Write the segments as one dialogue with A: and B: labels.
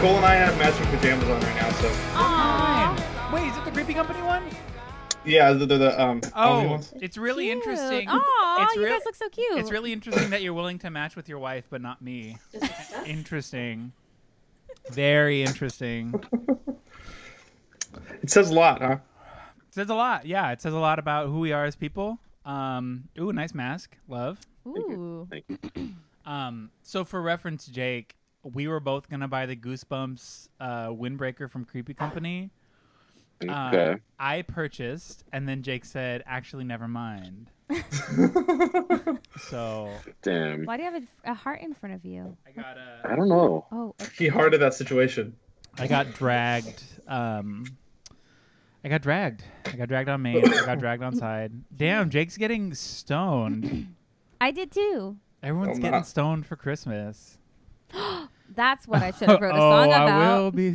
A: Cole and I have matching pajamas on right now, so
B: Fine. Wait, is it the creepy company one?
A: yeah, the the, the um. only
B: Oh,
A: ones.
B: it's really
C: Cute.
B: interesting.
C: Aw,
B: It's
C: you
B: real-
C: guys look so cute.
B: It's really interesting that you're willing to match with your wife, but not me. interesting. Very interesting.
A: it says a lot, huh?
B: says a lot. Yeah, it says a lot about who we are as people. Um, ooh, nice mask. Love.
C: Ooh.
A: Thank you.
B: Um, so for reference, Jake, we were both gonna buy the Goosebumps uh, windbreaker from Creepy Company. Uh,
D: Okay.
B: I purchased, and then Jake said, "Actually, never mind." so
D: Damn.
C: Why do you have a, a heart in front of you?
B: I got uh,
D: I don't know.
C: Oh, it-
A: He hearted that situation.
B: I got dragged. Um, I got dragged. I got dragged on main. I got dragged on side. Damn, Jake's getting stoned.
C: I did too.
B: Everyone's
A: I'm
B: getting
A: not.
B: stoned for Christmas.
C: That's what I should have wrote a song
B: oh, I
C: about.
B: will be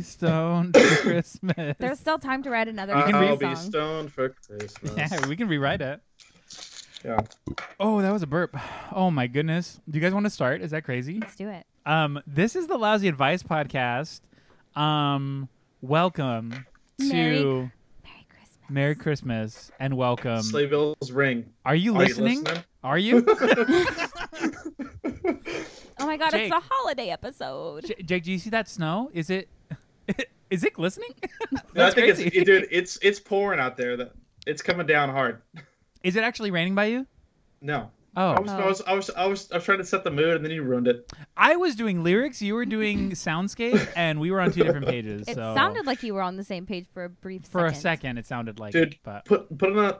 B: stoned for Christmas.
C: There's still time to write another
A: Uh, I'll
B: can
C: Christmas
A: be
C: song.
A: stoned for Christmas.
B: yeah, we can rewrite it.
A: Yeah.
B: Oh, that was a burp. Oh my goodness. Do you guys want to start? Is that crazy?
C: Let's do it.
B: Um, this is the Lousy Advice Podcast. Um, welcome to
C: Merry- Merry Christmas.
B: Merry Christmas and welcome.
A: Sleigh bells ring.
B: Are you
A: Are you
B: listening?
A: listening?
B: Are you?
C: Oh my god,
B: Jake.
C: it's a holiday episode.
B: J- Jake, do you see that snow? Is it? is it glistening?
A: No, I
B: That's
A: think it's
B: crazy.
A: it, dude. It's it's pouring out there. That it's coming down hard.
B: Is it actually raining by you?
A: No,
B: Oh,
A: I was I was I was I was I was trying to set the mood, and then you ruined it.
B: I was doing lyrics. You were doing soundscape, and we were on two different pages.
C: It
B: so
C: sounded like you were on the same page for a brief
B: for
C: second.
B: a second, it sounded like
A: Dude,
B: it, but
A: Put put another.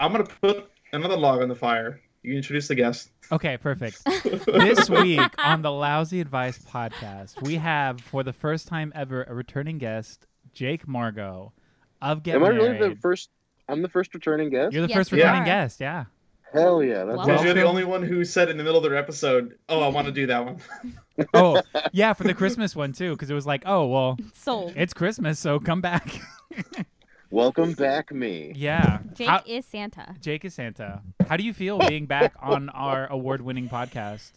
A: I'm gonna put another log on the fire. You introduce the guest.
B: Okay, perfect. this week on the Lousy Advice podcast, we have for the first time ever a returning guest, Jake Margot of Get
D: Am I
B: Married.
D: really the first? I'm the first returning guest.
B: You're the
C: Yes,
B: first
A: you
B: returning
C: are.
B: guest, yeah.
D: Hell yeah.
C: Wow.
D: That's
A: Dude,
B: Welcome.
A: you're the only one who said in the middle of their episode, "Oh, I want to do that one."
B: Oh, yeah, for the Christmas one too, because it was like, oh well,
C: Sold.
B: it's Christmas, so come back.
D: welcome back, me.
B: yeah,
C: Jake
B: How-
C: is Santa.
B: Jake is Santa. How do you feel being back on our award-winning podcast?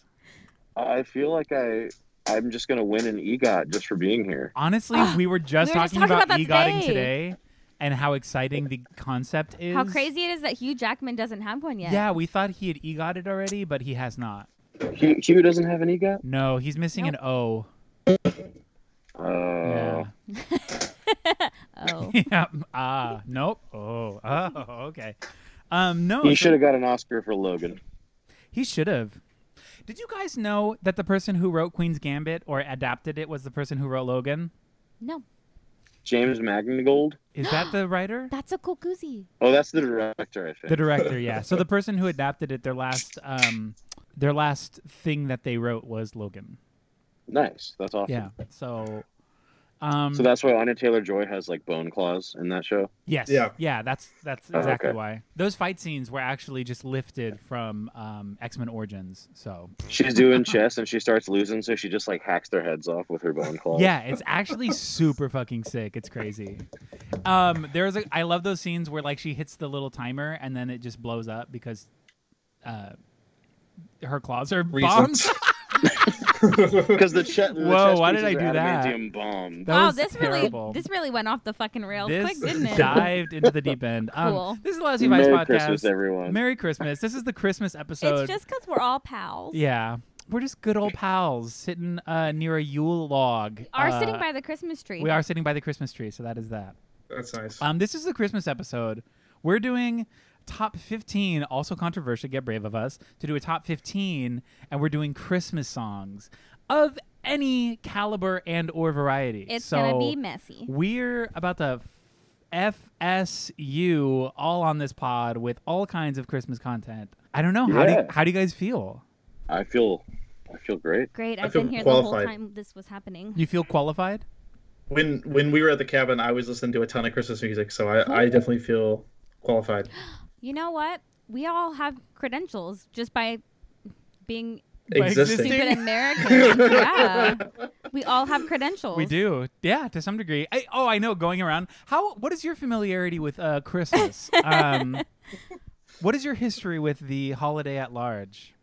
D: I feel like I I'm just gonna win an EGOT just for being here.
B: Honestly,
C: Ah,
B: we were just
C: we were just
B: talking,
C: talking
B: about,
C: about that
B: egotting
C: today.
B: today, and how exciting the concept is.
C: How crazy it is that Hugh Jackman doesn't have one yet.
B: Yeah, we thought he had egotted already, but he has not.
D: Hugh, Hugh doesn't have an EGOT.
B: No, he's missing an O.
D: Uh,
C: Oh.
B: Yeah. yeah. Ah. Nope. Oh. Oh. Okay. Um. No.
D: he
B: so-
D: should have got an Oscar for Logan.
B: He should have. Did you guys know that the person who wrote Queen's Gambit or adapted it was the person who wrote Logan?
C: No.
D: James Magnagold.
B: Is that the writer?
C: That's a cool koozie.
D: Oh, that's the director, I think.
B: The director. Yeah. So the person who adapted it, their last um, their last thing that they wrote was Logan.
D: nice. That's awesome.
B: Yeah. So. Um,
D: So that's why Anya Taylor Joy has like bone claws in that show.
B: Yes.
A: Yeah.
B: Yeah. That's that's
D: Oh,
B: exactly
D: okay.
B: why those fight scenes were actually just lifted from um, X Men Origins. So
D: She's doing chess and she starts losing, so she just like hacks their heads off with her bone claws.
B: yeah, it's actually super fucking sick. It's crazy. Um, there's a I love those scenes where like she hits the little timer and then it just blows up because uh, her claws are bombs.
A: Reasons.
D: Because the, che- the
B: Whoa,
D: chess
B: why did I
D: pieces are
B: do that?
D: adamantium bomb.
B: That
C: wow,
B: was
C: this
B: terrible.
C: really this really went off the fucking rails
B: This
C: quick, didn't it?
B: dived into the deep end.
C: Cool.
B: Um, this is Lousy Vice
D: Merry
B: Podcast.
D: Christmas, everyone.
B: Merry Christmas. This is the Christmas episode.
C: It's just because we're all pals.
B: Yeah. We're just good old pals sitting uh, near a Yule log.
C: Are
B: Uh,
C: sitting by the Christmas tree.
B: We are sitting by the Christmas tree, so that is that.
A: That's nice.
B: Um, this is the Christmas episode. We're doing top 15, also controversial, get brave of us, to do a top 15, and we're doing Christmas songs of any caliber and or variety.
C: It's
B: so
C: gonna be messy.
B: we're about to FSU all on this pod with all kinds of Christmas content. I don't know. How, do you,
D: Yeah.
B: how do you guys feel?
D: I feel, I feel great.
C: Great.
A: I
C: I've
A: feel
C: been here the
A: qualified.
C: whole time this was happening.
B: You feel qualified?
A: when when we were at the cabin, I was listening to a ton of Christmas music, so I, I definitely feel qualified.
C: You know what? We all have credentials just by being
B: By
A: Existing.
B: existing-
C: stupid Americans. yeah. We all have credentials.
B: We do, yeah, to some degree. I, oh, I know. Going around, how? What is your familiarity with uh, Christmas? um, what is your history with the holiday at large?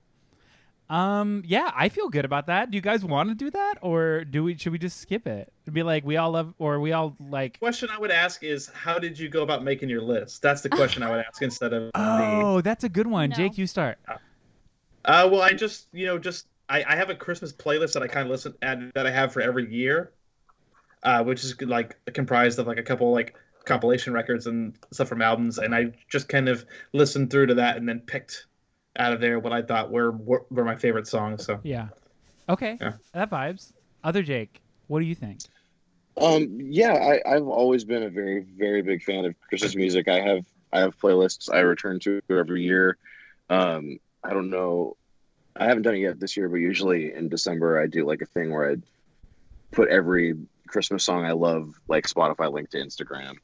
B: Um, yeah, I feel good about that. Do you guys want to do that, or do we? Should we just skip it? It'd be like we all love, or we all like.
A: Question I would ask is, how did you go about making your list? That's the question I would ask instead of the.
B: Oh, that's a good one,
C: No.
B: Jake. You start.
A: Uh, well, I just you know just I, I have a Christmas playlist that I kind of listen at that I have for every year, uh, which is like comprised of like a couple like compilation records and stuff from albums, and I just kind of listened through to that and then picked out of there what I thought were were, were my favorite songs. So
B: Yeah. Okay.
A: Yeah.
B: That vibes. Other Jake, what do you think?
D: Um, yeah, I, I've always been a very, very big fan of Christmas music. I have I have playlists I return to every year. Um, I don't know, I haven't done it yet this year, but usually in December I do like a thing where I put every Christmas song I love, like Spotify, linked to Instagram.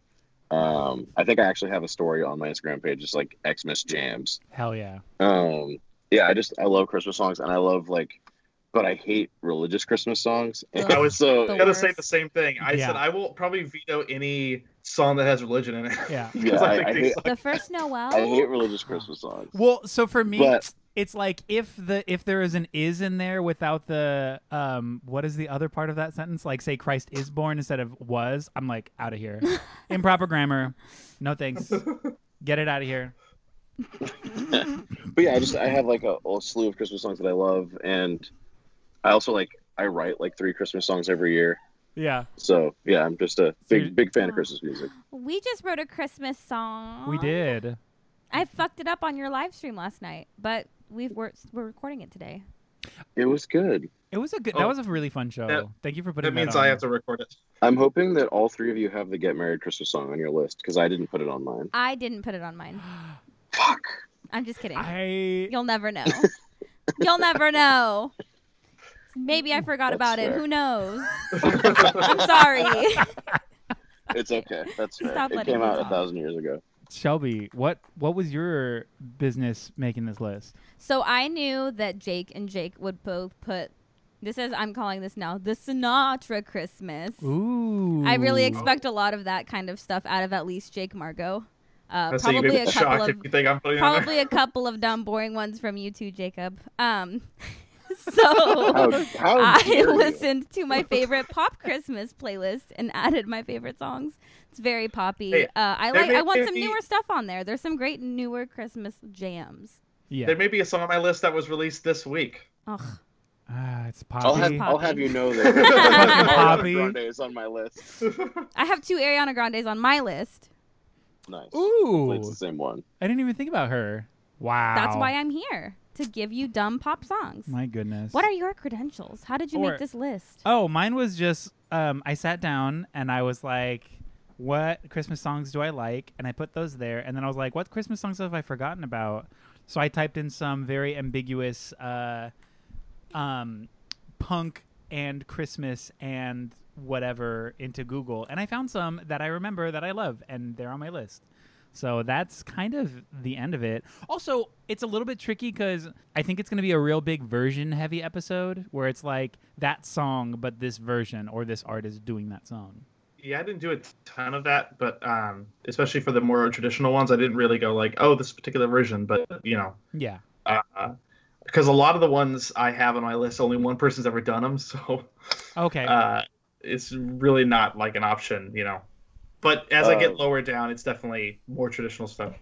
D: Um, I think I actually have a story on my Instagram page, just like Xmas jams.
B: Hell yeah.
D: Um, yeah, I just I love Christmas songs, and I love like, but I hate religious Christmas songs.
A: I was-
D: so
A: I
C: The
A: gotta
C: worst.
A: say the same thing. I
B: Yeah.
A: said I will probably veto any song that has religion in it.
B: Yeah.
A: 'Cause
D: Yeah, I-
A: think
D: I
A: they
D: hate-
A: suck.
C: The first Noel.
D: I hate religious Christmas songs.
B: Well, so for me,
D: But-
B: it's like if the if there is an is in there without the um what is the other part of that sentence? Like say Christ is born instead of was. I'm like out of here. Improper grammar. No thanks. Get it out of here.
D: But yeah, I just I have like a, a slew of Christmas songs that I love, and I also like I write like three Christmas songs every year.
B: Yeah.
D: So yeah, I'm just a
B: you're-
D: big big fan of Christmas music.
C: we just wrote a Christmas song.
B: We did.
C: I fucked it up on your live stream last night, but we've we're, we're recording it today.
D: It was good.
B: It was a good
A: Oh.
B: that was a really fun show.
A: That-
B: Thank you for putting
A: That
B: that
A: means
B: on.
A: I have to record it.
D: I'm hoping that all three of you have the Get Married Christmas song on your list because I didn't put it on mine.
C: I didn't put it on mine.
D: Fuck.
C: I'm just kidding.
B: I
C: You'll never know. You'll never know. Maybe I forgot
D: That's
C: about it.
D: fair.
C: Who knows? I'm sorry.
D: It's okay. That's fair.
C: Stop
D: it
C: letting
D: came
C: me
D: out a
C: talk.
D: thousand years ago.
B: Shelby, what what was your business making this list?
C: So I knew that Jake and Jake would both put this is I'm calling this now the Sinatra Christmas.
B: Ooh.
C: I really expect a lot of that kind of stuff out of at least Jake Margot. Uh,
A: so you'd
C: probably
A: be
C: a couple
A: shocked
C: of
A: if you think I'm putting it on there.
C: probably a couple of dumb boring ones from you too, Jacob. Um, so
D: How, how
A: Oh,
C: I
D: dare you?
C: listened to my favorite pop Christmas playlist and added my favorite songs. It's very poppy.
A: Hey,
C: uh, I
A: there
C: like.
A: may
C: I want some
A: be-
C: newer stuff on there. There's some great newer Christmas jams.
B: Yeah.
A: There may be a song on my list that was released this week.
C: Ugh.
B: Ah, it's poppy.
D: I'll have,
C: Poppy.
D: I'll have you know that
B: Poppy.
D: Ariana Grande is on my list.
C: I have two Ariana Grandes on my list.
D: Nice. Hopefully It's
B: Ooh.
D: the same one.
B: I didn't even think about her. Wow.
C: That's why I'm here to give you dumb pop songs.
B: My goodness.
C: What are your credentials? How did you
B: Or-
C: make this list?
B: Oh, mine was just um, I sat down and I was like, "What Christmas songs do I like?" And I put those there, and then I was like, "What Christmas songs have I forgotten about?" So I typed in some very ambiguous uh, um, punk and Christmas and whatever into Google, and I found some that I remember that I love, and they're on my list. So that's kind of the end of it. Also, it's a little bit tricky because I think it's going to be a real big version heavy episode where it's like that song, but this version or this artist doing that song.
A: Yeah, I didn't do a ton of that, but um, especially for the more traditional ones, I didn't really go like, oh, this particular version. But you know,
B: Yeah.
A: uh, because a lot of the ones I have on my list, only one person's ever done them, so
B: Okay.
A: uh, it's really not like an option, you know. But as I
D: Uh,
A: get lower down, it's definitely more traditional stuff.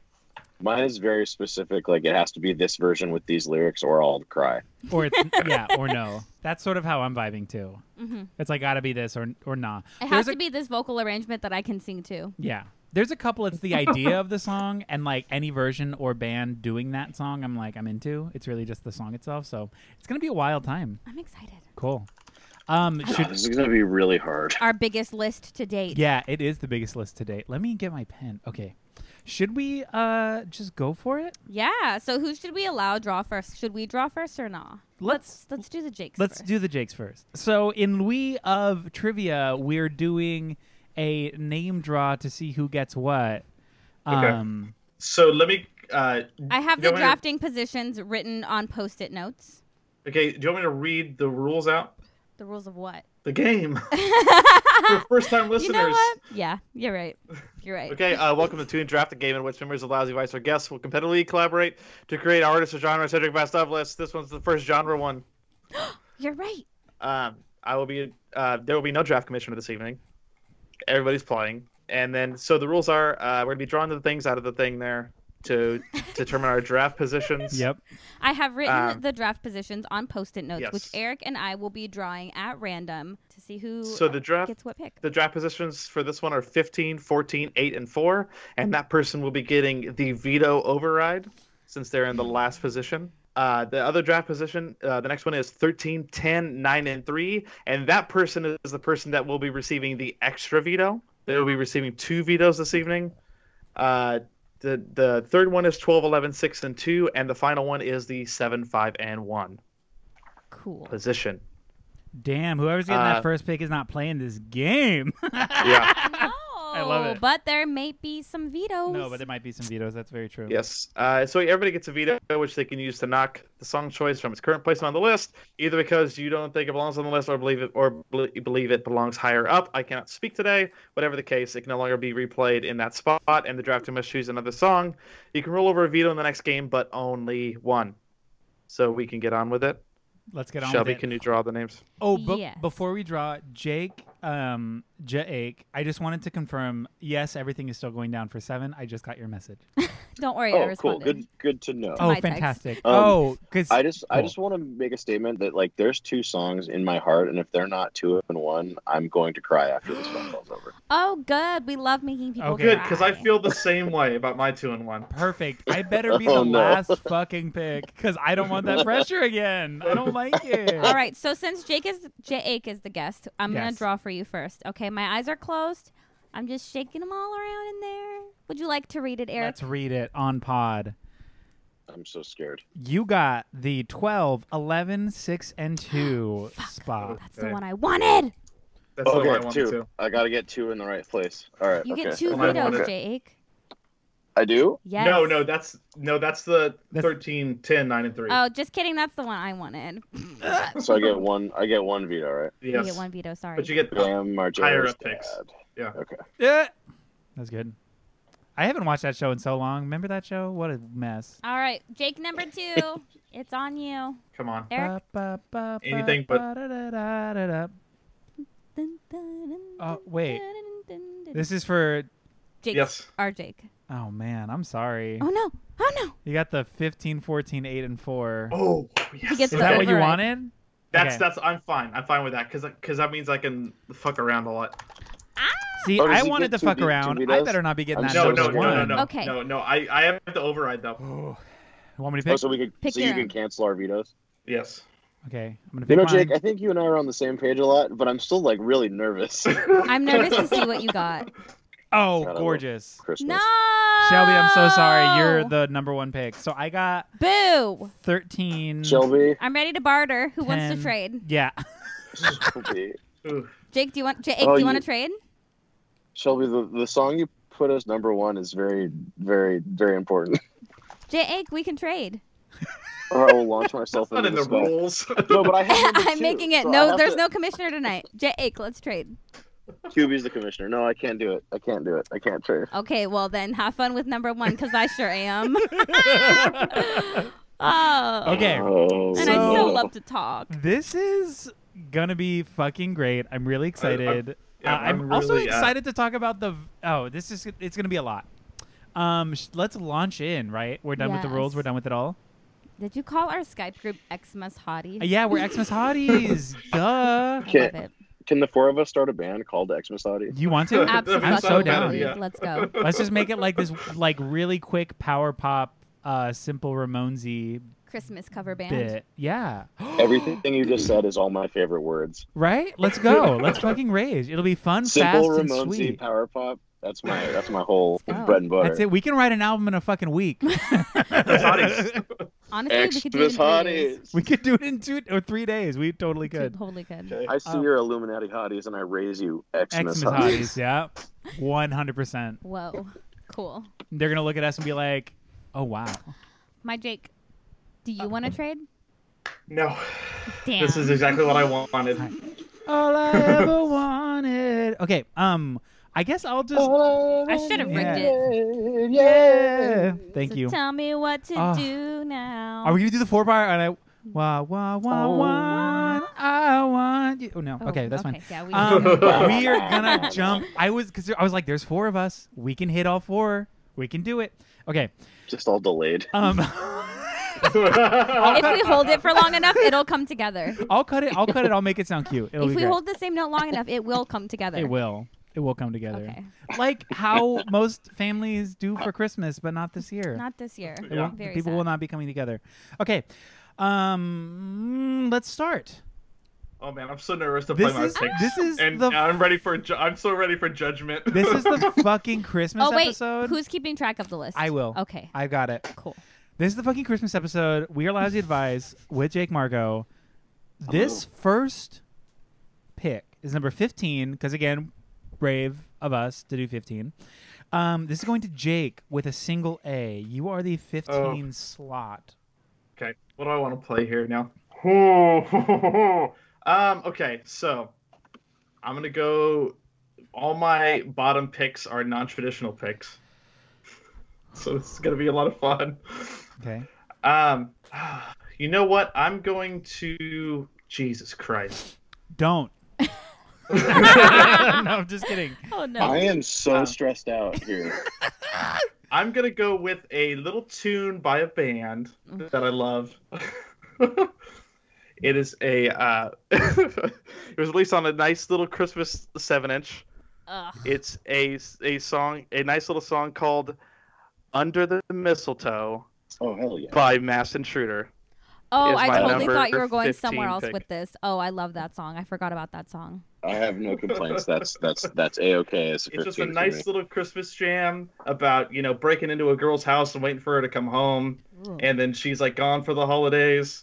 D: Mine is very specific. Like it has to be this version with these lyrics, or I'll cry.
B: or it's yeah, or no. That's sort of how I'm vibing too.
C: hmm
B: It's like gotta be this or or nah.
C: It
B: There's
C: has
B: a-
C: to be this vocal arrangement that I can sing to.
B: Yeah. There's a couple it's the idea of the song and like any version or band doing that song I'm like I'm into. It's really just the song itself. So it's gonna be a wild time.
C: I'm excited.
B: Cool. Um
D: God,
B: should
D: this is gonna be really hard.
C: Our biggest list to date.
B: Yeah, it is the biggest list to date. Let me get my pen. Okay. Should we uh just go for it?
C: Yeah. So who should we allow draw first? Should we draw first or not?
B: Let's-
C: let's let's do the Jake's.
B: Let's
C: first.
B: do the Jakes first. So in lieu of trivia, we're doing a name draw to see who gets what.
A: Okay.
B: Um
A: So let me. Uh,
C: I have
A: you
C: the
A: want me to-
C: drafting positions written on post-it notes.
A: okay, do you want me to read the rules out?
C: The rules of what?
A: the game for
C: you
A: first time listeners.
C: know what? Yeah, you're right. You're right.
A: Okay, uh, welcome to Tune Draft, the game in which members of Lousy Vice or guests will competitively collaborate to create artists or genre centric best of lists. This one's the first genre one.
C: You're right.
A: Um, I will be. Uh, there will be no draft commissioner this evening. Everybody's playing, and then so the rules are uh, we're gonna be drawing the things out of the thing there to determine our draft positions.
B: Yep.
C: I have written
A: Um,
C: the draft positions on post-it notes, which
A: yes.
C: Eric and I will be drawing at random to see who
A: So the draft
C: gets what pick.
A: the draft positions for this one are 15, 14, 8, and 4, and that person will be getting the veto override since they're in the last position. Uh, the other draft position, uh, the next one is 13, 10, 9, and 3, and that person is the person that will be receiving the extra veto. They will be receiving two vetoes this evening. Uh, the, the third one is 12, 11, 6, and 2, and the final one is the 7, 5, and 1
C: Cool.
A: position.
B: Damn, whoever's getting
A: Uh,
B: that first pick is not playing this game.
A: Yeah.
C: No,
B: love it.
C: But there may be some vetoes.
B: no, but there might be some vetoes. That's very true.
A: Yes. Uh, so everybody gets a veto, which they can use to knock the song choice from its current placement on the list, either because you don't think it belongs on the list or believe it or bel- believe it belongs higher up. I cannot speak today. Whatever the case, it can no longer be replayed in that spot, and the drafter must choose another song. You can roll over a veto in the next game, but only one. So we can get on with it.
B: Let's get on
A: Shelby,
B: with it.
A: can you draw the names?
B: oh, but
C: Yes.
B: before we draw, Jake, um, Jake, I just wanted to confirm. Yes, everything is still going down for seven. I just got your message.
C: Don't worry, I
D: Oh, cool.
C: responded.
D: Good good to know.
C: Oh,
B: Oh,
C: my text.
B: fantastic.
D: Um,
B: oh, because
D: I just I
B: Cool.
D: just want to make a statement that like there's two songs in my heart, and if they're not two and one, I'm going to cry after this phone call's over.
C: Oh, good. We love making people
B: Okay.
A: Good,
C: cry.
A: because I feel the same way about my two and one.
B: perfect. I better be the
D: Oh, no.
B: last fucking pick because I don't want that pressure again. I don't like it.
C: All right. So since Jake is Jake is the guest, I'm gonna
B: Yes.
C: draw for you first. Okay. My eyes are closed. I'm just shaking them all around in there. Would you like to read it, Eric?
B: Let's read it on pod.
D: I'm so scared.
B: You got the 12, 11, 6, and 2
C: Ah,
B: spot.
C: That's the
A: Okay.
C: one I wanted.
A: That's the way I
D: okay,
A: wanted
D: Oh, two.
A: to.
D: I gotta get two in the right place. All right.
C: You
D: okay.
C: get two
A: That's the one I
C: vetoes,
A: wanted.
C: Jake.
D: I do.
C: Yes.
A: No, no, that's no, that's the
B: That's-
A: 13, 10, 9, and 3.
C: Oh, just kidding. That's the one I wanted. Uh,
D: So I get one. I get one veto, right?
C: You
A: yes.
C: get one veto. Sorry.
A: But you get
D: Graham Margera's
A: Higher up picks.
D: dad.
A: Yeah.
D: Okay.
B: Yeah. That's good. I haven't watched that show in so long. Remember that show? What a mess.
C: All right, Jake number two. it's on you,
A: come on.
C: Eric.
B: Ba, ba, ba,
A: Anything but-
B: ba, da, da, da, da, da. Uh, wait. This is for.
C: Jake.
A: Yes.
C: Our Jake.
B: Oh, man. I'm sorry.
C: Oh no. Oh no.
B: You got the 15, 14, 8, and 4.
A: Oh, yes.
C: He gets
B: is
C: the
B: that what you
C: override.
B: wanted?
A: That's
B: Okay.
A: that's I'm fine. I'm fine with that because because that means I can fuck around a lot.
B: See,
D: Oh, does
B: I
D: he
B: wanted
D: get
B: to
D: two
B: fuck
D: beat- two
B: around. I
D: vetoes?
B: better not be getting
D: I'm
B: that
D: sure
A: No,
B: number
A: no,
D: there's
A: no, no,
B: one.
A: no,
C: Okay.
A: no, no. I I have to override though.
B: Oh. You want me to
D: Oh,
B: pick?
D: so we could.
C: Pick
D: so you
C: your
D: can
C: own.
D: cancel our vetoes.
A: Yes.
B: Okay, I'm gonna
D: You
B: pick
D: know,
B: mine.
D: Jake, I think you and I are on the same page a lot, but I'm still like really nervous.
C: I'm nervous to see what you got.
B: Oh,
D: Shadow.
B: gorgeous.
D: Christmas.
C: No.
B: Shelby, I'm so sorry.
C: Oh.
B: You're the number one pick. So I got
C: boo.
B: 13.
D: Shelby.
C: I'm ready to barter. Who wants
B: 10.
C: to trade?
B: Yeah.
D: Shelby.
A: Ooh.
C: Jake, do you want Jake?
D: Oh,
C: do you
D: you-
C: want to trade?
D: Shelby, the, the song you put as number one is very, very, very important.
C: Jake, we can trade.
D: Or I will launch myself
A: That's not
D: into
A: in
D: the
A: the
D: spot.
A: rules.
D: No, but I have number
C: I'm
D: two,
C: making it.
D: so I
C: no,
D: have
C: there's
D: to-
C: no commissioner tonight. Jake, let's trade.
D: QB's the commissioner. No, I can't do it. I can't do it. I can't trade.
C: Okay, well then, have fun with number one because I sure am. oh.
B: Okay.
D: Oh,
C: And I so
D: no.
C: love to talk.
B: This is gonna be fucking great. I'm really excited.
A: yeah,
B: Uh, I'm,
A: I'm
B: also
A: really, uh,
B: excited to talk about the. Oh, this is it's gonna be a lot. Um, sh- let's launch in. Right, we're done with the rules.
C: Yes.
B: We're done with it all.
C: Did you call our Skype group Xmas Hottie?
B: Uh, yeah, we're Xmas hotties. Duh.
C: I
D: Can't-
C: love it.
D: Can the four of us start a band called the Xmas Audi?
B: You want to?
A: Absolutely.
B: I'm so down.
A: Absolutely. Yeah.
C: Let's go.
B: Let's just make it like this, like really quick power pop, uh, simple Ramonesy
C: Christmas cover band.
B: bit. Yeah.
D: Everything you just said is all my favorite words.
B: Right? Let's go. Let's fucking rage. It'll be fun,
D: Simple
B: fast, and
D: Ramon Z
B: sweet.
D: power pop. That's my that's my whole
C: Let's go.
D: bread and butter.
B: That's it. We can write an album in a fucking week.
A: hotties.
C: Honestly, we could do it in three
D: Xmas
C: days.
D: hotties.
B: we could do it in two or three days. We totally
C: We
B: could.
C: Totally could.
A: Okay.
D: I see
B: Um,
D: your Illuminati hotties and I raise you Xmas,
B: Xmas
D: hotties.
B: hotties. Yeah. 100%.
C: Whoa. Cool.
B: They're going to look at us and be like, oh, wow.
C: My Jake,
D: Uh,
C: do you want to trade?
A: no.
C: Damn.
A: This is exactly what I wanted.
B: All I ever wanted. Okay. Um. I guess I'll just.
C: I should have rigged it.
B: yeah. Oh, Thank
C: So
B: you.
C: Tell me what to
B: Ah.
C: do now.
B: Are we gonna do the four bar? And I. Wah wah wah
D: Oh.
B: wah. I want you. Oh no.
C: Oh,
B: okay, that's fine.
C: Yeah, we
B: Um,
A: Wow.
B: we are gonna jump. I was because I was like, "There's four of us. We can hit all four. We can do it." Okay.
D: Just all delayed.
B: Um.
C: if we hold it for long enough, it'll come together.
B: I'll cut it. I'll cut it. I'll make it sound cute. It'll
C: if
B: be
C: we
B: great.
C: hold the same note long enough, it will come together.
B: it will. It will come together.
C: Okay.
B: Like how most families do for Christmas, but not this year.
C: Not this year.
B: It won't-
C: Very
B: people
C: sad.
B: will not be coming together. Okay. Um. Let's start.
A: oh man, I'm so nervous to play
B: This
A: my
B: is
A: picks.
B: this is
A: and
B: the
A: I'm ready for. Ju- I'm so ready for judgment.
B: this is the fucking Christmas
C: Oh wait,
B: episode.
C: who's keeping track of the list?
B: I will.
C: Okay.
B: I got it.
C: Cool.
B: This is the fucking Christmas episode. We are lousy advice with Jake Margo. This first pick is number fifteen because again, brave of us to do fifteen. Um, this is going to Jake with a single A. You are the fifteen
A: Oh.
B: slot.
A: Okay, what do I want to play here now? um, okay, so I'm gonna go. All my bottom picks are non-traditional picks, so this is gonna be a lot of fun.
B: Okay.
A: Um, you know what? I'm going to Jesus Christ.
B: Don't. no, I'm just kidding.
C: Oh no.
D: I am so
A: Wow.
D: stressed out here.
A: I'm gonna go with a little tune by a band that I love. it is a. Uh, it was released on a nice little Christmas seven-inch.
C: Ugh.
A: It's a a song, a nice little song called "Under the Mistletoe"
D: Oh hell yeah.
A: by Mass Intruder.
C: Oh,
A: is
C: I
A: my
C: totally
A: number
C: thought you were going
A: 15
C: somewhere else
A: pick.
C: with this. Oh, I love that song. I forgot about that song.
D: I have no complaints. That's that's that's a okay as a
A: It's just a
D: 15 for me.
A: nice little Christmas jam about you know breaking into a girl's house and waiting for her to come home,
C: Ooh.
A: and then she's like gone for the holidays,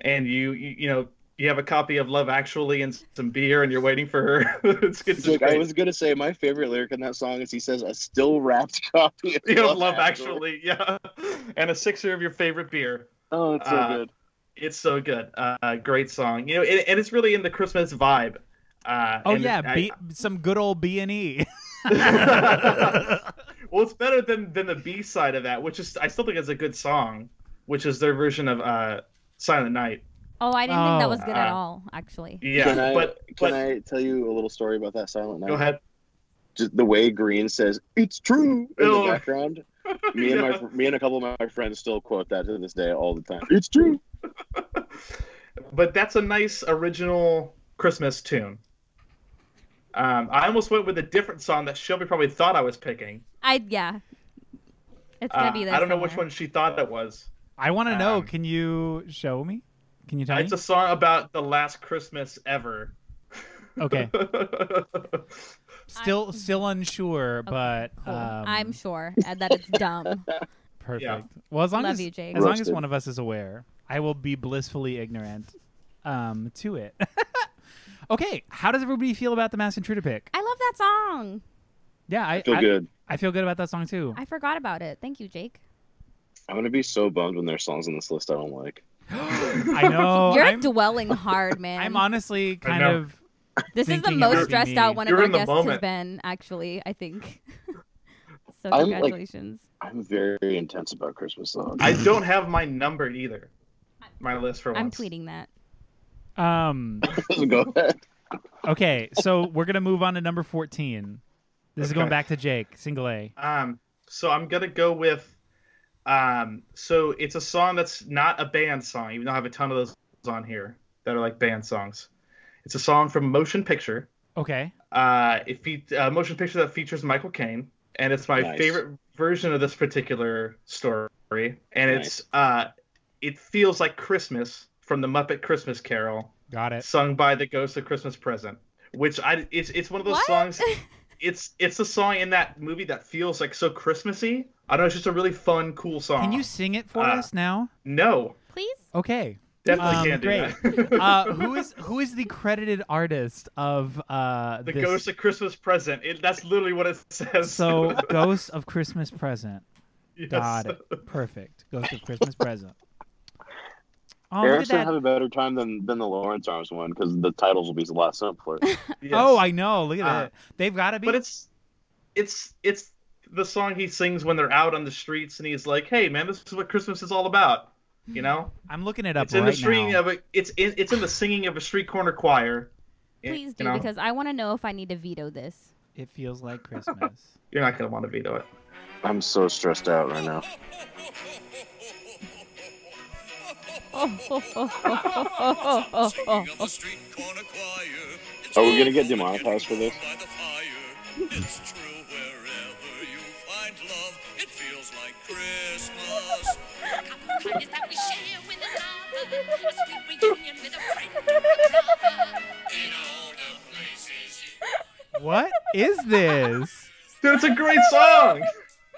A: and you you, you know you have a copy of Love Actually and some beer, and you're waiting for her. it's it's
D: Jake, I
A: great.
D: was gonna say my favorite lyric in that song is he says a still wrapped copy of
A: You know, love actually, yeah, and a sixer of your favorite beer.
D: Oh, it's so
A: Uh,
D: good.
A: It's so good. Uh, great song. You know, and, and it's really in the Christmas vibe. Uh,
B: Oh
A: and
B: yeah,
A: it- I-
B: B- some good old B and E.
A: well, it's better than than the B side of that, which is I still think it's a good song, which is their version of uh, Silent Night.
C: Oh, I didn't think
B: Oh.
C: that was good at
A: Uh,
C: all, actually.
A: Yeah,
D: Can I-
A: but
D: Can
A: but
D: I tell you a little story about that Silent Night?
A: go ahead.
D: Just the way Green says "It's true" in
A: Oh.
D: the background. Me and my me and a couple of my friends still quote that to this day all the time. It's true.
A: But that's a nice original Christmas tune. Um, I almost went with a different song that Shelby probably thought I was picking.
C: I yeah. It's gonna
A: Uh,
C: be
A: I
C: there.
A: don't know which
C: somewhere.
A: one she thought it was.
B: I want to know.
A: Um,
B: Can you show me? Can you tell me?
A: It's a song about the last Christmas ever.
B: Okay. Still, still unsure, but
C: Cool.
B: um,
C: I'm sure uh, that it's dumb.
B: perfect.
A: Yeah.
B: Well, as long
C: Love
B: as
C: you, Jake.
B: as long as
D: Roasted.
B: one of us is aware, I will be blissfully ignorant um, to it. okay, how does everybody feel about the Mass Intruder pick?
C: I love that song.
B: yeah, I
D: Feel
B: I,
D: good.
B: I feel good about that song too.
C: I forgot about it. Thank you, Jake.
D: I'm gonna be so bummed when there's songs on this list I don't like.
B: I know.
C: You're
B: Oh, I'm,
C: dwelling hard, man.
B: I'm honestly kind
A: know.
B: of
C: this is the
B: thinking
A: about
C: most
A: you,
C: stressed
B: me.
C: out one
A: You're in
C: of our
A: the
C: guests has
A: moment.
C: been, actually, I think. so
D: I'm, like-
C: congratulations.
D: I'm very intense about Christmas songs.
A: I don't have my number either. My list for
C: I'm
A: once.
C: tweeting that.
B: um.
D: Go ahead.
B: Okay, so we're gonna move on to number fourteen. This is
A: Okay.
B: going back to Jake, single A.
A: Um, so I'm gonna go with, um, so it's a song that's not a band song, even though I have a ton of those on here that are like band songs. It's a song from Motion Picture.
B: Okay.
A: Uh, it fe- uh, Motion Picture that features Michael Caine, and it's my
D: Nice.
A: favorite version of this particular story. And it's
D: Nice.
A: uh, it feels like Christmas from the Muppet Christmas Carol,
B: Got it.
A: sung by the Ghost of Christmas Present. Which I it's it's one of those
C: What?
A: songs it's it's a song in that movie that feels like so Christmassy. I don't know, it's just a really fun, cool song.
B: Can you sing it for
A: Uh,
B: us now?
A: No,
C: Please?
B: Okay.
A: definitely
B: Um,
A: can't do that.
B: Uh, who is who is the credited artist of uh,
A: the
B: this?
A: Ghost of Christmas Present. It, that's literally what it says.
B: so Ghost of Christmas Present.
A: Yes.
B: Got it. Perfect. Ghost of Christmas Present. Oh, look
D: Eric
B: at
D: should
B: that.
D: have a better time than than the Lawrence Arms one because the titles will be a lot simpler.
A: Yes.
B: Oh, I know. Look at
A: Uh,
B: that. They've got to be.
A: But it's it's it's the song he sings when they're out on the streets and he's like, "Hey man, this is what Christmas is all about." You know?
B: I'm looking it up
A: it's in
B: right
A: the stringing
B: now.
A: of a it's in, it's in the singing of a street corner choir. You-
C: Please
A: you
C: do
A: know,
C: because I want to know if I need to veto this.
B: It feels like Christmas.
A: you're not gonna want to veto it.
D: I'm so stressed out right now.
E: Singing of the street corner choir. It's
D: Are we gonna get
E: all over again
D: demonetized for this?
E: by the fire. It's true wherever you find love, it feels like Christmas.
F: kindness that we share with another. A sweet reunion with a friend or another.
E: In all the places you
B: what is this?
A: Dude, it's a great song.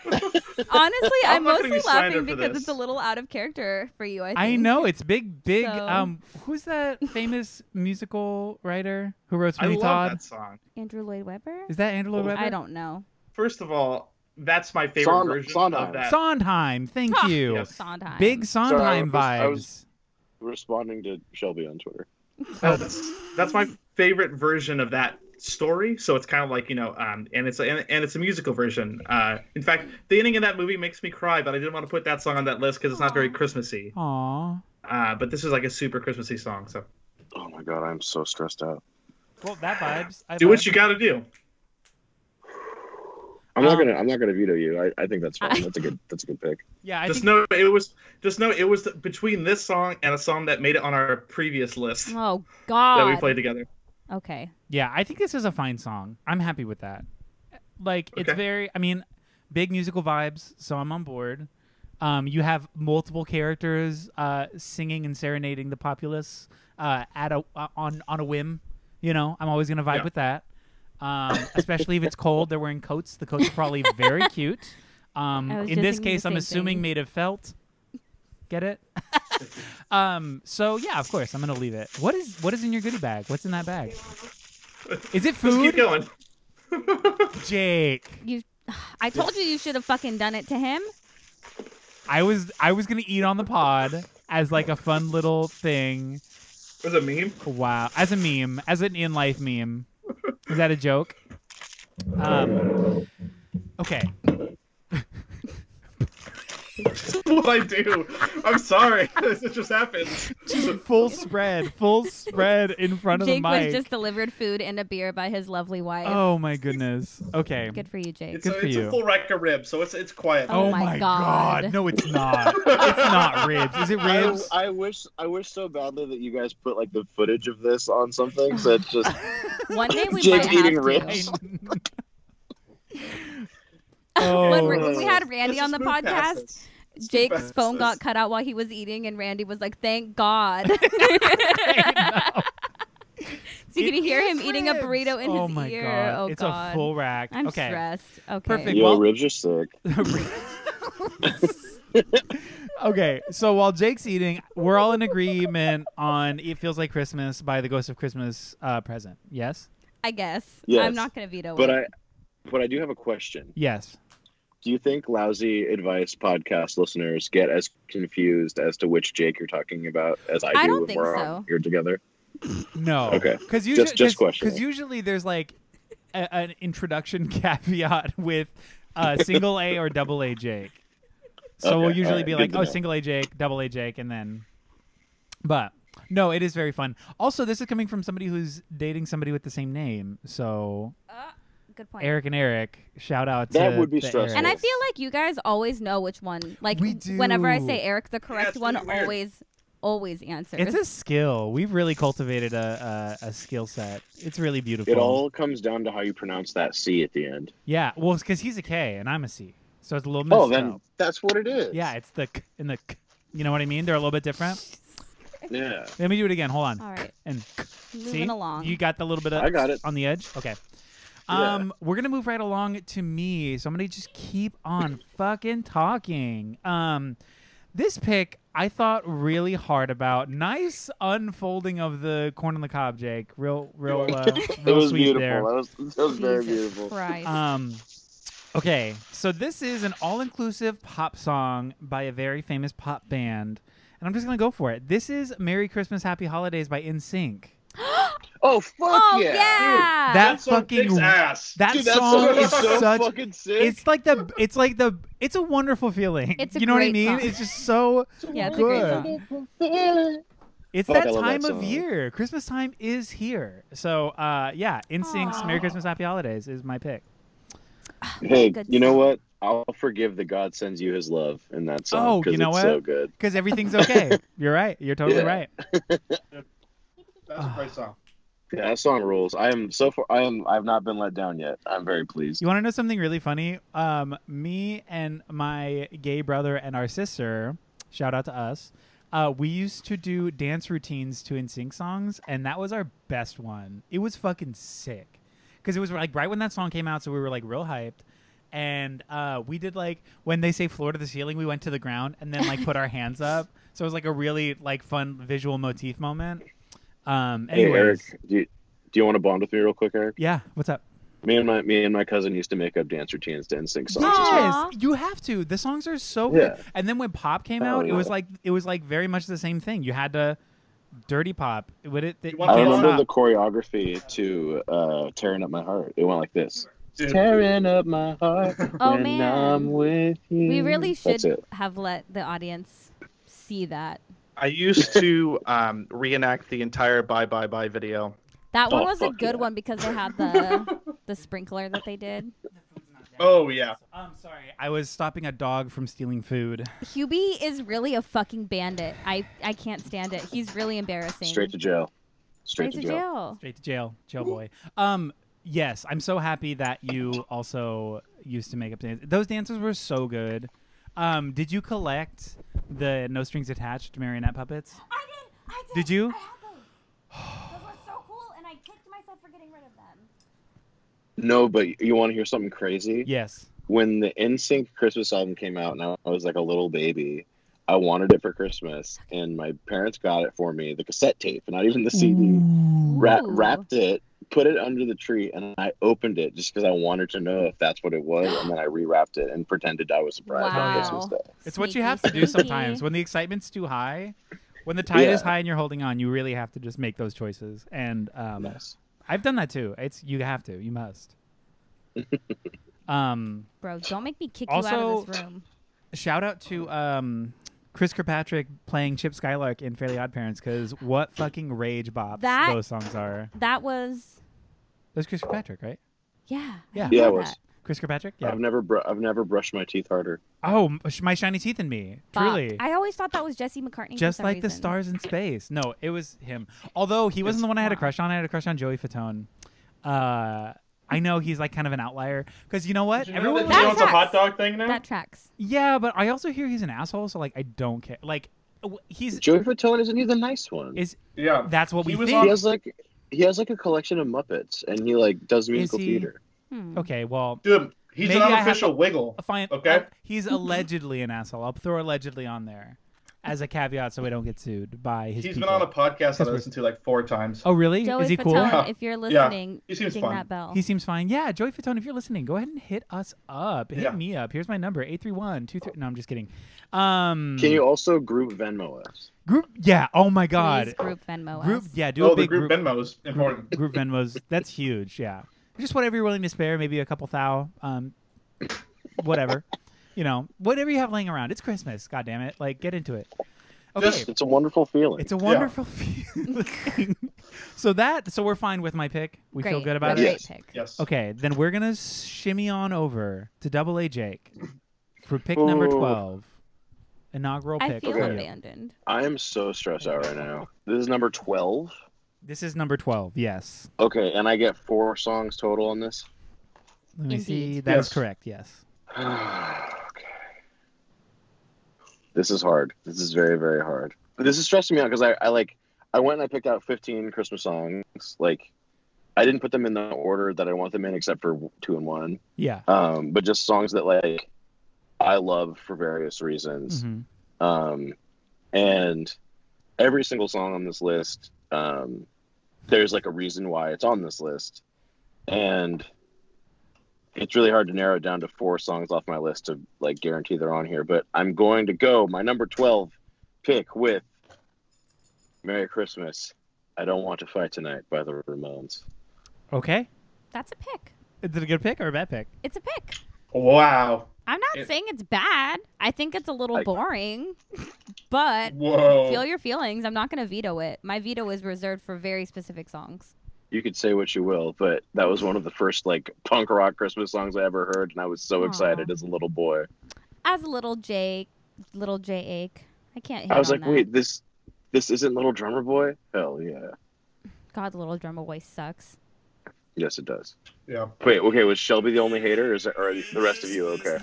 C: Honestly, I'm,
A: I'm not gonna
C: mostly
A: be signed
C: laughing
A: up for
C: because
A: this.
C: it's a little out of character for you. I think.
B: I know it's big, big.
C: So-
B: Um, who's that famous musical writer who wrote
A: I
B: Sweeney
A: love
B: Todd?
A: that Oh, song.
C: Andrew Lloyd Webber.
B: Is that Angela Weber?
C: I don't know.
A: First of all, that's my favorite
D: Sond-
A: version
D: Sondheim.
A: of that.
B: Sondheim. Thank
C: Huh.
B: you.
A: Yes.
C: Sondheim.
B: Big Sondheim
D: Sorry, I was- I
B: vibes.
D: was- Responding to Shelby on Twitter.
A: that's, that's my favorite version of that story so it's kind of like you know um and it's and, and it's a musical version uh in fact the ending of that movie makes me cry but i didn't want to put that song on that list because it's not very
C: Aw.
A: christmassy
B: Aw.
A: uh but this is like a super christmassy song so
D: Oh my god, I'm so stressed out.
B: Oh. Well, that vibes. I
A: do what
B: vibes.
A: you gotta do
D: I'm not
B: Um,
D: gonna I'm not gonna veto you. I, I think that's fine. That's a good that's a good pick.
B: Yeah, I
A: just
B: think
A: know it was just know it was the, between this song and a song that made it on our previous list
C: Oh
A: that we
C: God.
A: played together
C: Okay.
B: Yeah, I think this is a fine song. I'm happy with that. Like it's
A: Okay.
B: very I mean, big musical vibes, so I'm on board. Um, you have multiple characters uh, singing and serenading the populace uh, at a uh, on on a whim. You know, I'm always gonna vibe
A: Yeah.
B: with that. Um, especially if it's cold, they're wearing coats. The coats are probably very cute. Um,
C: I was just
B: in this
C: thinking the
B: case, I'm
C: same
B: assuming
C: thing.
B: made of felt. Get it? um, so yeah, of course, I'm gonna leave it. What is what is in your goodie bag? What's in that bag? Is
A: just
B: it
A: keep
B: food?
A: going
B: Jake.
C: You. I told you you should have fucking done it to him.
B: I was I was gonna eat on the pod as like a fun little thing.
A: was it a meme
B: Wow. As a meme, as an in life meme. Is that a joke? Um Okay.
A: what i do i'm sorry this just happens
B: Full spread, full spread in front of
C: Jake
B: the mic.
C: was just delivered food and a beer by his lovely wife.
B: oh my goodness. Okay.
C: Good for you, Jake.
A: It's,
B: Good
A: a,
B: for
A: it's
B: you.
A: a full rack of ribs, so it's it's quiet.
C: Oh my God.
B: No, it's not. it's not ribs. Is it ribs?
D: I, I wish I wish so badly that you guys put like the footage of this on something so it's just
C: One day we
D: Jake
C: might
D: eating
C: have
D: ribs.
C: to.
B: oh.
C: When, we- when we had Randy
A: Let's
C: on the
A: just move past
C: podcast,
A: this.
C: Jake's phone
A: this.
C: got cut out while he was eating, and Randy was like, "Thank God."
B: I know.
C: So you
B: It
C: could hear him
B: is
C: eating a
B: ribs.
C: burrito in
B: oh
C: his
B: my
C: ear.
B: God.
C: Oh
B: it's
C: god.
B: a full rack.
C: I'm
B: okay.
C: stressed. Okay.
B: Perfect.
D: yo
B: Well-
D: ribs are sick.
B: okay. So while Jake's eating, we're all in agreement on "It Feels Like Christmas" by the Ghost of Christmas uh, Present. Yes.
C: I guess.
D: Yes.
C: I'm not gonna veto
D: But
C: it.
D: I but I do have a question.
B: Yes.
D: Do you think lousy advice podcast listeners get as confused as to which Jake you're talking about as I,
C: I
D: do
C: don't
D: when
C: think
D: we're
C: so.
D: on here together?
B: No.
D: Okay.
B: Because usually,
D: Just- just questioning.
B: Because usually there's like a, an introduction caveat with uh, single A or double A Jake. So
D: Okay,
B: we'll usually
D: alright,
B: be
D: good
B: like,
D: to
B: oh,
D: know.
B: single A Jake, double A Jake, and then. But no, it is very fun. Also, this is coming from somebody who's dating somebody with the same name. So
C: Uh, good point.
B: Eric and Eric, shout out.
D: That
B: to
D: would be
B: the
D: stressful.
B: Erics.
C: And I feel like you guys always know which one. Like
B: We
C: whenever I
B: do.
C: say Eric, the correct
A: it's
C: one
A: really weird.
C: always always answers.
B: It's a skill. We've really cultivated a, a, a skill set. It's really beautiful.
D: It all comes down to how you pronounce that C at the end.
B: Yeah. Well, because he's a K and I'm a C, so it's a little.
D: Oh,
B: messed
D: then
B: up.
D: that's what it is.
B: Yeah, it's the k and the k. You know what I mean? They're a little bit different.
D: Yeah.
B: Let me do it again. Hold on.
C: All right.
B: And k.
C: Moving
B: see,
C: along.
B: you got the little bit of
D: I got it.
B: on the edge. Okay.
D: Yeah.
B: Um, we're gonna move right along to me. So I'm gonna just keep on fucking talking. Um, this pick I thought really hard about. Nice unfolding of the corn on the cob, Jake. Real, real, uh,
D: It
B: real
D: was
B: sweet
D: beautiful.
B: there.
D: That was, that was very
C: Jesus
D: beautiful.
C: Christ.
B: Um, okay, so this is an all-inclusive pop song by a very famous pop band, and and I'm just gonna go for it. This is "Merry Christmas, Happy Holidays" by NSYNC.
D: Oh fuck
C: oh
D: yeah.
C: yeah.
B: That
A: song kicks
B: fucking
A: ass.
B: that
D: Dude, that
B: song
D: song
B: is
D: so
B: such.
D: fucking sick.
B: It's like the. It's like the. It's a wonderful feeling.
C: It's a
B: you know what I
C: great
B: mean?
C: song.
B: It's just so.
C: yeah, it's a great song.
B: It's
D: Fuck, I
B: that
D: love that
B: time of
D: song.
B: year. Christmas time is here. So uh, yeah, NSYNC's "Merry
C: Aw.
B: Christmas, Happy Holidays" is my pick.
D: hey,
C: Good
D: you know
C: song.
D: what? I'll forgive the God sends you his love in that
B: Oh,
D: song
B: you
D: because
B: know
D: it's
B: what?
D: so good.
B: Because everything's okay. You're right. You're totally
D: Yeah.
B: right.
A: That's a great song.
D: Yeah, that song rules. I am so far. I am. I've not been let down yet. I'm very pleased.
B: You want to know something really funny? Um, me and my gay brother and our sister, shout out to us. Uh, we used to do dance routines to NSYNC songs, and that was our best one. It was fucking sick because it was like right when that song came out, so we were like real hyped. And uh, we did like when they say floor to the ceiling, we went to the ground and then like put our hands up. So it was like a really like fun visual motif moment. Um,
D: Hey, Eric,
B: anyways,
D: do you, do you want to bond with me real quick, Eric?
B: yeah, what's up?
D: Me and my me and my cousin used to make up dance routines to NSYNC songs.
C: Wow.
B: Yes,
C: Aw.
B: you have to. The songs are so good.
D: Yeah.
B: And then when pop came
D: Oh,
B: out, it was
D: yeah.
B: like it was like very much the same thing. You had to dirty pop. Would it? that-
A: You
B: you
A: want
D: I
A: Okay,
B: can't
D: remember
B: stop.
D: the choreography to uh, "Tearing Up My Heart." It went like this:
A: Dude,
D: "Tearing up my heart
C: Oh,
D: when
C: man.
D: I'm with you."
C: We really should
D: Mm, That's it.
C: have let the audience see that.
A: I used to um, reenact the entire Bye Bye Bye video.
C: That one
D: Oh,
C: was a
D: fuck
C: good
D: yeah.
C: one because they had the the sprinkler that they did.
A: Oh, yeah.
B: I'm sorry. I was stopping a dog from stealing food.
C: Hubie is really a fucking bandit. I I can't stand it. He's really embarrassing.
D: Straight to jail.
C: Straight
D: Straight,
C: to jail.
B: Straight to jail, jail boy. Um, yes, I'm so happy that you also used to make up dance. Those dances were so good. Um, did you collect the no strings attached marionette puppets?
F: I did. I did.
B: Did you?
F: I had those. Those were so cool, and I kicked myself for getting rid of them.
D: No, but you want to hear something crazy?
B: Yes.
D: When the NSYNC Christmas album came out, and I I was like a little baby, I wanted it for Christmas, and my parents got it for me, the cassette tape, not even the CD.
B: Mm.
D: Wra-
C: Ooh.
D: wrapped it, put it under the tree, and I opened it just because I wanted to know if that's what it was, and then I rewrapped it and pretended I was surprised
B: Wow.
D: on Christmas Day.
B: It's what you
C: Sneaky,
B: have to do
C: sneaky.
B: sometimes when the excitement's too high. When the tide is
D: Yeah.
B: high and you're holding on, you really have to just make those choices. And um,
D: Yes.
B: I've done that too. It's you have to, you must. um,
C: Bro, don't make me kick you out
B: Also-
C: of this room.
B: shout out to um, Chris Kirkpatrick playing Chip Skylark in Fairly Odd Parents because what fucking rage bops
C: That-
B: those songs are.
C: That was
B: That's Chris Kirkpatrick, right?
C: yeah. I
B: Yeah.
C: didn't
D: Yeah,
C: know
D: it was.
C: that.
B: Chris Kirkpatrick. Yeah.
D: I've never br- I've never brushed my teeth harder.
B: Oh, m- sh- my shiny teeth in me.
C: Fuck.
B: Truly.
C: I always thought that was Jesse McCartney. for
B: just
C: some
B: like the
C: reason.
B: stars in space. No, it was him. Although he wasn't the one I had a crush on. I had a crush on Joey Fatone. Uh, I know he's like kind of an outlier because you know what?
A: Did you know that
B: Everyone,
C: That
A: Jones a
C: tracks.
A: hot dog thing now?
C: That tracks.
B: yeah, but I also hear he's an asshole. So like, I don't care. Like, w- he's
D: Joey Fatone isn't he the nice one?
B: is
A: yeah.
B: that's what
A: He
B: we
A: was
B: think.
D: he has like he has like a collection of Muppets, and he like does musical
B: he-
D: theater.
C: Hmm.
B: Okay, well,
A: Dude, he's
B: Maybe I
A: an
B: have
A: unofficial wiggle.
B: fine.
A: Okay.
B: uh, he's allegedly an asshole. I'll throw allegedly on there as a caveat so we don't get sued by his.
A: He's been
B: people.
A: on a podcast that I
B: we're-
A: listened to like four times.
B: Oh really?
C: Joey
B: is he
C: Fatone,
B: cool?
A: Yeah.
C: if you're listening,
A: He seems
C: ding
A: fun.
C: that bell.
B: He seems fine. Yeah, Joey Fatone, if you're listening, go ahead and hit us up. Hit
A: Yeah. Oh.
B: me up. Here's my number 831 23 No, I'm just kidding. Um
D: Can you also group Venmo us?
B: group Yeah, oh my
C: Please
B: god.
C: group Venmo us.
B: Group yeah, do
A: oh,
B: a
A: the
B: big
A: group
B: group
A: Venmo's important.
B: group Venmos. That's huge, yeah. Just whatever you're willing to spare, maybe a couple thou, um whatever. you know, whatever you have laying around. It's Christmas, god damn it. Like get into it. Okay.
A: Just-
D: It's a wonderful feeling.
B: it's a wonderful feeling. so that so we're fine with my pick. We feel
C: Great.
B: good about it.
C: Great
D: Yes.
C: pick.
A: Yes.
B: Okay, then we're gonna shimmy on over to Double A Jake for pick number
D: Ooh.
B: twelve, inaugural
C: I
B: pick.
C: feel
B: for you.
C: abandoned.
D: I am so stressed out right now. This is number twelve.
B: This is number twelve. Yes.
D: Okay, and I get four songs total on this.
B: Let me see.
C: Indeed.
B: That is
A: Yes.
B: correct. Yes.
D: okay. This is hard. This is very, very hard. This is stressing me out because I, I like I went and I picked out 15 Christmas songs. Like I didn't put them in the order that I want them in except for two and one.
B: Yeah.
D: Um, but just songs that like I love for various reasons.
B: hmm
D: Um, and every single song on this list, um, there's like a reason why it's on this list. And it's really hard to narrow it down to four songs off my list to like guarantee they're on here, but I'm going to go my number 12 pick with Merry Christmas. I don't want to fight tonight by the Ramones.
B: Okay.
C: That's a pick.
B: Is it a good pick or a bad pick?
C: It's a pick.
A: Wow.
C: I'm not
A: It-
C: saying it's bad. I think it's a little
D: I-
C: boring, but
D: Oh.
A: Whoa.
C: feel your feelings. I'm not going to veto it. My veto is reserved for very specific songs.
D: You could say what you will, but that was one of the first like punk rock Christmas songs I ever heard, and I was so
C: Aw.
D: excited as a little boy.
C: As little Jake, little J Ache. I can't hit
D: I was
C: on
D: like,
C: that.
D: wait, this this isn't Little Drummer Boy? Hell yeah,
C: God, little drummer voice sucks.
D: yes it does.
A: Yeah.
D: Wait, okay, was Shelby the only hater, or is it, or are the rest of you okay?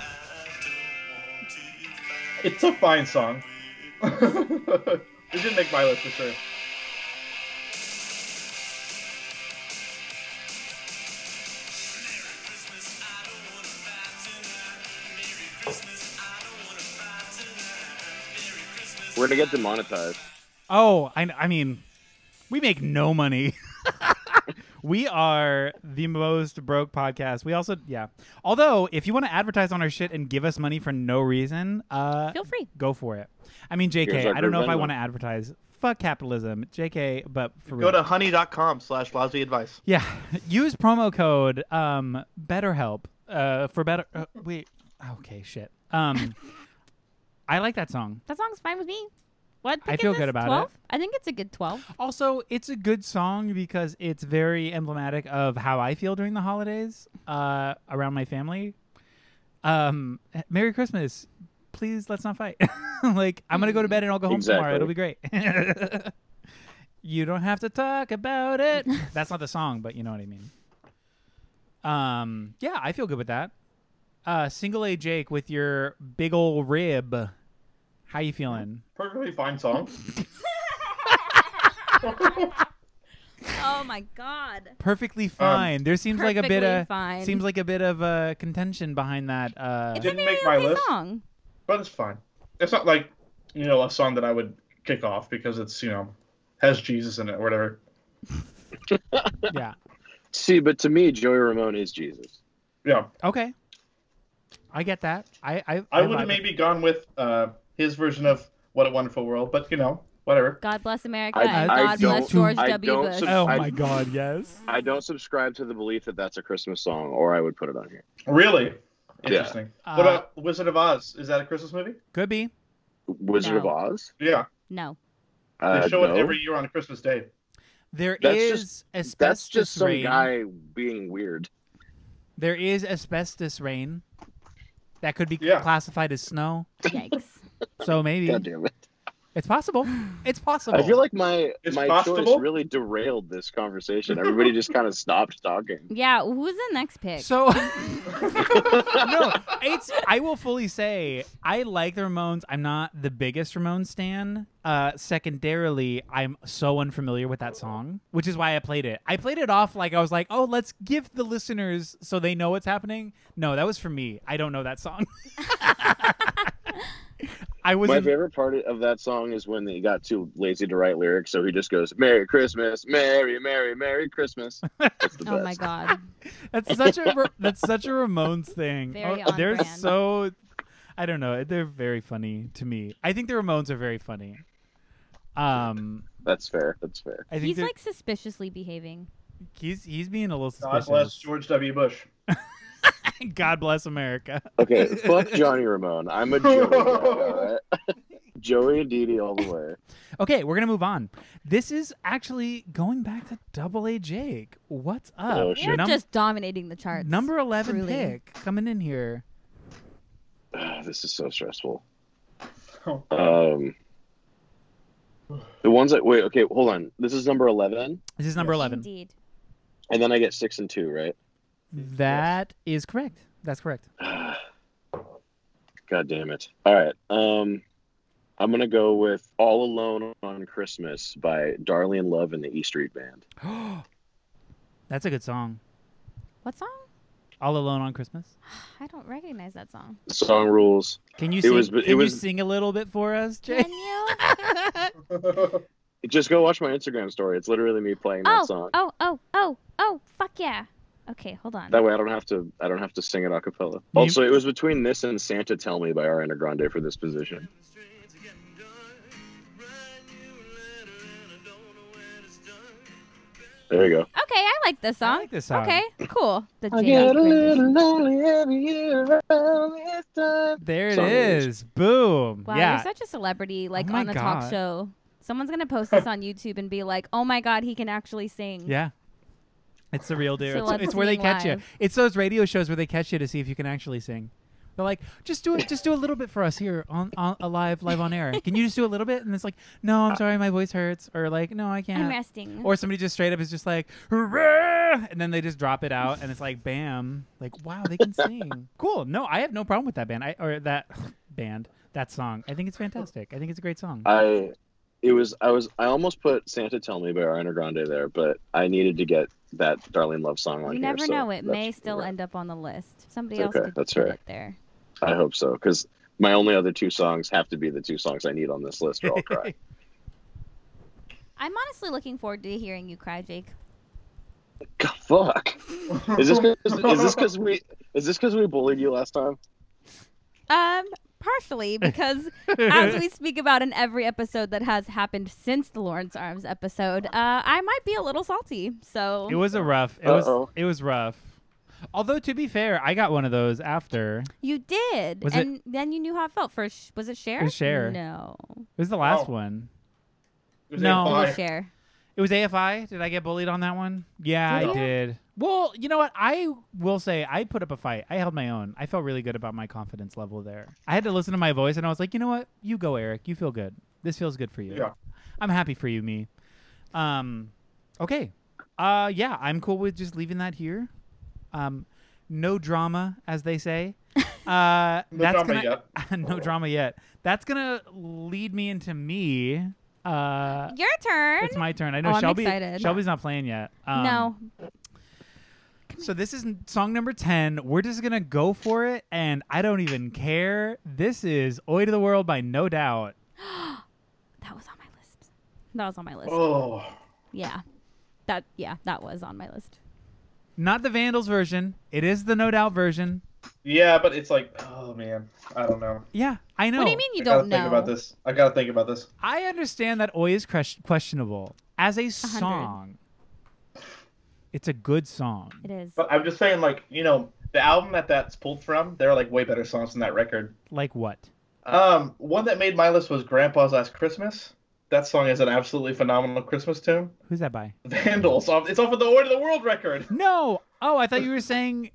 A: It's a fine song. it didn't make my list for sure.
D: We're gonna get demonetized.
B: Oh, I, I mean, we make no money. we are the most broke podcast. We also, yeah. Although, if you want to advertise on our shit and give us money for no reason, uh,
C: Feel free.
B: go for it. I mean,
D: Here's
B: JK,
D: our
B: I don't know
D: group
B: if I
D: Venmo.
B: want to advertise. Fuck capitalism, JK, but for
A: Go
B: real.
A: to honey.com slash lousy advice.
B: yeah, use promo code um, BetterHelp uh, for better. Uh, wait, okay, shit. Um, I like that song.
C: That song's fine with me. What?
B: I
C: pick is
B: feel
C: this?
B: good about it.
C: 12? I think it's a good 12.
B: Also, it's a good song because it's very emblematic of how I feel during the holidays uh, around my family. Um, Merry Christmas. Please let's not fight. like I'm gonna go to bed and I'll go home tomorrow.
D: Exactly.
B: It'll be great. you don't have to talk about it. That's not the song, but you know what I mean. Um, yeah, I feel good with that. Uh, single A Jake with your big ol' rib. How you feeling?
A: Perfectly fine song.
C: Oh my God.
B: perfectly fine. there seems like a bit
C: perfectly
B: of
C: fine.
B: seems like a bit of uh, contention behind that. Uh,
C: It's
A: Didn't
C: a very
A: make my
C: okay
A: list.
C: song.
A: but it's fine. It's not like, you know, a song that I would kick off because it's, you know, has Jesus in it or whatever.
B: yeah.
D: See, but to me, Joey Ramone is Jesus.
A: Yeah.
B: Okay. I get that. I
A: I
B: I,
A: would
B: vibe
A: have
B: with-
A: maybe gone with uh, his version of What a Wonderful World, but, you know, whatever.
C: God bless America.
D: I-
C: and
B: I
C: God bless
B: don't-
C: George
D: I
C: W.
D: don't
C: Bush.
D: sub-
B: Oh
D: I-
B: my god, yes.
D: I don't subscribe to the belief that that's a Christmas song, or I would put it on here.
A: Really? Interesting.
B: Yeah.
A: what
B: Uh,
A: about Wizard of Oz? Is that a Christmas movie?
B: Could be.
D: Wizard
C: No.
D: of Oz.
A: Yeah.
C: no.
A: They
D: Uh,
A: show
D: no.
A: it every year on Christmas Day.
B: There
D: That's
B: is asbestos
D: That's just some
B: rain.
D: guy being weird.
B: There is asbestos rain that could be
A: Yeah.
B: classified as snow.
C: Yikes.
B: So maybe
D: God damn it.
B: it's possible. It's possible.
D: I feel like my
A: It's
D: my
A: possible.
D: choice really derailed this conversation. Everybody just kind of stopped talking.
C: yeah, who's the next pick?
B: So no, it's I will fully say I like the Ramones. I'm not the biggest Ramones stan. Uh, secondarily, I'm so unfamiliar with that song, which is why I played it. I played it off like I was like, oh, let's give the listeners so they know what's happening. No, that was for me. I don't know that song. I was
D: my
B: in-
D: favorite part of that song is when they got too lazy to write lyrics, so he just goes "Merry Christmas, Merry, Merry, Merry Christmas." That's the
C: Oh my
D: best.
C: God.
B: that's such a that's such a Ramones thing.
C: Very
B: Oh, they're
C: on brand.
B: so I don't know. They're very funny to me. I think the Ramones are very funny. Um.
D: That's fair. That's fair.
B: I think
C: He's
B: that-
C: like suspiciously behaving.
B: He's he's being a little
A: God
B: suspicious.
A: bless George W. Bush.
B: God bless America.
D: Okay, fuck Johnny Ramone. I'm a Joey. guy, all right? Joey and Didi all the way.
B: Okay, we're gonna move on. This is actually going back to Double A Jake. What's up?
D: Oh,
C: They're
D: shit.
B: Num-
C: just dominating the charts.
B: number eleven
C: truly.
B: pick coming in here.
D: Ugh, this is so stressful.
A: Oh.
D: Um, the ones that wait. Okay, hold on. This is number eleven,
B: This is number eleven.
C: Indeed.
D: and then I get six and two, right?
B: That is correct. That's correct.
D: God damn it. All right. Um I'm going to go with All Alone on Christmas by Darlene Love and the E Street Band.
B: That's a good song.
C: What song?
B: All alone on Christmas.
C: I don't recognize that song.
D: The song rules.
B: Can you
D: It
B: sing?
D: was-
B: can
D: it
B: you
D: was-
B: sing a little bit for us, Jake?
C: Can you?
D: Just go watch my Instagram story. It's literally me playing that
C: oh,
D: song.
C: oh, oh, oh, oh, fuck yeah. Okay, hold on.
D: That way I don't have to I don't have to sing it a cappella. Also, it was between this and Santa Tell Me by Ariana Grande for this position. There you go.
C: Okay, I like this
B: I
C: song.
B: like this song.
C: Okay, cool. The
D: I
C: Jake
D: get a
C: Christmas.
D: little lonely every year around this time.
B: There it
D: Song lyrics.
B: is. Boom.
C: Wow,
B: yeah. Oh
C: you're such a celebrity, like
B: my
C: on the talk
B: God.
C: show. Someone's gonna post this on YouTube and be like, "Oh my God, he can actually sing."
B: Yeah. It's the real deal.
C: So
B: It's,
C: let's
B: it's where they
C: sing
B: catch you.
C: live.
B: It's those radio shows where they catch you to see if you can actually sing. They're like, just do it, just do a little bit for us here on, on a live, live on air. Can you just do a little bit? And it's like, no, I'm sorry, my voice hurts, or like, no, I
C: I'm
B: can't.
C: resting.
B: Or somebody just straight up is just like, hurrah, and then they just drop it out, and it's like, bam, like, wow, they can sing. Cool. No, I have no problem with that band. I or that band, that song. I think it's fantastic. I think it's a great song.
D: I it was I was I almost put Santa Tell Me by Ariana Grande there, but I needed to get that Darlene Love song on
C: you
D: here,
C: never
D: so
C: know; it
D: that's-
C: may still
D: yeah,
C: end up on the list. Somebody
D: It's
C: else
D: okay,
C: could
D: that's
C: put
D: right.
C: it there.
D: I hope so because my only other two songs have to be the two songs I need on this list, or I'll cry.
C: I'm honestly looking forward to hearing you cry, Jake.
D: God, fuck. Is this 'cause- is this because we is this because we bullied you last time?
C: Um, partially because as we speak about in every episode that has happened since the Lawrence Arms episode, uh, I might be a little salty. So
B: It was a rough. It was
D: Uh-oh.
B: it was rough. Although to be fair, I got one of those after.
C: you did,
B: Was it-
C: and then you knew how it felt. For sh- was it Cher?
B: It was Cher.
C: No,
B: It was the last
A: Oh.
B: one.
A: Who's
B: No.
C: it
A: AFI?
C: was Cher.
B: It was AFI. Did I get bullied on that one? Yeah,
C: Did
B: I
C: you?
B: did. Well, you know what? I will say I put up a fight. I held my own. I felt really good about my confidence level there. I had to listen to my voice and I was like, you know what? You go, Eric. You feel good. This feels good for you.
A: Yeah.
B: I'm happy for you, me. Um, okay. Uh, yeah, I'm cool with just leaving that here. Um, no drama, as they say. Uh,
A: No
B: that's
A: drama
B: gonna,
A: yet.
B: no drama yet. That's gonna lead me into me. Uh,
C: Your turn.
B: it's my turn. I know
C: Oh, I'm
B: Shelby.
C: excited.
B: Shelby's not playing yet. Um,
C: no,
B: So this is n- song number ten. We're just gonna go for it, and I don't even care. This is "Oi to the World" by No Doubt.
C: that was on my list. That was on my list.
A: Oh,
C: Yeah, that yeah, that was on my list.
B: Not the Vandals version. It is the No Doubt version.
A: yeah, but it's like, oh man, I don't know.
B: Yeah, I know.
C: What do you mean you
A: I gotta
C: don't know?
A: think about this. I gotta think about this.
B: I understand that Oi is cres- questionable as a song. It's a good song.
C: It is.
A: But I'm just saying, like, you know, the album that that's pulled from, there are like way better songs than that record.
B: Like what?
C: Uh,
A: Um, one that made my list was Grandpa's Last Christmas. That song is an absolutely phenomenal Christmas tune.
B: Who's that by?
A: Vandals, off, it's off of the Order of the World record.
B: No. Oh, I thought you were saying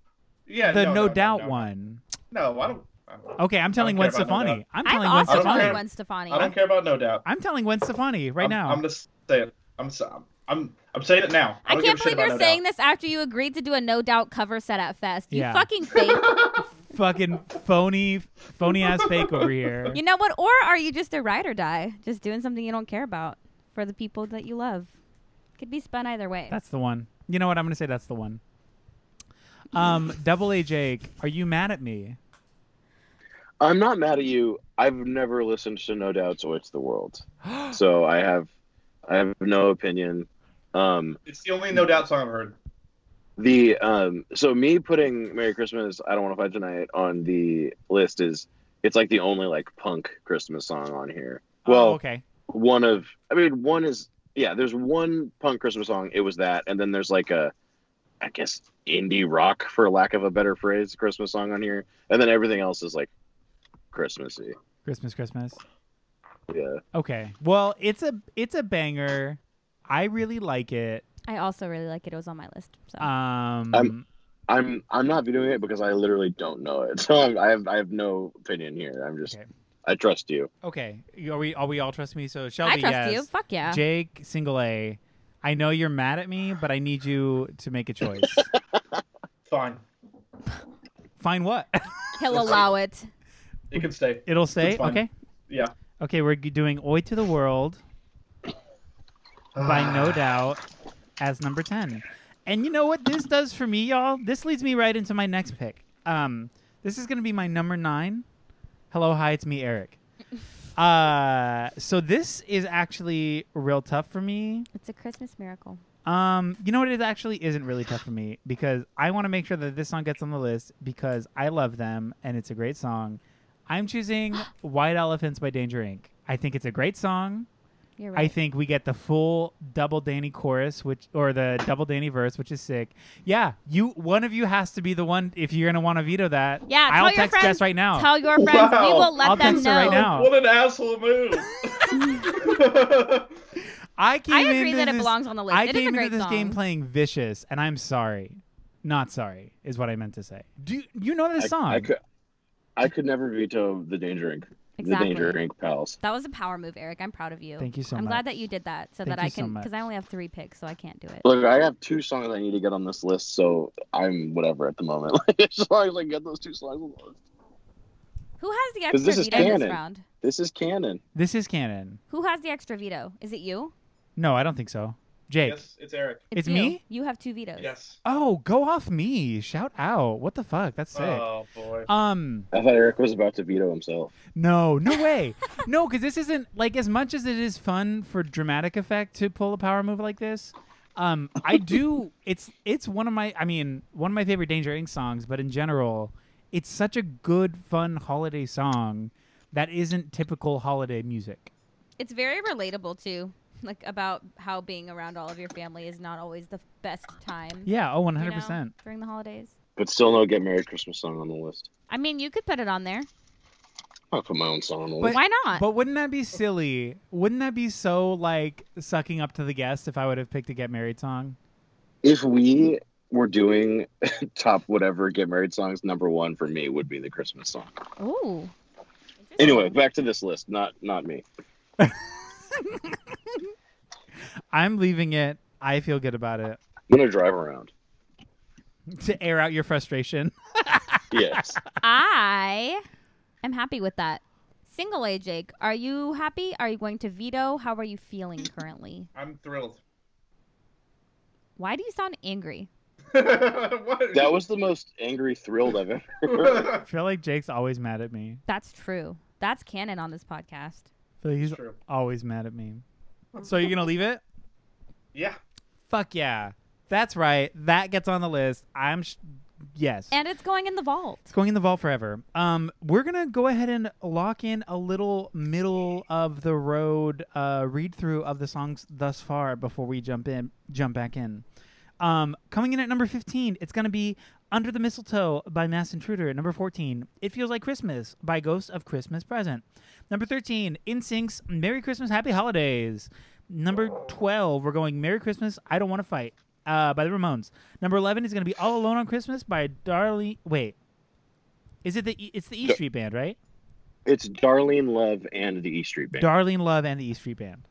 A: Yeah,
B: the
A: no,
B: No,
A: no, no,
B: Doubt
A: no.
B: one.
A: No, I don't. I don't,
B: Okay, I'm telling
A: care
B: Gwen
A: about No
B: Stefani.
A: Doubt.
B: I'm
C: I'm
B: telling
C: also
B: Gwen
A: I don't
B: Stefani.
A: care.
C: telling Gwen Stefani.
A: I don't care about No Doubt.
B: I'm telling Gwen Stefani right
A: I'm,
B: now.
A: I'm just saying. I'm s- I'm I'm, I'm saying it now.
C: I
A: don't
C: can't
A: give a shit
C: believe you're
A: about No
C: saying
A: Doubt.
C: this after you agreed to do a no doubt cover set at Fest. You
B: Yeah.
C: fucking fake.
B: Fucking phony, phony ass fake over here.
C: you know what? Or are you just a ride or die? Just doing something you don't care about for the people that you love. Could be spun either way.
B: That's the one. You know what? I'm gonna say that's the one. Um, Double A Jake, are you mad at me?
D: I'm not mad at you. I've never listened to No Doubt's "Oh It's the World," so I have I have no opinion. Um,
A: It's the only No Doubt song I've heard.
D: the um, so me putting "Merry Christmas," I don't want to fight tonight on the list is it's like the only like punk Christmas song on here. Well,
B: oh, okay.
D: one of I mean one is yeah. There's one punk Christmas song. It was that, and then there's like a I guess indie rock for lack of a better phrase Christmas song on here, and then everything else is like Christmassy.
B: Christmas, Christmas.
D: Yeah.
B: Okay. Well, it's a it's a banger. I really like it.
C: I also really like it. It was on my list. So.
B: Um,
D: I'm- I'm I'm not doing it because I literally don't know it. So I'm, I have I have no opinion here. I'm just
B: Okay.
D: I trust you.
B: okay. Are we are we all trust me? So Shelby,
C: I trust
B: yes.
C: you. Fuck yeah.
B: Jake, single A. I know you're mad at me, but I need you to make a choice.
A: Fine,
B: Fine, what?
C: He'll allow it.
A: it can stay.
B: It'll say
A: It's fine.
B: okay.
A: Yeah.
B: Okay, we're g- doing "Oi to the World" by No Doubt as number ten. And you know what this does for me, y'all? This leads me right into my next pick. Um, this is gonna be my number nine. Hello, hi, it's me, Eric. Uh, so this is actually real tough for me.
C: It's a Christmas miracle.
B: Um, you know what? It actually isn't really tough for me because I want to make sure that this song gets on the list because I love them and it's a great song. I'm choosing White Elephants by Danger Inc. I think it's a great song.
C: You're
B: I
C: right.
B: think we get the full double Danny chorus, which or the double Danny verse, which is sick. Yeah, you one of you has to be the one if you're gonna want to veto that.
C: yeah,
B: I'll
C: tell your
B: text
C: friends.
B: Jess right now.
C: Tell your friends. We
A: Wow.
C: will let
B: Oh. I'll
C: them
B: text
C: know.
B: her right now.
A: What an asshole move!
B: I came
C: I agree
B: into
C: that it
B: this-
C: belongs on the list.
B: I
C: it is
B: came
C: a
B: into
C: great
B: this
C: song.
B: game playing vicious, and I'm sorry, not sorry is what I meant to say. Do you, you know this
D: I,
B: song?
D: I could, I could never veto the Danger Inc.
C: Exactly.
D: The Danger Inc. pals.
C: That was a power move, Eric. I'm proud of you.
B: Thank you so
C: I'm
B: much.
C: glad that you did that so
B: Thank
C: that I
B: you so
C: can
B: much.
C: because I only have three picks, so I can't do it.
D: Look, I have two songs I need to get on this list, so I'm whatever at the moment. Like, as long as I can get those two songs on the list.
C: Who has the
D: 'Cause
C: extra
D: this is
C: veto this
D: canon.
C: round?
D: This is canon.
B: This is canon.
C: Who has the extra veto? Is it you?
B: No, I don't think so. Jake.
A: yes, it's Eric.
B: It's
C: you.
B: me?
C: You have two vetoes.
A: Yes.
B: Oh, go off me! Shout out! What the fuck? That's sick.
D: Uh,
A: Oh boy.
B: um.
D: I thought Eric was about to veto himself.
B: No, no way. no, because this isn't like as much as it is fun for dramatic effect to pull a power move like this. Um, I do. It's it's one of my. I mean, one of my favorite Danger Inc. songs. But in general, it's such a good, fun holiday song that isn't typical holiday music.
C: It's very relatable too, like about how being around all of your family is not always the best time.
B: Yeah. Oh, one
C: you know,
B: hundred percent.
C: during the holidays.
D: But still, no Get Married Christmas song on the list.
C: I mean, you could put it on there.
D: I'll put my own song on the
B: But-
D: list.
C: Why not?
B: But wouldn't that be silly? Wouldn't that be so like sucking up to the guest if I would have picked a Get Married song?
D: If we were doing top whatever Get Married songs, number one for me would be the Christmas song.
C: Ooh.
D: Anyway, back to this list. Not not me.
B: I'm leaving it. I feel good about it.
D: I'm gonna drive around.
B: To air out your frustration.
D: Yes.
C: I am happy with that. Single A, Jake. Are you happy? Are you going to veto? How are you feeling currently?
A: I'm thrilled.
C: Why do you sound angry?
D: that
A: that
D: was the most angry thrilled I've ever heard.
B: I feel like Jake's always mad at me.
C: That's true. That's canon on this podcast.
B: I feel like he's
A: True.
B: always mad at me. So you're gonna leave it?
A: Yeah.
B: Fuck yeah. That's right. That gets on the list. I'm sh- yes.
C: And it's going in the vault.
B: it's going in the vault forever. Um, we're gonna go ahead and lock in a little middle of the road uh, read through of the songs thus far before we jump in, jump back in. Um, coming in at number fifteen, it's gonna be "Under the Mistletoe" by Mass Intruder. Number fourteen, "It Feels Like Christmas" by Ghost of Christmas Present. Number thirteen, In Sync's "Merry Christmas, Happy Holidays." Number twelve, we're going "Merry Christmas, I Don't Want to Fight." Uh, by the Ramones. Number eleven is going to be "All Alone on Christmas" by Darlene. Wait, is it the E- it's the E
D: Yeah.
B: Street Band, right?
D: It's Darlene Love and the E Street Band.
B: Darlene Love and the E Street Band.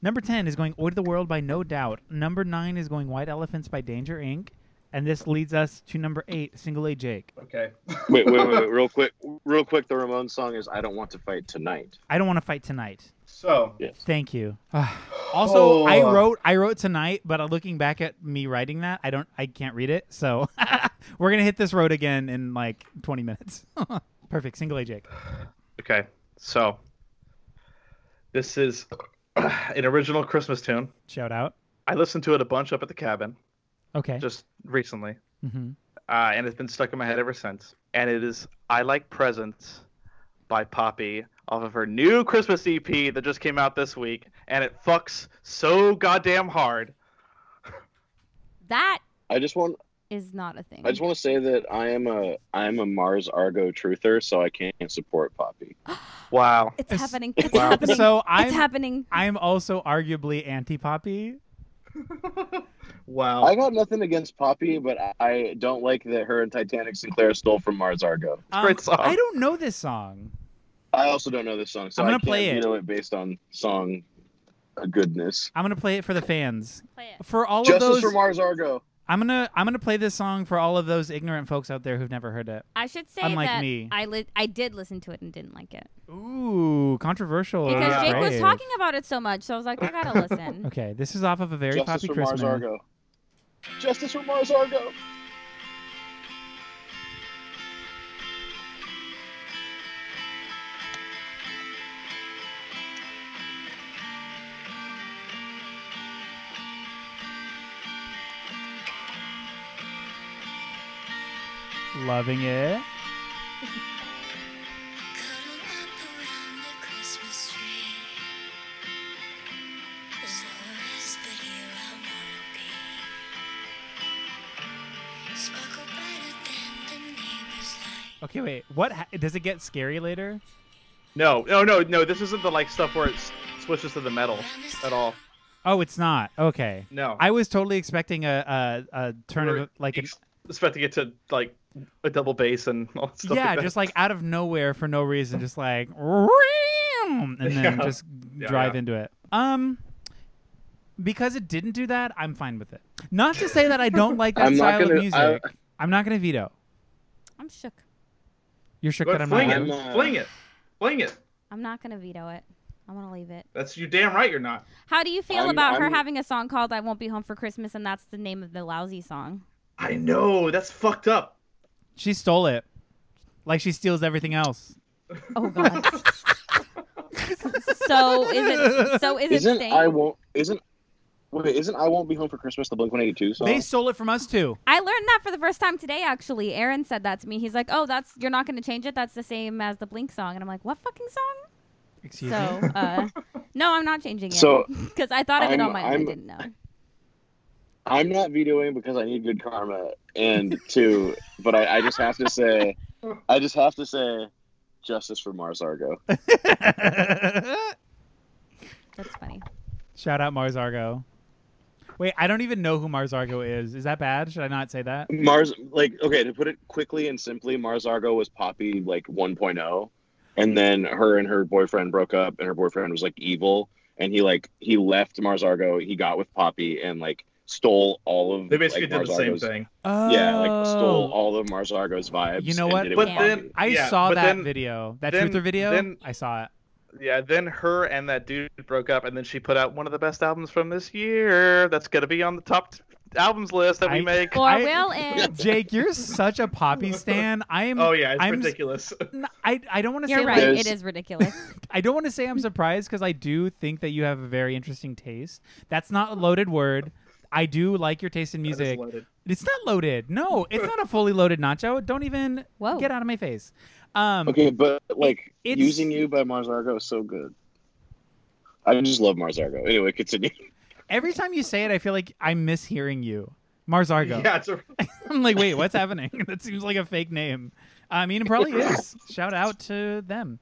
B: Number ten is going Oi to the World by No Doubt. Number nine is going White Elephants by Danger Inc. And this leads us to number eight, Single A Jake.
A: Okay.
D: wait, wait, wait, wait, real quick, real quick. The Ramones song is "I Don't Want to Fight Tonight."
B: I don't want to fight tonight.
A: So.
D: Yes.
B: Thank you. also, I
A: Oh.
B: wrote I wrote tonight, but uh, looking back at me writing that, I don't I can't read it. So we're gonna hit this road again in like 20 minutes. Perfect. Single A Jake.
A: Okay. So. This is an original Christmas tune.
B: Shout out.
A: I listened to it a bunch up at the cabin
B: Okay.
A: just recently,
B: hmm
A: uh, and it's been stuck in my head ever since. And it is "I Like Presents" by Poppy off of her new Christmas EP that just came out this week, and it fucks so goddamn hard.
C: That
D: I just want,
C: is not a thing.
D: I just want to say that I am a, I am a Mars Argo truther, so I can't support Poppy.
A: Wow.
C: it's,
B: It's-
C: happening. It's
A: Wow.
C: happening.
B: So
C: it's
B: I'm
C: happening.
B: I'm also arguably anti Poppy.
A: Wow.
B: Oh.
D: I got nothing against Poppy, but I- I don't like that her and Titanic Sinclair stole from Mars Argo.
B: Um,
A: Great song.
B: I don't know this song.
D: I also don't know this song, so
B: I'm gonna
D: I can't
B: play it.
D: veto it based on song uh, goodness.
B: I'm gonna play it for the fans.
C: Play it.
B: For all
D: Justice
B: of
D: for
B: those,
D: Mars Argo.
B: I'm gonna I'm gonna play this song for all of those ignorant folks out there who've never heard it.
C: I should say
B: Unlike
C: that
B: me.
C: I li- I did listen to it and didn't like it
B: Ooh, controversial.
C: because
A: yeah.
C: Jake was
B: Brave.
C: talking about it so much. So I was like, I gotta listen.
B: Okay, this is off of a very
D: Justice
B: Poppy
D: for
B: Christmas.
D: Mars Argo. Justice for Mars Argo.
B: Loving it.
F: Cuddle up around the Christmas tree.
B: Okay, wait. What ha- does it get scary later?
A: No, no, no, no. This isn't the like stuff where it s- switches to the metal at all.
B: Oh, it's not. Okay.
A: No,
B: I was totally expecting a a, a turn of like an,
A: ex- expecting it to like a double bass and all that stuff.
B: yeah,
A: like that.
B: just like out of nowhere for no reason, just like "Ream!" and then
A: Yeah.
B: just
A: Yeah,
B: drive
A: yeah.
B: into it. Um, because it didn't do that, I'm fine with it. Not to say that I don't like that
D: I'm not
B: style of
D: gonna-
B: music.
D: I-
B: I'm not gonna veto.
C: I'm shook.
B: You're shook
A: Go
B: that
A: ahead,
B: I'm
A: fling
B: not.
A: it,
D: I'm,
B: allowed?
D: uh,
A: fling it, fling it.
C: I'm not gonna veto it. I'm gonna leave it.
A: That's you damn right you're not.
C: How do you feel
D: I'm-
C: about her
D: I'm-
C: having a song called "I Won't Be Home for Christmas" and that's the name of the lousy song?
A: I know that's fucked up.
B: She stole it, like she steals everything else.
C: Oh God. so is it? So is it?
D: Isn't
C: Sting?
D: I won't? Isn't wait? Isn't I won't be home for Christmas? The Blink One Eighty Two song.
B: They stole it from us too.
C: I learned that for the first time today. Actually, Aaron said that to me. He's like, "Oh, that's you're not going to change it. That's the same as the Blink song." And I'm like, "What fucking song?"
B: Excuse me.
C: so, uh, no, I'm not changing it.
D: So,
C: because I thought of it
D: I'm-
C: on my own, I
D: I'm-
C: didn't know.
D: I'm not vetoing because I need good karma, and two, but I, I just have to say, I just have to say, justice for Mars Argo.
C: That's funny.
B: Shout out Mars Argo. Wait, I don't even know who Mars Argo is. Is that bad? Should I not say that?
D: Mars, like, okay, to put it quickly and simply, Mars Argo was Poppy like 1.0, and then her and her boyfriend broke up, and her boyfriend was like evil, and he like he left Mars Argo, he got with Poppy, and like stole all of
A: They basically
D: like,
A: did the
D: Mars
A: same
D: Argo's-
A: thing.
B: Oh.
D: Yeah, like stole all of Mars Argo's vibes.
B: You know
D: and
B: what?
D: did it
A: But
D: with
A: then
D: Poppy.
B: I
A: yeah,
B: saw
A: but
B: that
A: then-
B: video, that
A: then-
B: truther video.
A: then-
B: I saw it.
A: Yeah, then her and that dude broke up, and then she put out one of the best albums from this year. That's gonna be on the top t- albums list that we
B: I-
A: make.
C: Or
B: I-
C: will it?
B: Jake, you're such a poppy stan. I am.
A: Oh yeah, it's
B: I'm s-
A: ridiculous.
B: n- I, I don't want to say
C: You're
B: like-
C: right.
D: There's-
C: It is ridiculous.
B: I don't want to say I'm surprised because I do think that you have a very interesting taste. That's not a loaded word. I do like your taste in
A: That is
B: music.
A: loaded.
B: It's not loaded. No, it's not a fully loaded nacho. Don't even
C: Whoa.
B: get out of my face. Um,
D: Okay, but like
B: It's-
D: using you by Mars Argo is so good. I just love Mars Argo. Anyway, continue.
B: Every time you say it, I feel like I'm mishearing you. Mars Argo.
A: Yeah, it's a,
B: I'm like, wait, what's happening? that seems like a fake name. I mean, it probably is. Shout out to them.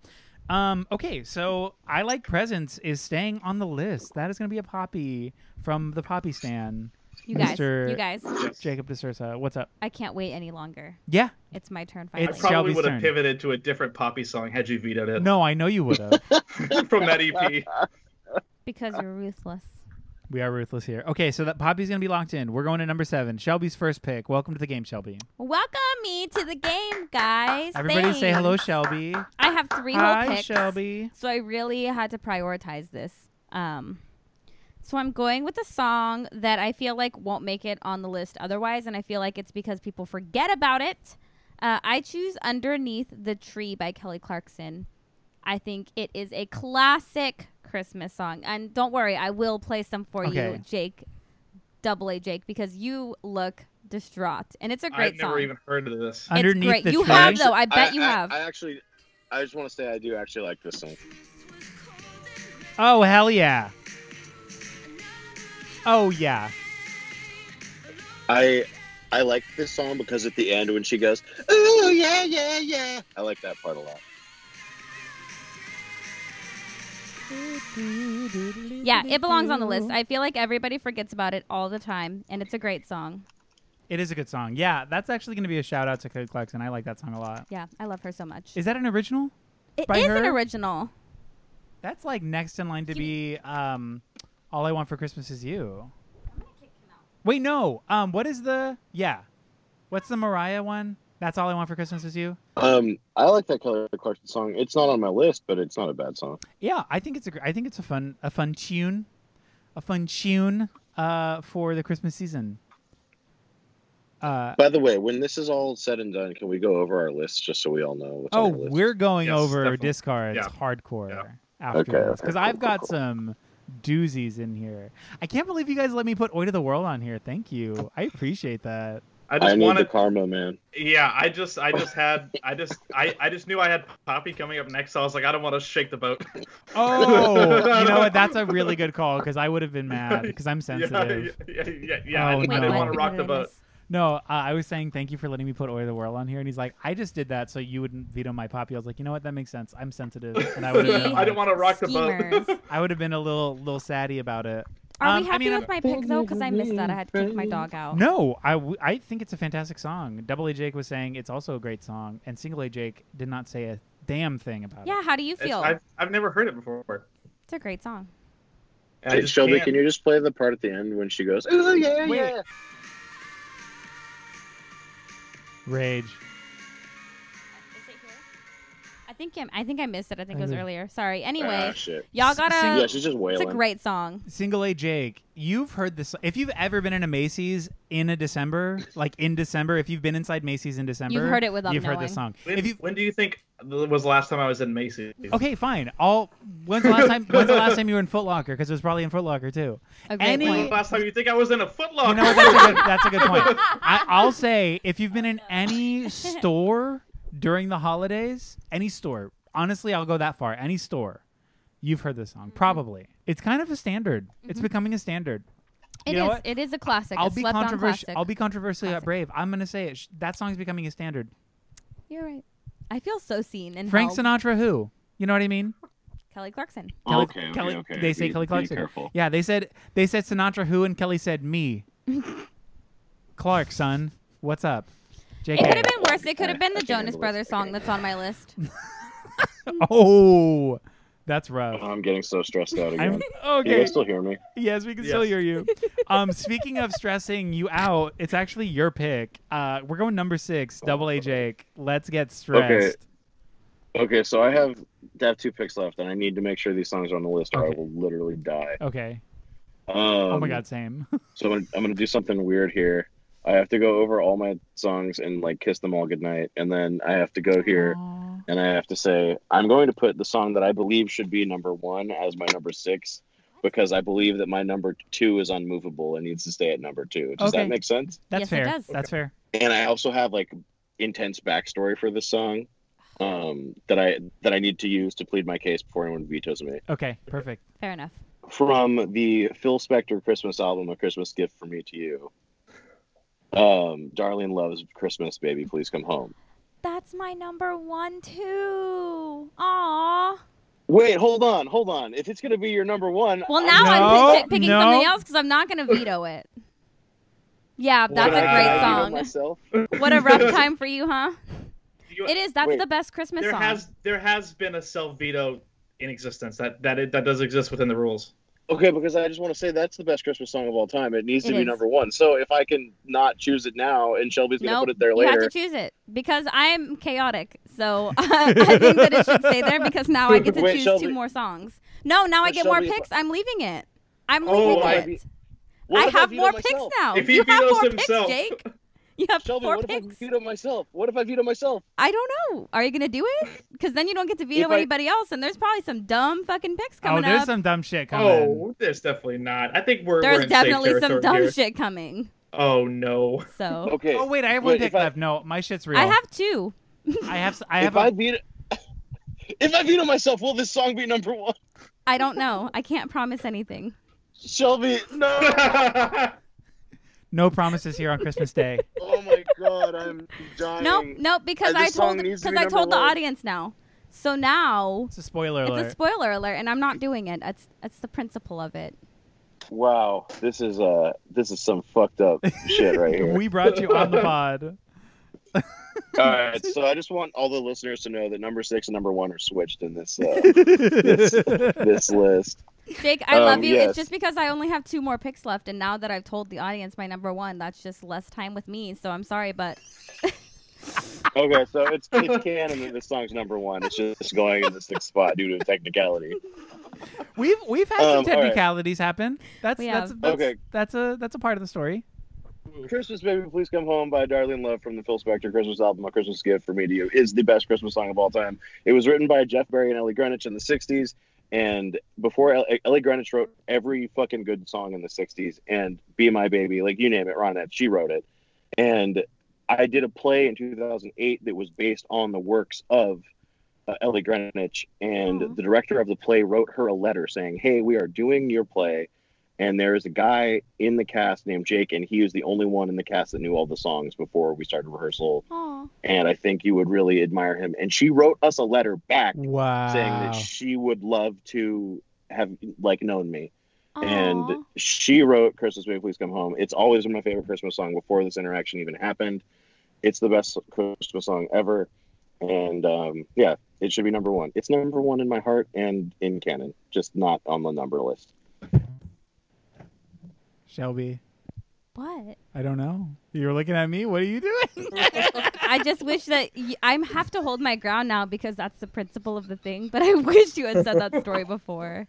B: Um, okay, so I like presents is staying on the list. That is going to be a poppy from the poppy stand.
C: You guys,
B: Mr.
C: you guys,
B: Jacob DeSursa, what's up?
C: I can't wait any longer.
B: Yeah,
C: It's my turn
A: I
C: finally.
B: It's- Shelby's
A: probably would
B: turn.
A: have pivoted to a different Poppy song had you vetoed it
B: no, I know you would have.
A: from that E EP.
C: because you're ruthless.
B: we are ruthless here. Okay, so that poppy's going to be locked in. We're going to number seven. Shelby's first pick. Welcome to the game, Shelby.
C: Welcome me to the game, guys.
B: Everybody say
C: Thanks.
B: hello, Shelby.
C: I have three whole
B: Hi,
C: picks.
B: Shelby.
C: So I really had to prioritize this. Um, so I'm going with a song that I feel like won't make it on the list otherwise, and I feel like it's because people forget about it. Uh, I choose "Underneath the Tree" by Kelly Clarkson. I think it is a classic Christmas song, and don't worry, I will play some for you,
B: Okay.
C: Jake, Double A Jake, because you look distraught, and it's a great
A: I've
C: song.
A: never even heard of this.
C: It's
B: Underneath
C: great.
B: the
C: You
B: tree.
C: have though. I bet you have.
D: I, actually, I just want to say I do actually like this song.
B: Oh hell yeah. Oh yeah.
D: I I like this song because at the end when she goes, "Ooh yeah yeah yeah," I like that part a lot.
C: Yeah, it belongs on the list. I feel like everybody forgets about it all the time, and it's a great song.
B: It is a good song. Yeah, that's actually going to be a shout out to Code Clarkson. I like that song a lot.
C: Yeah, I love her so much.
B: Is that an original?
C: It
B: by
C: is an
B: her?
C: original.
B: That's like next in line to be um, All I Want for Christmas Is You. Wait, no. Um, what is the yeah? What's the Mariah one? That's All I Want for Christmas Is You.
D: Um, I like that Kelly Clarkson song. It's not on my list, but it's not a bad song.
B: Yeah, I think it's a gr- I think it's a fun a fun tune, a fun tune uh, for the Christmas season. Uh,
D: By the way, when this is all said and done, can we go over our list just so we all know what's
B: Oh,
D: on our list?
B: we're going
A: Yes,
B: over
A: definitely.
B: discards
A: Yeah.
B: hardcore
A: Yeah.
B: after
D: Okay,
B: this
D: okay,
B: because
D: cool,
B: I've
D: cool,
B: got
D: cool.
B: some doozies in here. I can't believe you guys let me put Oi to the World on here. Thank you. I appreciate that.
A: I
D: I
A: just
D: need the
A: wanted,
D: karma, man.
A: yeah. I just, I just had, I just, I, I just knew I had Poppy coming up next. So I was like, I don't want to shake the boat.
B: Oh, you know what? That's a really good call because I would have been mad because I'm sensitive.
A: Yeah, yeah, yeah. yeah,
B: Oh,
A: I, didn't- I
B: no.
A: didn't want to rock the boat.
C: Goodness.
B: No, uh, I was saying thank you for letting me put Oi the World on here, and he's like, I just did that so you wouldn't veto my poppy. I was like, you know what, that makes sense. I'm sensitive, and I would have been,
A: I didn't
B: like-
A: want to rock the boat.
C: Schemers.
B: I would have been a little little saddy about it.
C: Are
B: Um,
C: we
B: I
C: happy
B: mean,
C: with my pick though? Because I missed that. I had to kick my dog out.
B: No, I, w- I think it's a fantastic song. Double A Jake was saying it's also a great song, and Single A Jake did not say a damn thing about
C: Yeah,
B: it.
C: how do you
A: It's-
C: feel?
A: I've, I've never heard it before.
C: It's a great song.
A: And I
D: Hey,
A: just
D: Shelby,
A: can't-
D: can you just play the part at the end when she goes, "Ooh yeah,
B: Wait.
D: yeah"?
B: Rage.
C: I think I'm, I think I missed it. I think it was
B: Mhm.
C: earlier. Sorry.
D: Ah,
C: Anyway,
D: shit.
C: y'all
B: S-
C: gotta.
B: sing-
D: yeah, she's just
C: it's
D: wailing.
C: a great song.
B: Single A Jake, you've heard this. If you've ever been in a Macy's in a December, like in December, if you've been inside Macy's in December,
C: heard it without
B: You've heard this
C: knowing.
B: song.
A: When,
B: if you
A: when do you think was the last time I was in Macy's?
B: okay, fine. All when's the last time? when's the last time you were in Foot Locker? Because it was probably in Foot Locker too.
C: A great
B: Any-
A: When was
C: point.
A: the last time you think I was in a Footlocker?
B: You know what? That's a good, that's a good point. I, I'll say if you've been in any store during the holidays, any store, honestly, I'll go that far. Any store, you've heard this
C: Mm-hmm.
B: song. Probably. It's kind of a standard. It's becoming a standard.
C: It
B: you know
C: is.
B: what?
C: It is a classic.
B: I'll
C: Mm-hmm. a
B: be,
C: slept on
B: controversial.
C: classic.
B: I'll be controversially
C: Classic.
B: brave. I'm going to say it. Sh- That song's becoming a standard.
C: You're right. I feel so seen and
B: Frank
C: held.
B: Sinatra, who? You know what I mean?
C: Kelly Clarkson.
B: Kelly-
D: Oh, okay, okay,
B: Kelly-
D: okay.
B: They say
D: Be-
B: Kelly
D: be
B: Clarkson.
D: careful.
B: Yeah, they said they said Sinatra who and Kelly said me. Clark, son, what's up? JK.
C: It could have been worse. It could have been the
D: I
C: Jonas
D: can't handle this.
C: Brothers
D: I can't
C: song that's on my list.
B: Oh, that's rough.
D: Oh, I'm getting so stressed
B: I'm
D: out again. Can You
B: okay.
D: guys still hear me?
B: Yes, we can
A: Yes.
B: still hear you. Um, speaking of stressing you out, it's actually your pick. Uh, we're going number six,
D: Oh,
B: double A Jake. Let's get stressed.
D: Okay, so I have I have two picks left, and I need to make sure these songs are on the list, or
B: Okay.
D: I will literally die.
B: Okay.
D: Um,
B: oh my God, same.
D: So I'm gonna, I'm gonna do something weird here. I have to go over all my songs and like kiss them all goodnight, and then I have to go here
B: Aw.
D: and I have to say I'm going to put the song that I believe should be number one as my number six because I believe that my number two is unmovable and needs to stay at number two. Does
B: Okay.
D: that make sense?
B: That's
C: Yes, it
B: fair.
C: does.
B: That's fair.
D: And I also have like intense backstory for this song um, that I that I need to use to plead my case before anyone vetoes me.
B: Okay, perfect.
C: Fair enough.
D: from the Phil Spector Christmas album, A Christmas Gift from Me to You. Um, Darlene loves Christmas, baby, please come home.
C: That's my number one too. Aww.
D: Wait, hold on, hold on. If it's gonna be your number one,
C: Well, now
B: No,
C: I'm pick- picking
B: no.
C: something else because I'm not going to veto it. Yeah, that's
A: Wow.
C: a
D: I'm
C: great
D: gonna veto
C: song. What a rough time for you, huh?
A: You-
C: It is. That's
D: Wait.
C: the best Christmas
A: there
C: song.
A: has there has been a self veto in existence that that it, that does exist within the rules.
D: Myself. Okay, because I just want to say that's the best Christmas song of all time. It needs to
C: It
D: be
C: is.
D: number one. So if I can not choose it now, and Shelby's gonna
C: Nope,
D: put it there
C: You have to
D: later,
C: choose it because I'm chaotic. So I think that it should stay there because now I get to
D: Wait,
C: choose
D: Shelby.
C: two more songs. No, now I
D: But
C: get
D: Shelby,
C: more
D: if-
C: picks. I'm leaving it. I'm
A: Oh,
C: leaving
A: I
C: it.
D: be-
C: I
D: What if
C: have
D: veto
C: more picks
D: myself?
C: now.
A: If he
C: you have
A: vetoes
C: more
A: himself.
C: picks, Jake. You have
D: Shelby,
C: four
D: what if I
C: picks.
D: veto myself? What if I veto myself?
C: I don't know. Are you gonna do it? Because then you don't get to veto
D: If I-
C: anybody else, and there's probably some dumb fucking picks
B: Oh,
C: coming
B: there's
C: up.
B: some dumb shit coming.
A: Oh, there's definitely not. I think we're we're
C: there's
A: in safe
C: definitely some
A: territory
C: dumb
A: here.
C: shit coming.
A: Oh no.
C: So
D: Okay.
B: Oh wait, I have
D: Wait,
B: one pick
D: if I-
B: left. No, my shit's real.
C: I have two.
B: I have. s- I
D: If
B: have.
D: I
B: a-
D: veto, if I veto myself, will this song be number one?
C: I don't know. I can't promise anything.
D: Shelby, no.
B: no promises here on Christmas Day.
D: Oh my god, I'm dying.
C: Nope, nope. Because
D: Uh, this
C: I told
D: song
C: because
D: needs to be
C: I
D: number
C: told the
D: one.
C: audience now. So now
B: It's a spoiler
C: it's
B: alert.
C: a spoiler alert, and I'm not doing it. That's that's the principle of it.
D: Wow, this is uh, this is some fucked up shit right here.
B: we brought you on the pod.
D: all right, so I just want all the listeners to know that number six and number one are switched in this uh, this list.
C: Jake, I
D: Um,
C: love you.
D: yes.
C: It's just because I only have two more picks left, and now that I've told the audience my number one, that's just less time with me. So I'm sorry, but
D: Okay, so it's it's canon that this song's number one. It's just going in the sixth spot due to technicality.
B: We've we've had some
D: Um, all right.
B: technicalities happen. That's
C: We
B: that's,
C: have.
B: that's
D: Okay.
B: that's a that's a part of the story.
D: Christmas Baby Please Come Home by Darlene Love from the Phil Spector Christmas album, A Christmas Gift for Me to You, is the best Christmas song of all time. It was written by Jeff Berry and Ellie Greenwich in the 60s. And before El- Ellie Greenwich wrote every fucking good song in the 60s, and Be My Baby, like you name it, Ronette, she wrote it. And I did a play in 2008 that was based on the works of uh, Ellie Greenwich, and
C: Aw.
D: the director of the play wrote her a letter saying, "Hey, we are doing your play, And there is a guy in the cast named Jake, and he was the only one in the cast that knew all the songs before we started rehearsal.
C: Aw.
D: And I think you would really admire him. And she wrote us a letter back
B: Wow.
D: saying that she would love to have like known me.
C: Aw.
D: And she wrote Christmas May Please Come Home. It's always been my favorite Christmas song before this interaction even happened. It's the best Christmas song ever. And um, yeah, it should be number one. It's number one in my heart and in canon, just not on the number list.
B: Shelby,
C: what?
B: I don't know. You're looking at me. What are you doing?
C: I just wish that y- I'm have to hold my ground now because that's the principle of the thing. But I wish you had said that story before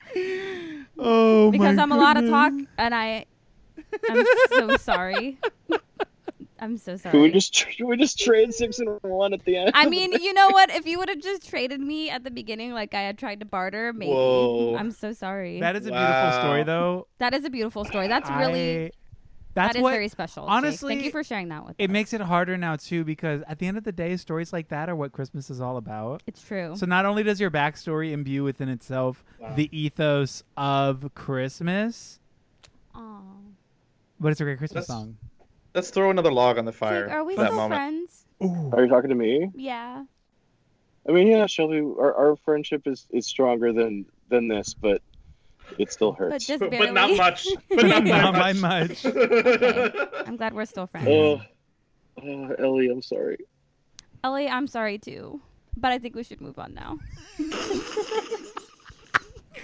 B: oh, my
C: because I'm a lot of talk
B: goodness.
C: and I. I'm so sorry. I'm so sorry.
D: Can we just can we just trade six and one at the end?
C: I mean, you know what? If you would have just traded me at the beginning, like I had tried to barter, maybe.
A: Whoa.
C: I'm so sorry.
B: That is a beautiful
A: Wow.
B: story, though.
C: that is a beautiful story. That's really
B: I- that's
C: that is
B: what
C: very special. Jake.
B: honestly,
C: thank you for sharing that with us.
B: it makes it harder now too, because at the end of the day, stories like that are what Christmas is all about.
C: It's true.
B: So not only does your backstory imbue within itself
A: Wow.
B: the ethos of Christmas,
C: Aw.
B: but it's a great Christmas
A: That's-
B: song.
A: Let's throw another log on the
C: Jake,
A: fire.
C: are we
A: for that
C: still
A: moment.
C: friends?
B: Ooh.
D: Are you talking to me?
C: Yeah.
D: I mean, yeah, Shelby, our, our friendship is, is stronger than than this, but it still hurts.
C: But just
A: But,
C: barely.
A: but not much. But not,
B: Not
A: by
B: by
A: much.
B: much.
C: I'm glad we're still friends.
D: oh, oh, Ellie, I'm sorry.
C: Ellie, I'm sorry too, but I think we should move on now.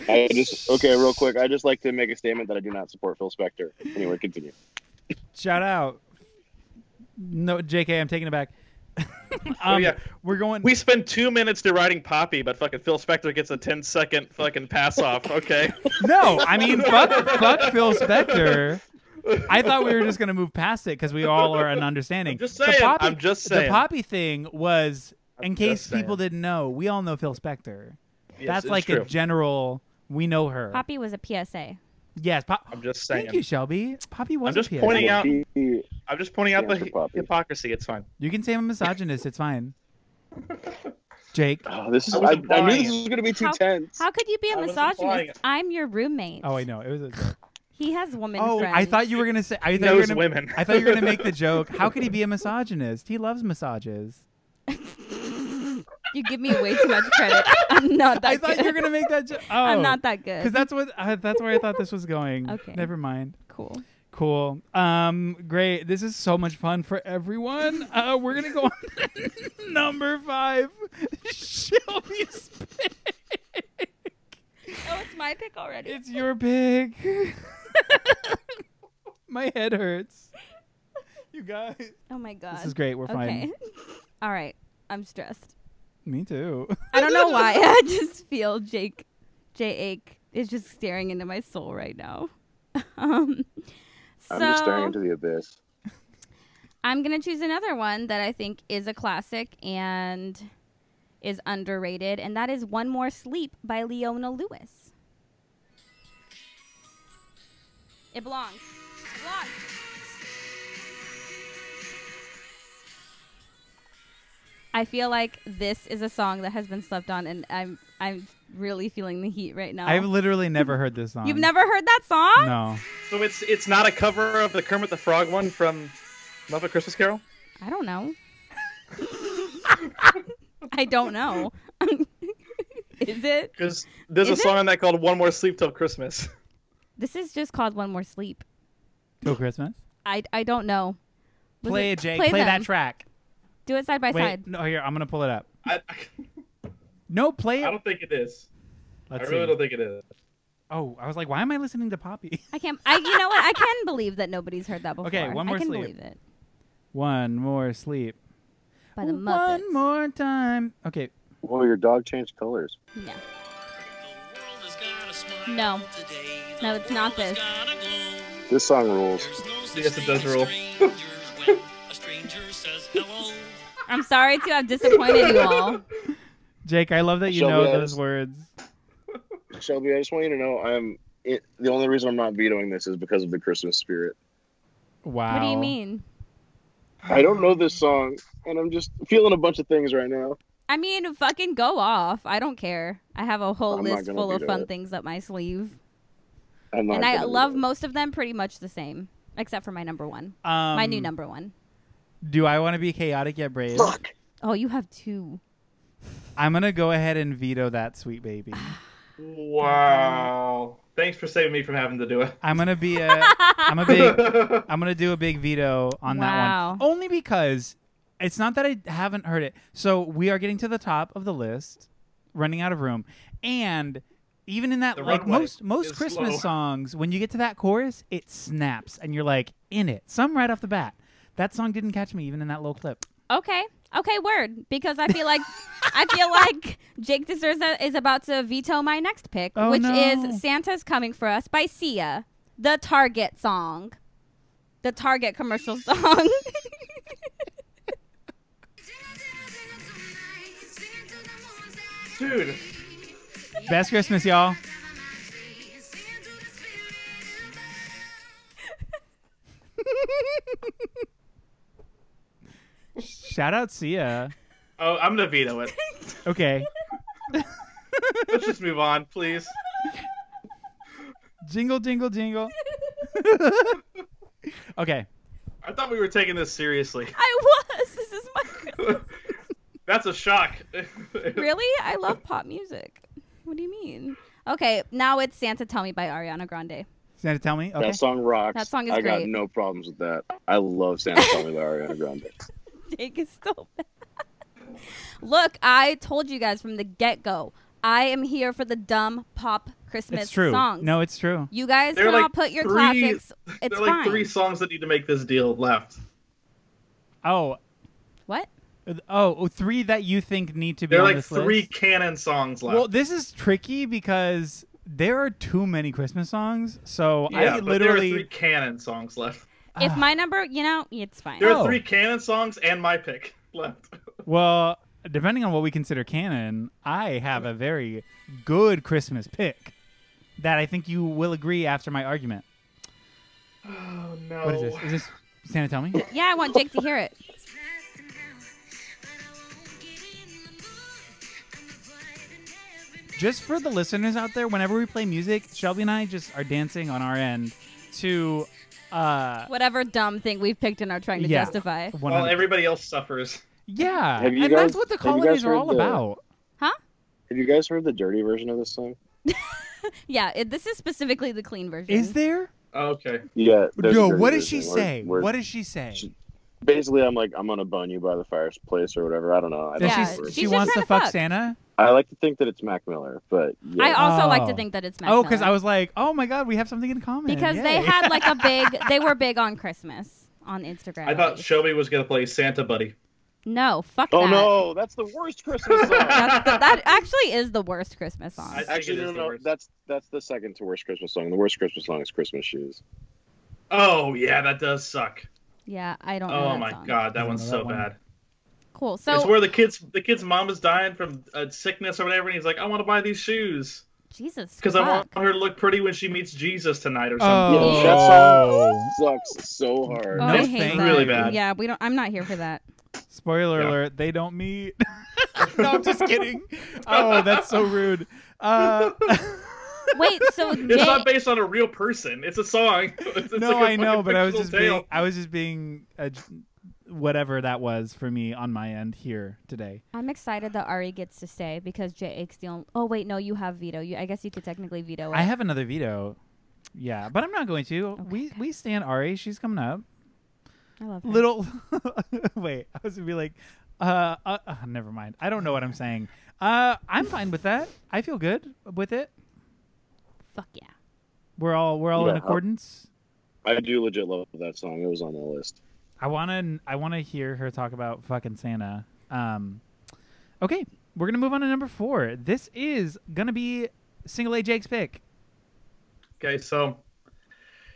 D: I just okay, real quick. I just like to make a statement that I do not support Phil Spector. Anyway, continue.
B: Shout out. No, JK, I'm taking it back.
A: Oh,
B: Um,
A: yeah.
B: We're going.
A: We spend two minutes deriding Poppy, but fucking Phil Spector gets a 10 second fucking pass off. Okay.
B: No, I mean, fuck, fuck Phil Spector. I thought we were just gonna move past it because we all are an understanding.
A: I'm just
B: The
A: saying,
B: Poppy-
A: I'm just
B: The
A: saying.
B: Poppy thing was, in
A: I'm
B: case
A: just saying.
B: people didn't know, we all know Phil Spector.
A: Yes,
B: That's
A: it's
B: like a
A: true.
B: general. We know her.
C: Poppy was a PSA.
B: Yes, Pop.
A: I'm just saying.
B: Thank you, Shelby. Poppy was.
A: I'm just
B: a PA.
A: pointing out-
D: He- he-
A: I'm just pointing out
D: Yeah,
A: the
D: for Poppy.
A: hypocrisy. It's fine.
B: You can say I'm a misogynist. It's fine. Jake.
D: oh, this is.
A: I
D: I,
A: was
D: I, knew
A: implying
D: this was going to be too
C: How-
D: tense.
C: How could you be a
A: I was implying
C: misogynist?
A: it.
C: I'm your roommate.
B: Oh, I know. It was a joke.
C: He has woman
B: Oh,
C: friends.
B: I thought you were gonna say. I
A: He
B: thought you were
A: knows
B: gonna.
A: women.
B: I thought you were gonna make the joke. How could he be a misogynist? He loves massages.
C: you give me way too much credit. I'm not that
B: I thought
C: good.
B: you were gonna make that joke. Oh,
C: I'm not that good.
B: Because that's what uh, that's where I thought this was going.
C: Okay.
B: Never mind.
C: cool.
B: Cool. Um, great. This is so much fun for everyone. Uh, we're gonna go on to number five. Shelby's pick.
C: Oh, it's my pick already.
B: It's your pick. My head hurts. You guys,
C: oh my god.
B: this is great. We're fine.
C: Okay. All right. I'm stressed.
B: Me too.
C: I don't know why. I just feel Jake, J. Ake is just staring into my soul right now. Um, so
D: I'm just staring into the abyss.
C: I'm gonna choose another one that I think is a classic and is underrated, and that is "One More Sleep" by Leona Lewis. It belongs. It belongs. I feel like this is a song that has been slept on, and I'm I'm really feeling the heat right now.
B: I've literally never heard this song.
C: You've never heard that song?
B: No.
A: So it's it's not a cover of the Kermit the Frog one from Muppet Christmas Carol.
C: I don't know. I don't know. is it?
A: Because there's
C: Is
A: a
C: it?
A: song on that called "One More Sleep Till Christmas."
C: This is just called One More Sleep.
B: Till Christmas.
C: I, I don't know. Was
B: Play
C: it-
B: it, Jake.
C: play
B: Play, that
C: them.
B: track.
C: Do it side by
B: Wait,
C: side.
B: no, here I'm gonna pull it up.
A: I,
B: No, play
A: I
B: it.
A: don't think it is.
B: Let's
A: I really
B: see.
A: don't think it is.
B: Oh, I was like, why am I listening to Poppy?
C: I can't. I you know what? I can believe that nobody's heard that before.
B: Okay, One More
C: I can
B: Sleep.
C: believe it.
B: One more sleep.
C: By the Muppets.
B: One more time. Okay.
D: Whoa, your dog changed colors.
C: Yeah.
F: No.
C: No. No, it's not this.
D: This song rules.
A: Yes, it does roll.
C: I'm sorry to have disappointed you all.
B: Jake, I love that you
D: Shall
B: know
D: we add-
B: those words.
D: Shelby, I just want you to know I'm. It, the only reason I'm not vetoing this is because of the Christmas spirit.
B: Wow.
C: What do you mean?
D: I don't know this song, and I'm just feeling a bunch of things right now.
C: I mean, fucking go off. I don't care. I have a whole
D: I'm not
C: list
D: gonna
C: full of
D: veto
C: fun
D: it.
C: things up my sleeve.
D: I'm not
C: and I
D: gonna do
C: love
D: that.
C: most of them pretty much the same, except for my number one,
B: Um,
C: my new number one.
B: Do I want to be chaotic yet brave?
D: Fuck.
C: Oh, you have two.
B: I'm gonna go ahead and veto that, sweet baby.
A: Wow. Thanks for saving me from having to do it.
B: I'm gonna be a. I'm a big. I'm gonna do a big veto on
C: Wow.
B: that one, only because it's not that I haven't heard it. So we are getting to the top of the list, running out of room, and even in that
A: The
B: like
A: runway
B: most most
A: is
B: Christmas
A: slow.
B: songs, when you get to that chorus, it snaps, and you're like in it. Some right off the bat. That song didn't catch me even in that little clip.
C: Okay. Okay, word. Because I feel like I feel like Jake Deserza is about to veto my next pick,
B: Oh,
C: which
B: no.
C: is Santa's Coming for Us by Sia, the Target song. The Target commercial song.
A: Dude,
B: Best Christmas, y'all. Shout out Sia.
A: oh, I'm gonna veto it.
B: Okay.
A: Let's just move on, please.
B: Jingle, jingle, jingle. okay.
A: I thought we were taking this seriously.
C: I was. This is my Christmas.
A: That's a shock.
C: Really? I love pop music. What do you mean? Okay, now it's Santa Tell Me by Ariana Grande.
B: Santa, tell me. Okay.
D: That song rocks.
C: That song is
D: I got
C: great.
D: no problems with that. I love Santa Tell Me by Ariana Grande.
C: Jake is so bad. Look, I told you guys from the get go. I am here for the dumb pop Christmas
B: it's true.
C: songs.
B: No, it's true.
C: you guys
A: They're
C: can all
A: like
C: put your
A: three-
C: classics. It's
A: there are like
C: fine.
A: three songs that need to make this deal left.
B: Oh,
C: What?
B: uh, oh, oh, three that you think need to be
A: There are like
B: on this
A: three
B: list.
A: canon songs left.
B: Well, this is tricky because there are too many Christmas songs. So
A: yeah, but there are
B: I literally
A: three canon songs left.
B: Ah.
C: If my number, you know, it's fine.
A: There
B: Oh.
A: are three canon songs and my pick left.
B: well, depending on what we consider canon, I have a very good Christmas pick that I think you will agree after my argument.
A: Oh no.
B: What is this? Is this Santa tell me?
C: Yeah, I want Jake to hear it.
B: just for the listeners out there, whenever we play music, Shelby and I just are dancing on our end to uh
C: Whatever dumb thing we've picked and are trying to
B: Yeah.
C: justify.
B: one
A: While
B: on-
A: everybody else suffers.
B: Yeah.
D: Have you
B: and that's
D: guys-
B: what the
D: have you guys
B: holidays are
D: heard
B: all
D: the-
B: about.
D: Have you guys heard the dirty version of this song?
C: Yeah, it, this is specifically the clean version.
B: Is there?
A: Oh, okay.
D: Yeah. there's a
B: No,
D: dirty
B: what does she
D: version where-
B: say?
D: where-
B: what does she say?
D: she- basically, I'm like, I'm gonna bun you by the fireplace or whatever. I don't know. I, don't
B: Does
C: Yeah,
B: she,
D: remember.
C: she's
B: she
C: just
B: wants
C: trying to
B: to fuck
C: fuck.
B: Santa?
D: I like to think that it's Mac Miller, but yeah.
C: I also like to
B: Oh.
C: think that it's Mac
B: Oh, because
C: Miller.
B: I was like, oh my god, we have something in common.
C: because
B: Yay.
C: they had like a big they were big on christmas on instagram
A: I
C: at
A: thought
C: least.
A: Shelby was gonna play Santa Buddy.
C: no fuck
D: oh
C: that.
D: no, that's the worst Christmas song.
C: That's the, that actually is the worst christmas song
A: I- think
D: Actually,
A: it is
D: no,
A: the
D: no, no,
A: worst.
D: that's that's the second to worst Christmas song. The worst Christmas song is Christmas Shoes.
A: Oh yeah, that does suck.
C: yeah i don't know
A: Oh
C: that
A: my
C: song.
A: god,
B: I
A: that one's
B: know
A: so
B: that one.
A: bad.
C: cool
A: it's
C: so
A: where the kids the kid's mom is dying from uh, sickness or whatever, and he's like, I want to buy these shoes
C: jesus
A: because I want
C: fuck.
A: her to look pretty when she meets Jesus tonight or something.
B: Oh,
D: Yeah, that's all. Sucks so hard.
C: oh,
B: No,
C: I hate
B: thank
C: that.
A: Really bad.
C: yeah we don't i'm not here for that
B: Spoiler
A: Yeah.
B: alert, they don't meet. no, I'm just kidding. Oh, that's so rude. Uh,
C: wait so
A: It's not
C: Jake,
A: based on a real person. It's a song. It's, it's
B: no,
A: like a
B: I know,
A: fucking
B: but I was
A: fictional
B: just
A: tale.
B: being I was just being a, whatever that was for me on my end here today.
C: i'm excited that ari gets to stay because jake's the only oh wait no you have veto you i guess you could technically veto it
B: I have another veto. Yeah, but I'm not going to. We we stand Ari. She's coming up.
C: I love her.
B: Little wait, I was gonna be like, uh, uh, uh, never mind. I don't know what I'm saying. Uh, I'm fine with that. I feel good with it.
C: fuck yeah
B: We're all we're all in
D: Yeah.
B: accordance.
D: I do legit love that song. It was on the list.
B: I wanna I wanna hear her talk about fucking Santa. Um, okay, we're gonna move on to number four. This is gonna be single A Jake's pick.
A: Okay, so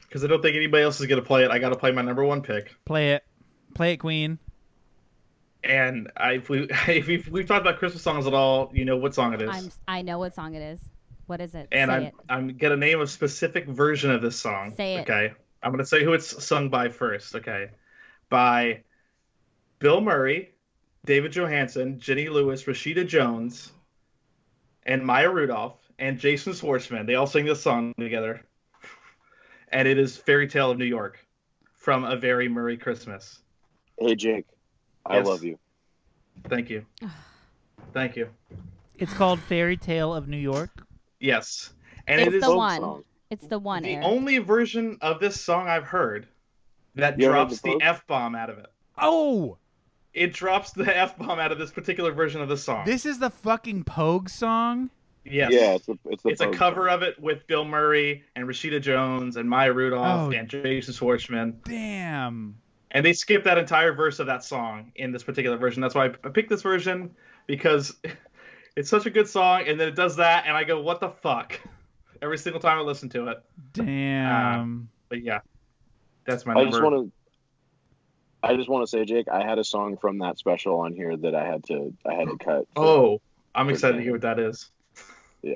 A: because I don't think anybody else is gonna play it, I got to play my number one pick.
B: Play it, play it, Queen.
A: And I, if we if we've, we've talked about Christmas songs at all, you know what song it is.
C: i'm i know what song it is what is it
A: and
C: Say
A: I'm
C: it.
A: I'm gonna name a specific version of this song.
C: Say it.
A: Okay, I'm gonna say who it's sung by first. Okay, by Bill Murray, David Johansen, Jenny Lewis, Rashida Jones, and Maya Rudolph, and Jason Schwartzman. They all sing this song together. and it is Fairy Tale of New York from A Very Murray Christmas.
D: Hey, Jake, I
A: Yes.
D: love you.
A: Thank you. Thank you.
B: It's called Fairy Tale of New York.
A: Yes. And
C: It's
A: it is
C: the
D: Folk
C: one.
D: song.
C: It's the one.
A: the
C: Eric.
A: only version of this song I've heard that
D: You ever heard
A: drops
D: the
A: the
D: folk?
A: F bomb out of it.
B: Oh,
A: It drops the F bomb out of this particular version of the song.
B: this is the fucking Pogue song.
A: yes.
D: Yeah, it's a it's a,
A: It's a
D: folk
A: cover of it with Bill Murray and Rashida Jones and Maya Rudolph
B: Oh.
A: and Jason Schwartzman.
B: Damn.
A: And they skip that entire verse of that song in this particular version. That's why I I picked this version because it's such a good song. And then it does that, and I go, "What the fuck?" Every single time I listen to it.
B: Damn.
A: But yeah, that's my
D: song. I
A: number.
D: just want to. I just want to say, Jake, I had a song from that special on here that I had to I had to cut.
A: oh, I'm excited to hear what that is.
D: yeah.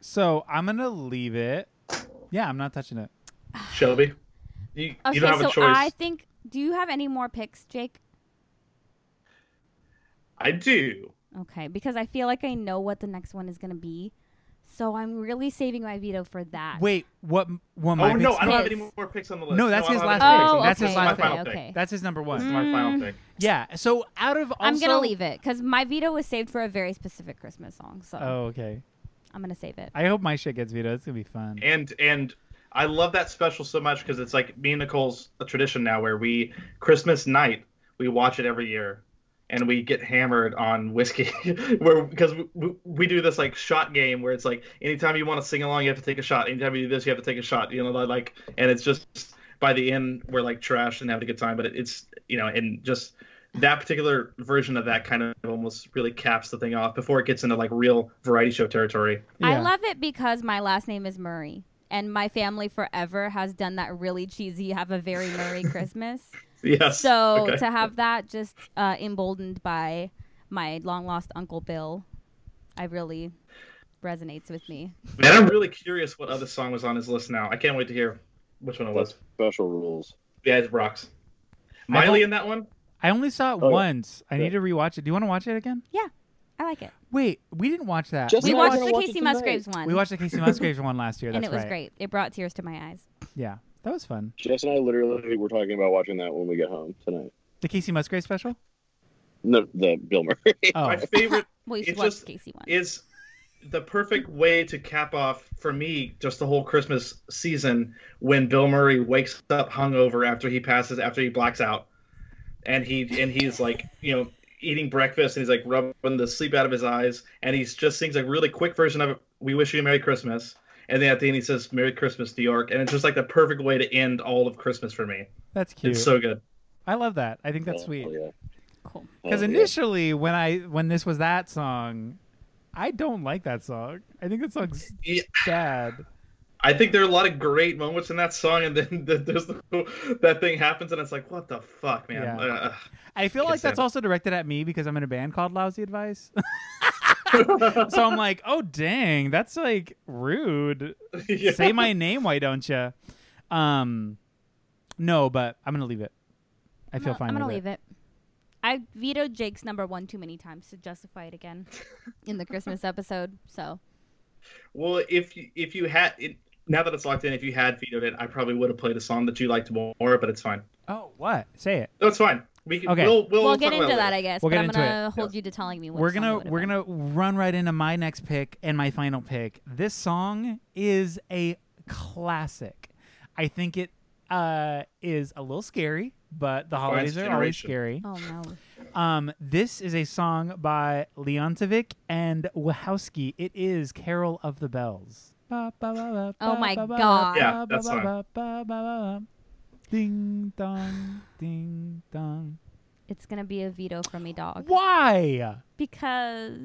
B: so I'm gonna leave it. Yeah, I'm not touching it.
A: Shelby, you,
C: Okay,
A: you don't have
C: so
A: a choice.
C: I think. Do you have any more picks, Jake?
A: I do.
C: Okay, because I feel like I know what the next one is gonna be, so I'm really saving my veto for that.
B: Wait, what? What? My
A: oh no,
B: picks-
A: I don't have
C: His.
A: any more picks on the list.
B: No, that's
A: I
B: his
A: don't have
B: last
A: any
C: pick.
A: picks on the
C: Oh,
A: list.
C: okay,
A: This is my
C: okay,
A: final
C: okay. Hmm.
A: pick.
B: That's his number
A: This
B: one.
A: is my final pick.
B: Yeah. So out of also,
C: I'm gonna leave it because my veto was saved for a very specific Christmas song, so
B: Oh, okay.
C: I'm gonna save it.
B: I hope my shit gets vetoed. It's gonna be fun.
A: and and I love that special so much because it's like me and Nicole's a tradition now where we Christmas night we watch it every year and we get hammered on whiskey where because we, we, we do this like shot game where it's like anytime you want to sing along you have to take a shot anytime you do this you have to take a shot you know like and it's just by the end we're like trashed and having a good time but it, it's you know and just that particular version of that kind of almost really caps the thing off before it gets into like real variety show territory
C: I love it because my last name is Murray, and my family forever has done that really cheesy "Have a Very Murray Christmas."
A: yes
C: So
A: Okay.
C: to have that just uh, emboldened by my long lost uncle Bill, I really resonates with me.
A: Man, I'm really curious what other song was on his list now. I can't wait to hear which one it was.
D: That's special rules.
A: Yeah, it rocks. Miley
B: hope-
A: in that one?
B: I only saw it
D: Oh, yeah.
B: once. I
D: Yeah.
B: need to rewatch it. Do you want to watch it again?
C: I like it.
B: Wait, we didn't watch that.
D: Just-
C: We
D: Yeah,
C: watched
D: we're
C: the
D: gonna watch
C: Casey
D: it tonight.
C: Musgraves one,
B: we watched the Casey Musgraves one last year. That's
C: and it was
B: right.
C: great. It brought tears to my eyes.
B: Yeah, that was fun.
D: Jess and I literally were talking about watching that when we get home tonight.
B: The Casey Musgraves special.
D: No, the Bill Murray.
B: Oh,
A: My favorite
C: Well, you
A: It
C: should watch
A: just
C: the Casey one.
A: is the perfect way to cap off for me just the whole Christmas season when Bill Murray wakes up hungover after he passes after he blacks out. And he and he's like, you know, eating breakfast and he's like rubbing the sleep out of his eyes and he's just sings a really quick version of We Wish You a Merry Christmas. And then at the end he says Merry Christmas, New York. And it's just like the perfect way to end all of Christmas for me.
B: that's cute.
A: It's so good.
B: I love that. I think that's
D: Oh,
B: sweet.
D: yeah.
C: Cool.
B: Because
D: Oh, yeah.
B: initially, when I when this was that song, I don't like that song. I think that song's
A: Yeah.
B: bad.
A: I think there are a lot of great moments in that song, and then the, there's the, that thing happens, and it's like, what the fuck, man?
B: Yeah.
A: Uh,
B: I feel like
A: Guess so.
B: that's also directed at me because I'm in a band called Lousy Advice. so I'm like, oh dang, that's like rude.
A: yeah.
B: Say my name, why don't you? Um, no, but I'm gonna leave it. I feel
C: I'm gonna-
B: fine.
C: I'm gonna
B: with
C: leave it. I vetoed Jake's number one too many times to justify it again in the Christmas episode. So
A: Well, if you, if you had it, now that it's locked in, if you had vetoed it, I probably would have played a song that you liked more, but it's fine.
B: Oh, what? Say it.
A: That's fine. We can,
B: Okay.
A: we'll, we'll,
C: we'll,
A: talk
C: get into
A: about
C: that,
A: It
C: I guess.
B: We'll
C: but
B: get
C: I'm
B: into
C: gonna hold you to telling me. What
B: we're
C: song
B: gonna
C: it would've
B: we're
C: been.
B: gonna run right into my next pick and my final pick. This song is a classic. I think it uh, is a little scary, but the holidays are always
A: generation.
B: scary.
C: Oh no!
B: Um, this is a song by Leontovic and Wachowski. It is "Carol of the Bells." Ba, ba, ba, ba,
C: Oh
B: ba,
C: my
B: ba, ba,
C: God.
A: Yeah,
B: ba,
A: that's
B: ba,
A: fine.
B: ba, ba, ba, ba. Ding dong, ding dong.
C: It's gonna be a veto for me, dog.
B: Why?
C: Because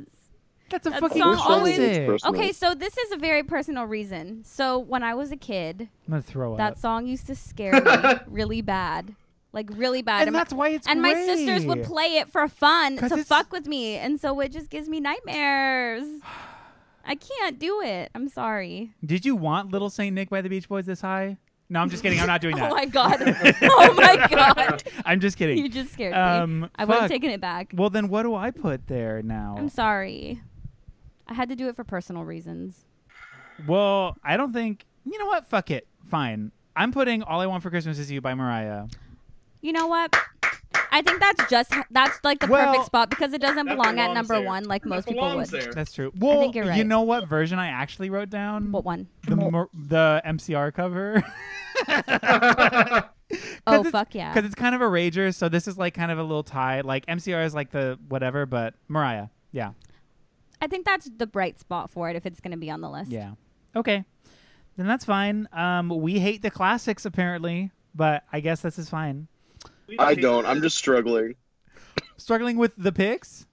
B: That's a
C: That
B: fucking
C: song
D: Which one
C: always-
D: is it
B: classic.
D: personal?
C: okay, so this is a very personal reason. So when I was a kid,
B: I'm gonna throw up.
C: that song used to scare me really bad, like really bad.
B: and
C: my-
B: that's why it's
C: and my sisters would
B: great.
C: play it for fun
B: 'Cause
C: to
B: it's-
C: fuck with me, and so it just gives me nightmares. I can't do it. I'm sorry.
B: Did you want Little Saint Nick by the Beach Boys this high? No, I'm just kidding. I'm not doing that.
C: Oh my god. oh my god.
B: I'm just kidding.
C: You just scared me.
B: um,
C: I would
B: fuck.
C: have taken it back.
B: Well, then what do I put there now?
C: I'm sorry. I had to do it for personal reasons.
B: Well, I don't think. You know what? Fuck it. Fine. I'm putting "All I Want for Christmas Is You" by Mariah.
C: You know what? I think that's just that's like the
B: Well-
C: perfect spot because it doesn't
A: That
C: belong at
A: belongs
C: number
A: there.
C: one like
A: That
C: most people would.
A: belongs There.
B: That's true. Well,
C: think you're
B: you
C: right.
B: know what version I actually wrote down?
C: What one?
B: the mor- the MCR cover.
C: Oh
B: it's-
C: fuck yeah!
B: Because it's kind of a rager, so this is like kind of a little tie. Like MCR is like the whatever, but Mariah, yeah,
C: I think that's the bright spot for it if it's gonna be on the list.
B: yeah, okay, then that's fine. Um, we hate the classics apparently, but I guess this is fine.
D: I don't. I'm just struggling.
B: Struggling with the picks.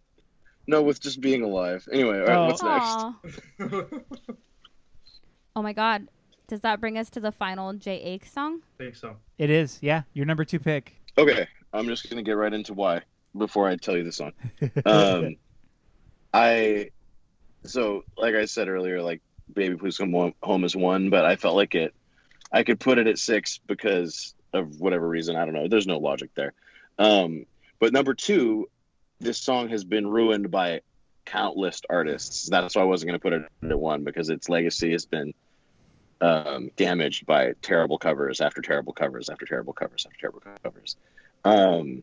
D: No, with just being alive. Anyway, all right,
B: Oh.
D: what's next?
C: Aw. Oh my god. Does that bring us to the final J. Ake song?
A: think so.
B: It is, yeah, your number two pick.
D: Okay, I'm just gonna get right into why before I tell you the song. Um, I so like I said earlier, like "Baby Please Come Home- Home" is one, but I felt like it. I could put it at six because of whatever reason. I don't know. There's no logic there. Um, but number two, this song has been ruined by countless artists. That's why I wasn't going to put it at one because its legacy has been um, damaged by terrible covers after terrible covers after terrible covers after terrible covers. Um,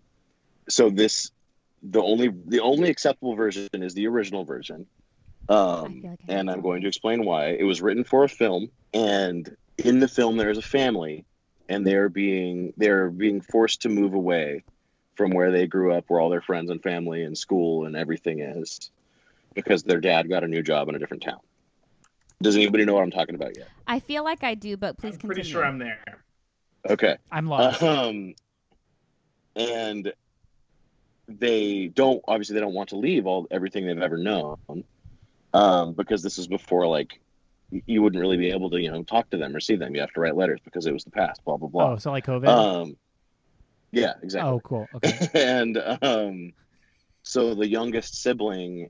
D: so this the only the only acceptable version is the original version. Um,
C: feel like I
D: and
C: know
D: I'm going to explain why. It was written for a film, and in the film there is a family, and they are being they are being forced to move away from where they grew up, where all their friends and family and school and everything is, because their dad got a new job in a different town. Does anybody know what I'm talking about yet?
C: I feel like I do, but please
A: I'm
C: continue.
A: pretty sure I'm there.
D: Okay.
B: I'm lost.
D: Um, and they don't obviously they don't want to leave all everything they've ever known, um, because this is before like y- you wouldn't really be able to you know talk to them or see them. You have to write letters because it was the past. Blah blah
B: oh,
D: blah.
B: so like COVID.
D: um, yeah, exactly
B: Oh, cool. Okay.
D: and um so the youngest sibling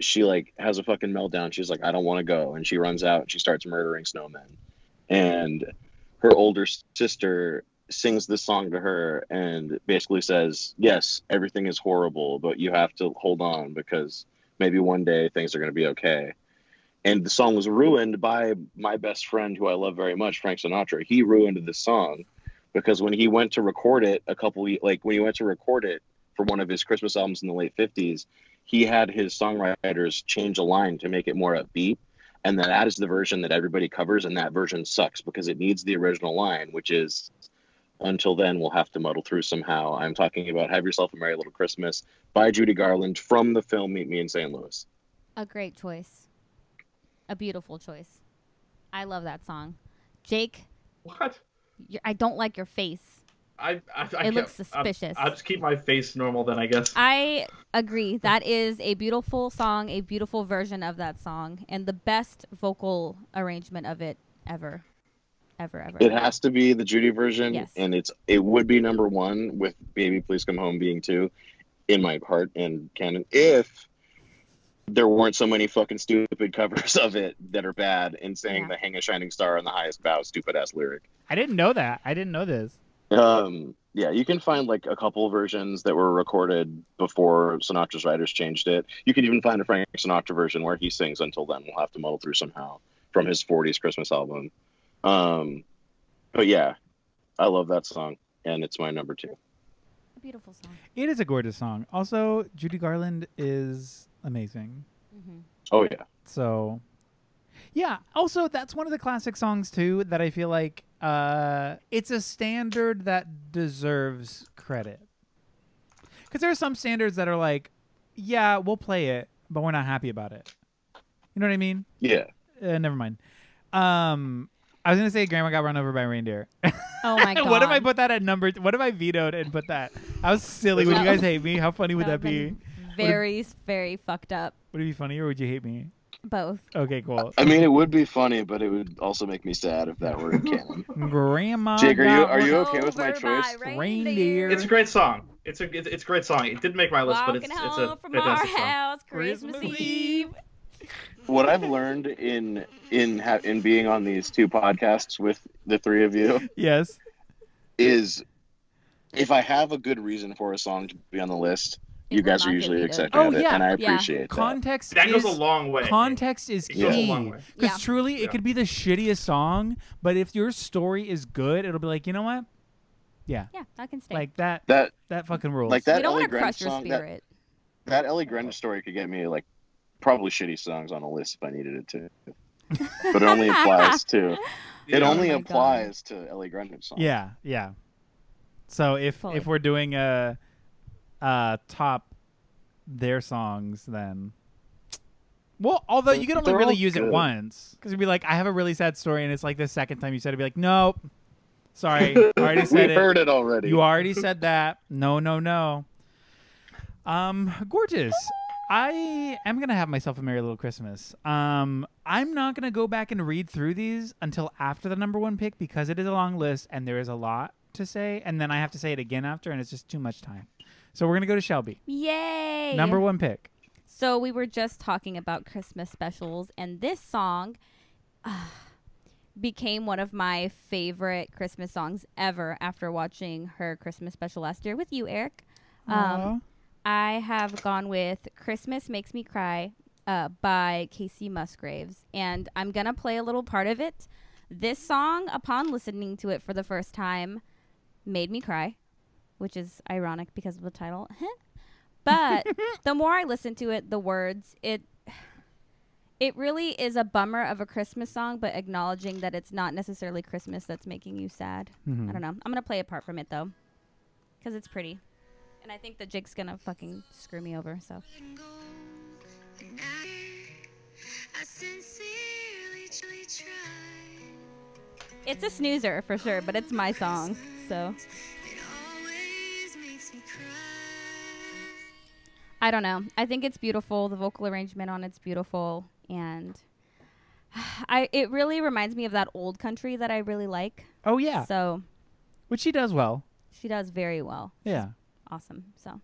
D: she like has a fucking meltdown she's like i don't want to go and she runs out and she starts murdering snowmen and her older s- sister sings this song to her and basically says yes everything is horrible but you have to hold on because maybe one day things are going to be okay and the song was ruined by my best friend who i love very much frank sinatra he ruined this song because when he went to record it a couple ye- like when he went to record it for one of his Christmas albums in the late 50s, he had his songwriters change a line to make it more upbeat. And then that is the version that everybody covers, and that version sucks because it needs the original line, which is until then we'll have to muddle through somehow. I'm talking about Have Yourself a Merry Little Christmas by Judy Garland from the film Meet Me in St. Louis.
C: A great choice. A beautiful choice. I love that song. Jake,
A: What?
C: you I don't like your face.
A: I, I, I
C: It looks
A: can't-
C: suspicious.
A: I'll, I'll just keep my face normal then, I guess.
C: I agree. That is a beautiful song, a beautiful version of that song, and the best vocal arrangement of it ever. Ever, ever.
D: It
C: ever.
D: has to be the Judy version,
C: Yes.
D: and it's it would be number one with "Baby Please Come Home" being two in my heart and canon. If there weren't so many fucking stupid covers of it that are bad and saying
C: Yeah.
D: the "Hang a Shining Star on the Highest Bough" stupid ass lyric.
B: I didn't know that. I didn't know this.
D: Um, yeah, you can find like a couple versions that were recorded before Sinatra's writers changed it. You could even find a Frank Sinatra version where he sings "Until Then." We'll have to muddle through somehow from his '40s Christmas album. Um, but yeah, I love that song, and it's my number two.
C: a beautiful song.
B: It is a gorgeous song. Also, Judy Garland is amazing.
C: hmm
D: Oh yeah,
B: So, yeah. Also, that's one of the classic songs too that I feel like uh, it's a standard that deserves credit. Because there are some standards that are like, yeah, we'll play it, but we're not happy about it. You know what I mean?
D: yeah.
B: Uh, never mind. Um, I was gonna say Grandma got run over by a reindeer.
C: Oh my god.
B: what if I put that at number? What if I vetoed and put that? I was silly. Would
C: That-
B: you guys hate me? How funny would that
C: That would've
B: be?
C: been Very, very fucked up.
B: Would it be funny or would you hate me?
C: Both.
B: Okay, cool.
D: I mean, it would be funny, but it would also make me sad if that were in canon.
B: Grandma.
D: Jake, are you
B: got
D: are you
B: one-
D: okay with my
C: Over
D: choice?
C: Oh, by
B: Reindeer.
A: It's a great song. It's a it's, it's a great song. It didn't make my list, but
C: Walking
A: it's it's
C: home
A: a
C: from our
A: fantastic song.
C: house Christmas,
B: Christmas
C: Eve.
D: What I've learned in in ha- in being on these two podcasts with the three of you.
B: Yes.
D: is if I have a good reason for a song to be on the list, you
C: It will
D: guys are
C: not get
D: usually
C: heated.
D: accepting
B: Oh,
D: of it,
B: yeah,
D: and I
C: yeah.
D: appreciate that.
B: Context
A: That goes
B: is-
A: a long way.
B: Context is
A: It
B: key.
A: goes a
B: Because
A: long way.
C: Yeah.
B: truly, it
A: Yeah.
B: could be the shittiest song, but if your story is good, it'll be like, you know what? Yeah,
C: Yeah, that can stay.
B: like that.
D: That
B: That fucking rules.
D: Like
C: we
D: that
C: don't
D: Ellie
C: want to
D: Graham
C: crush your
D: song, that-
C: spirit.
D: that Ellie Grunge story could get me like probably shitty songs on a list if I needed it to. but it only applies to it
A: Yeah.
D: only
C: Oh my God.
D: applies to Ellie Grunge songs.
B: Yeah, yeah. So if
C: Fully.
B: if we're doing a, a top their songs, then well, although you can only
D: They're
B: really
D: all
B: use it
D: good.
B: once, because you'd be like, I have a really sad story, and it's like the second time you said it, be like, nope, sorry, I already said
D: We've
B: it.
D: heard it already.
B: You already said that. No, no, no. Um, gorgeous. I am gonna have myself a merry little Christmas. Um, I'm not gonna go back and read through these until after the number one pick because it is a long list and there is a lot to say, and then I have to say it again after, and it's just too much time. So we're gonna go to Shelby,
C: Yay!
B: number one pick.
C: So we were just talking about Christmas specials, and this song ah, became one of my favorite Christmas songs ever after watching her Christmas special last year with you, Eric. Um, I have gone with Christmas Makes Me Cry uh, by Casey Musgraves, and I'm going to play a little part of it. This song, upon listening to it for the first time, made me cry, which is ironic because of the title. but the more I listen to it, the words, it. It really is a bummer of a Christmas song, but acknowledging that it's not necessarily Christmas that's making you sad. I don't know. I'm going to play a part from it, though, because it's pretty. And I think that Jake's going to fucking screw me over, so.
F: I sincerely truly try.
C: It's a snoozer for sure, but it's my song. So
F: It always makes me cry.
C: I don't know. I think it's beautiful. The vocal arrangement on it's beautiful, and I it really reminds me of that old country that I really like.
B: Oh yeah,
C: So
B: which she does well.
C: she does very well.
B: Yeah.
C: Awesome. So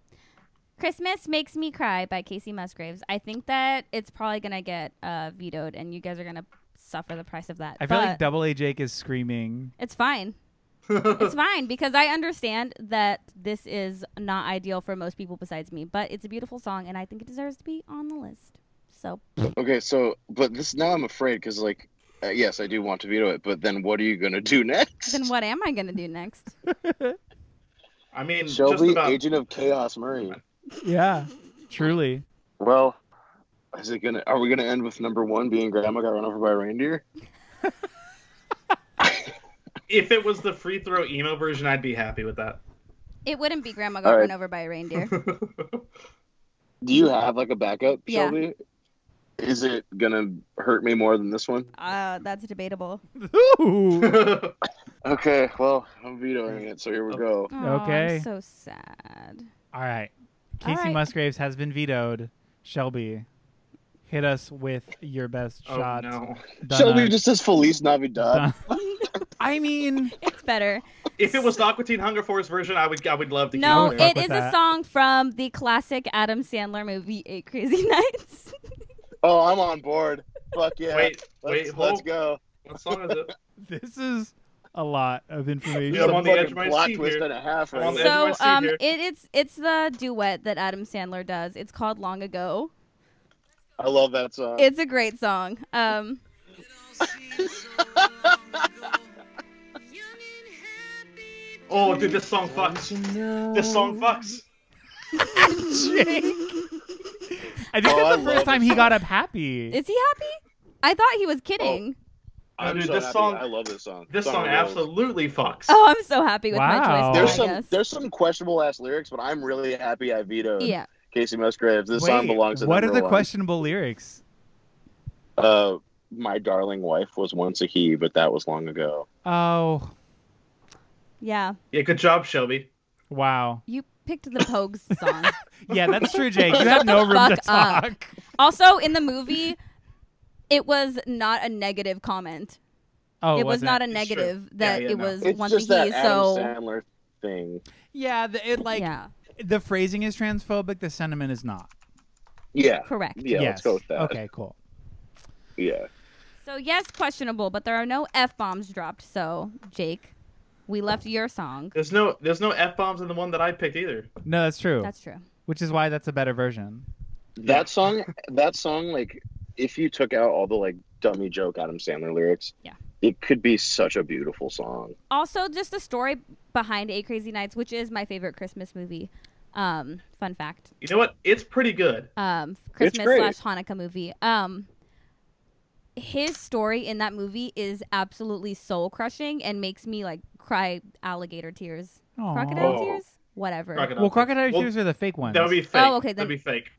C: Christmas makes me cry by Casey Musgraves. I think that it's probably gonna get uh, vetoed, and you guys are gonna suffer the price of that.
B: I feel like
C: But
B: Double A Jake is screaming.
C: it's fine. it's fine because I understand that this is not ideal for most people besides me, but it's a beautiful song and I think it deserves to be on the list. So
D: Okay, so but this now I'm afraid because like uh, yes, I do want to veto it, but then what are you gonna do next?
C: then what am I gonna do next?
A: I mean, just
D: Shelby,
A: about.
D: Agent of Chaos, Murray.
B: Yeah, truly.
D: Well, is it gonna? Are we gonna end with number one being Grandma got run over by a reindeer?
A: If it was the free throw emo version, I'd be happy with that.
C: It wouldn't be Grandma got
D: All right.
C: run over by a reindeer.
D: Do you have like a backup,
C: Yeah.
D: Shelby? Is it gonna hurt me more than this one?
C: uh, that's debatable.
B: Ooh.
A: Oh,
D: Okay, well I'm vetoing it, so here we go.
C: Aw, I'm
B: Okay.
C: so sad.
B: All right. Casey
C: right.
B: Musgraves has been vetoed. Shelby, hit us with your best
A: oh
B: shot.
A: no!
B: Donna.
D: Shelby just says Feliz Navidad.
B: Donna- I mean,
C: It's better.
A: If it was the Aqua Teen Hunger Force version, I would I would love to.
C: No,
A: keep
B: fuck
C: it
B: with
C: is a
B: that.
C: song from the classic Adam Sandler movie Eight Crazy Nights.
D: Oh, I'm on board. Fuck yeah.
A: Wait,
D: let's,
A: wait, hold.
D: let's go.
A: What song is it?
B: this is a lot of information.
A: Yeah, I'm
D: It's a
A: on the edge of
D: fucking
A: my
D: plot
A: seat
D: twist
A: here.
D: and a half.
A: I'm
D: right
A: on the
D: now.
A: edge of
C: so
A: my seat
C: um,
A: here.
C: it, it's it's the duet that Adam Sandler does. It's called Long Ago.
D: I love that song.
C: It's a great song. Um,
A: Oh, dude, this song fucks. This song fucks.
B: I think
D: Oh, I
B: that's
D: love
B: the first time
D: this
B: he
D: song.
B: got up happy.
C: Is he happy? I thought he was
D: Oh.
C: kidding.
D: I'm
A: Uh, Dude,
D: so
A: this
D: happy.
A: song-
D: I love this song.
A: This song
D: rules.
A: absolutely fucks.
C: Oh, I'm so happy with
B: Wow.
C: my choice.
D: There's
C: I
D: some
C: guess.
D: there's some questionable ass lyrics, but I'm really happy I vetoed
C: yeah.
D: Casey Musgraves. This
B: Wait,
D: song belongs to
B: What are
D: number
B: the
D: one.
B: questionable lyrics?
D: Uh, my darling wife was once a he, but that was long ago.
B: Oh,
C: Yeah.
A: Yeah, good job, Shelby.
B: wow.
C: You picked the Pogues song.
B: Yeah, that's true, Jake. You have no
C: the
B: room to
C: fuck up.
B: talk.
C: also, in the movie, it was not a negative comment.
B: Oh,
C: it was
B: wasn't
C: not a
A: It's
C: negative
A: true.
C: that
A: Yeah, yeah,
C: it
A: no.
C: was
D: It's
C: once
D: just
C: a
D: that
C: he.
D: Adam
C: So
D: Sandler thing.
B: Yeah, the, it like
C: yeah,
B: the phrasing is transphobic. The sentiment is not.
D: Yeah,
C: correct.
D: yeah.
B: yes.
D: Let's go with that.
B: Okay, cool.
D: Yeah.
C: So yes, questionable, but there are no f bombs dropped. So Jake, we left your song.
A: There's no there's no f bombs in the one that I picked either.
B: No, that's true.
C: That's true.
B: which is why that's a better version.
D: That song, that song, like if you took out all the like dummy joke Adam Sandler lyrics,
C: Yeah.
D: it could be such a beautiful song.
C: Also, just the story behind Eight Crazy Nights, which is my favorite Christmas movie. Um, fun fact.
A: You know what? It's pretty good.
C: um, Christmas
D: great.
C: slash Hanukkah movie. Um, his story in that movie is absolutely soul crushing and makes me like cry alligator tears,
B: Aw.
C: crocodile
A: Oh.
C: tears, whatever.
A: Crocodile
B: Well, crocodile
A: Well,
B: tears are the fake ones.
A: That would be fake.
C: Oh, okay, then-
A: That'd be fake.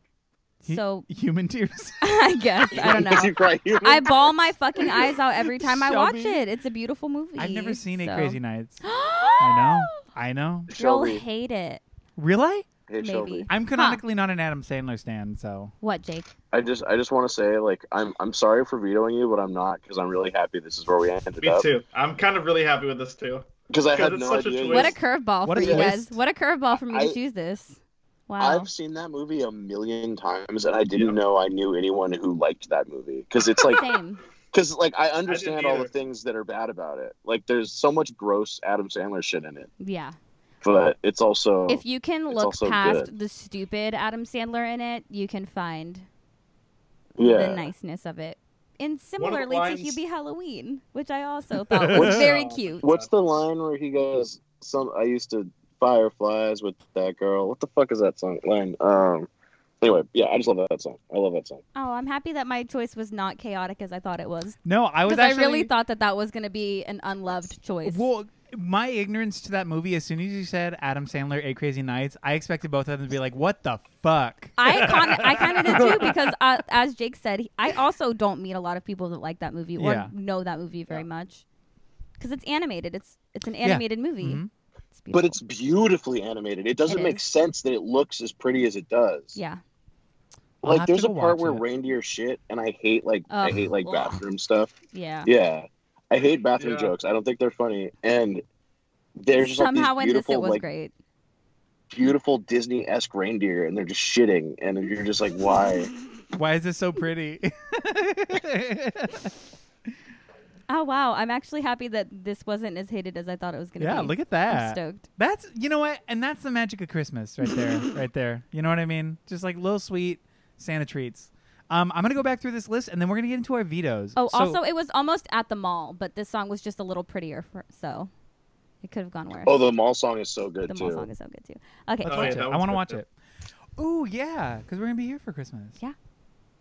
B: Hu-
C: So
B: human tears.
C: I guess I don't
D: Because
C: know.
D: you cry human.
C: I bawl my fucking eyes out every time I watch
B: Shelby.
C: it. It's a beautiful movie.
B: I've never seen Eight
C: so-
B: Crazy Nights. I
C: I
B: know. I know.
C: You'll
D: Shelby,
C: hate it.
B: Really?
D: hey, Shelby.
C: Maybe.
B: I'm canonically not an Adam Sandler stan, so
C: What, Jake?
D: I just, I just want to say, like, I'm, I'm sorry for vetoing you, but I'm not because I'm really happy this is where we ended
A: Me
D: up.
A: too. I'm kind of really happy with this too.
D: Because I
A: Because
D: had
A: it's
D: no
A: such a
D: idea.
A: choice.
C: What a curveball
B: What
C: for
B: a
C: you guys.
B: twist.
C: What a curveball for me to
D: I-
C: choose this. Wow.
D: I've seen that movie a million times, and I didn't know I knew anyone who liked that movie because it's like
C: Same.
D: because like I understand all the
A: either.
D: things that are bad about it. Like there's so much gross Adam Sandler shit in it,
C: Yeah.
D: but it's also
C: if you can
D: Oh, it's
C: look
D: also
C: past
D: good.
C: the stupid Adam Sandler in it, you can find
D: yeah.
C: the niceness of it. And
A: of the
C: similarly
A: lines-
C: to Hubie Halloween, which I also thought was very cute.
D: What's the line where he goes? Some I used to fireflies with that girl. What the fuck is that song line? Um. Anyway, yeah, I just love that song. I love that song.
C: Oh, I'm happy that my choice was not chaotic as I thought it was.
B: no, I was
C: Because
B: actually
C: I really thought that that was going to be an unloved choice.
B: Well, my ignorance to that movie. As soon as you said Adam Sandler, Eight Crazy Nights, I expected both of them to be like, "What the fuck?"
C: I kind I kind of did too because uh, as Jake said, he- I also don't meet a lot of people that like that movie or
B: Yeah.
C: know that movie very much because it's animated. It's it's an animated movie.
B: Mhm.
C: It's
D: But
C: beautiful.
D: it's beautifully animated. It doesn't
C: It
D: make
C: is.
D: sense that it looks as pretty as it does.
C: yeah.
B: I'll have
D: like
B: to
D: there's a
B: go
D: part
B: watch
D: where
B: it.
D: reindeer shit and i hate like i
C: Ugh.
D: hate like
C: Ugh.
D: bathroom stuff
C: Yeah.
D: yeah i hate bathroom
A: Yeah.
D: jokes i don't think they're funny and there's just
C: Somehow in
D: like these
C: this it
D: beautiful
C: was
D: like
C: great.
D: beautiful disney-esque reindeer and they're just shitting and you're just like why
B: Why is this so pretty?
C: Oh wow, I'm actually happy that this wasn't as hated as I thought it was gonna
B: yeah,
C: be.
B: look at
C: I'm
B: that.
C: stoked.
B: That's you know what, and that's the magic of Christmas right there, right there. You know what I mean? Just like little sweet Santa treats. Um, I'm gonna go back through this list, and then we're gonna get into our vetoes.
C: Oh,
B: So-
C: also it was almost at the mall, but this song was just a little prettier, for, so it could have gone worse.
D: oh the mall song is so good
C: the
D: too
C: mall song is so good too. Okay,
B: let's
A: Oh, yeah,
B: watch
A: that
B: it. I
A: one's
B: want to
A: good,
B: watch
A: too.
B: it. Ooh, yeah, because we're gonna be here for Christmas.
C: Yeah.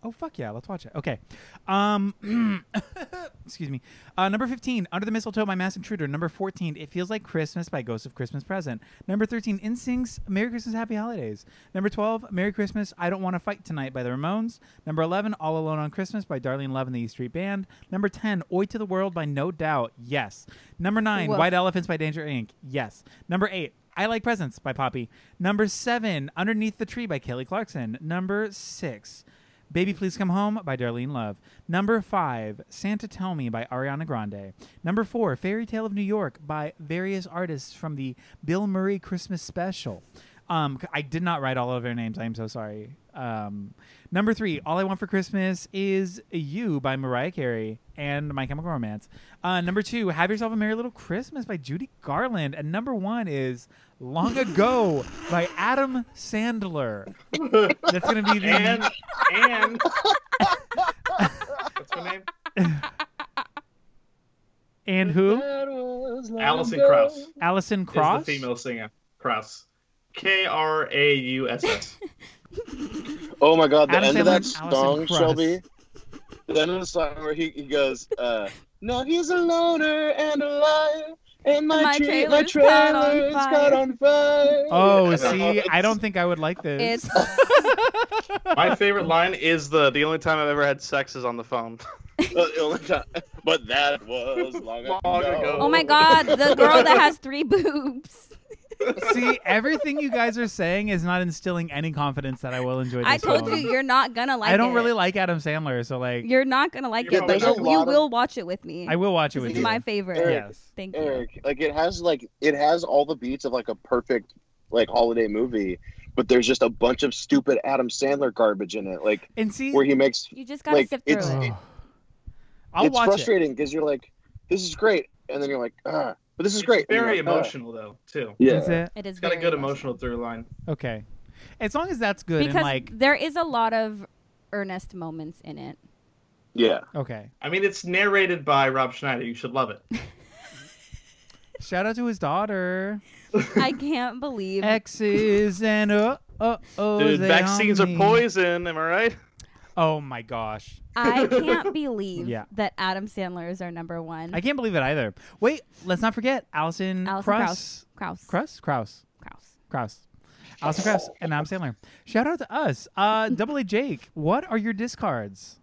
B: Oh fuck yeah, let's watch it. Okay. Um, excuse me. Uh, number fifteen, Under the Mistletoe by Mass Intruder. Number fourteen, It Feels Like Christmas by Ghost of Christmas Present. Number thirteen, Instincts, Merry Christmas, Happy Holidays. Number twelve, Merry Christmas, I Don't Want to Fight Tonight by the Ramones. Number eleven, All Alone on Christmas by Darlene Love and the E Street Band. Number ten, Oi to the World by No Doubt. Yes. Number nine,
C: Woof.
B: White Elephants by Danger Inc. Yes. Number eight, I Like Presents by Poppy. Number seven, Underneath the Tree by Kelly Clarkson. Number six, Baby Please Come Home by Darlene Love. Number five, Santa Tell Me by Ariana Grande. Number four, Fairy Tale of New York by various artists from the Bill Murray Christmas Special. Um, c- I did not write all of their names. I am so sorry. Um, number three, All I Want for Christmas is You by Mariah Carey and My Chemical Romance. Uh, number two, Have Yourself a Merry Little Christmas by Judy Garland. And number one is Long Ago by Adam Sandler. That's going to be the
A: And and what's her name?
B: And who?
A: Alison Krauss
B: Allison
A: is
B: Cross.
A: the female singer. Krauss. K R A U S S.
D: oh my god the
B: Adam
D: end of that
B: Sandler and Alison
D: song
B: Krauss.
D: shelby the end of the song where he, he goes uh no he's a loner and a liar and my,
C: My
D: tree- my
C: trailer's caught on
D: trailer is
C: fire."
D: caught on fire.
B: Oh,
D: And I'm
B: see,
D: all-
B: I don't think I would like this.
C: It's
A: My favorite line is the the only time I've ever had sex is on the phone.
D: Well, the only time- oh but that was long,
A: Long ago.
C: oh my god, the girl that has three boobs.
B: see, everything you guys are saying is not instilling any confidence that I will enjoy this
C: I told
B: film.
C: you you're not gonna like it.
B: I don't really like Adam Sandler, so like
C: You're not gonna like
A: Yeah,
C: it, but
A: there's a
C: you'll- you
D: lot of-
C: will watch it with me.
B: I will watch it
C: This
B: with
C: is
B: you.
C: my favorite.
D: Eric.
B: yes.
C: Thank you.
D: Eric, like it has like it has all the beats of like a perfect like holiday movie, but there's just a bunch of stupid Adam Sandler garbage in it, like
B: And see,
D: where he makes
C: You just gotta
D: Like,
C: sift through
D: it's-
C: it.
B: Oh. I'll
D: it's
B: watch it.
D: frustrating because you're like, this is great, and then you're like, ah, but this is great.
A: Very
D: and you're like, "Ah."
A: emotional though, too.
B: Is
D: Yeah,
B: it?
C: It is
A: It's got a
C: very
A: good
C: emotional.
A: emotional through line.
B: Okay. as long as that's good
C: because
B: and like
C: there is a lot of earnest moments in it.
D: Yeah.
B: okay.
A: I mean, it's narrated by Rob Schneider. You should love it.
B: Shout out to his daughter.
C: I can't believe
B: X's and uh uh oh.
A: Dude,
B: they
A: vaccines
B: on
A: are
B: me.
A: poison. Am I right?
B: Oh my gosh,
C: I can't believe
B: Yeah.
C: that Adam Sandler is our number one.
B: I can't believe it either. Wait, let's not forget Allison,
C: Allison
B: Krauss.
C: Krauss.
B: Krauss. Krauss.
C: Krauss.
B: Krauss. Allison Krauss and Adam Sandler. Shout out to us. Uh, Double A Jake, what are your discards?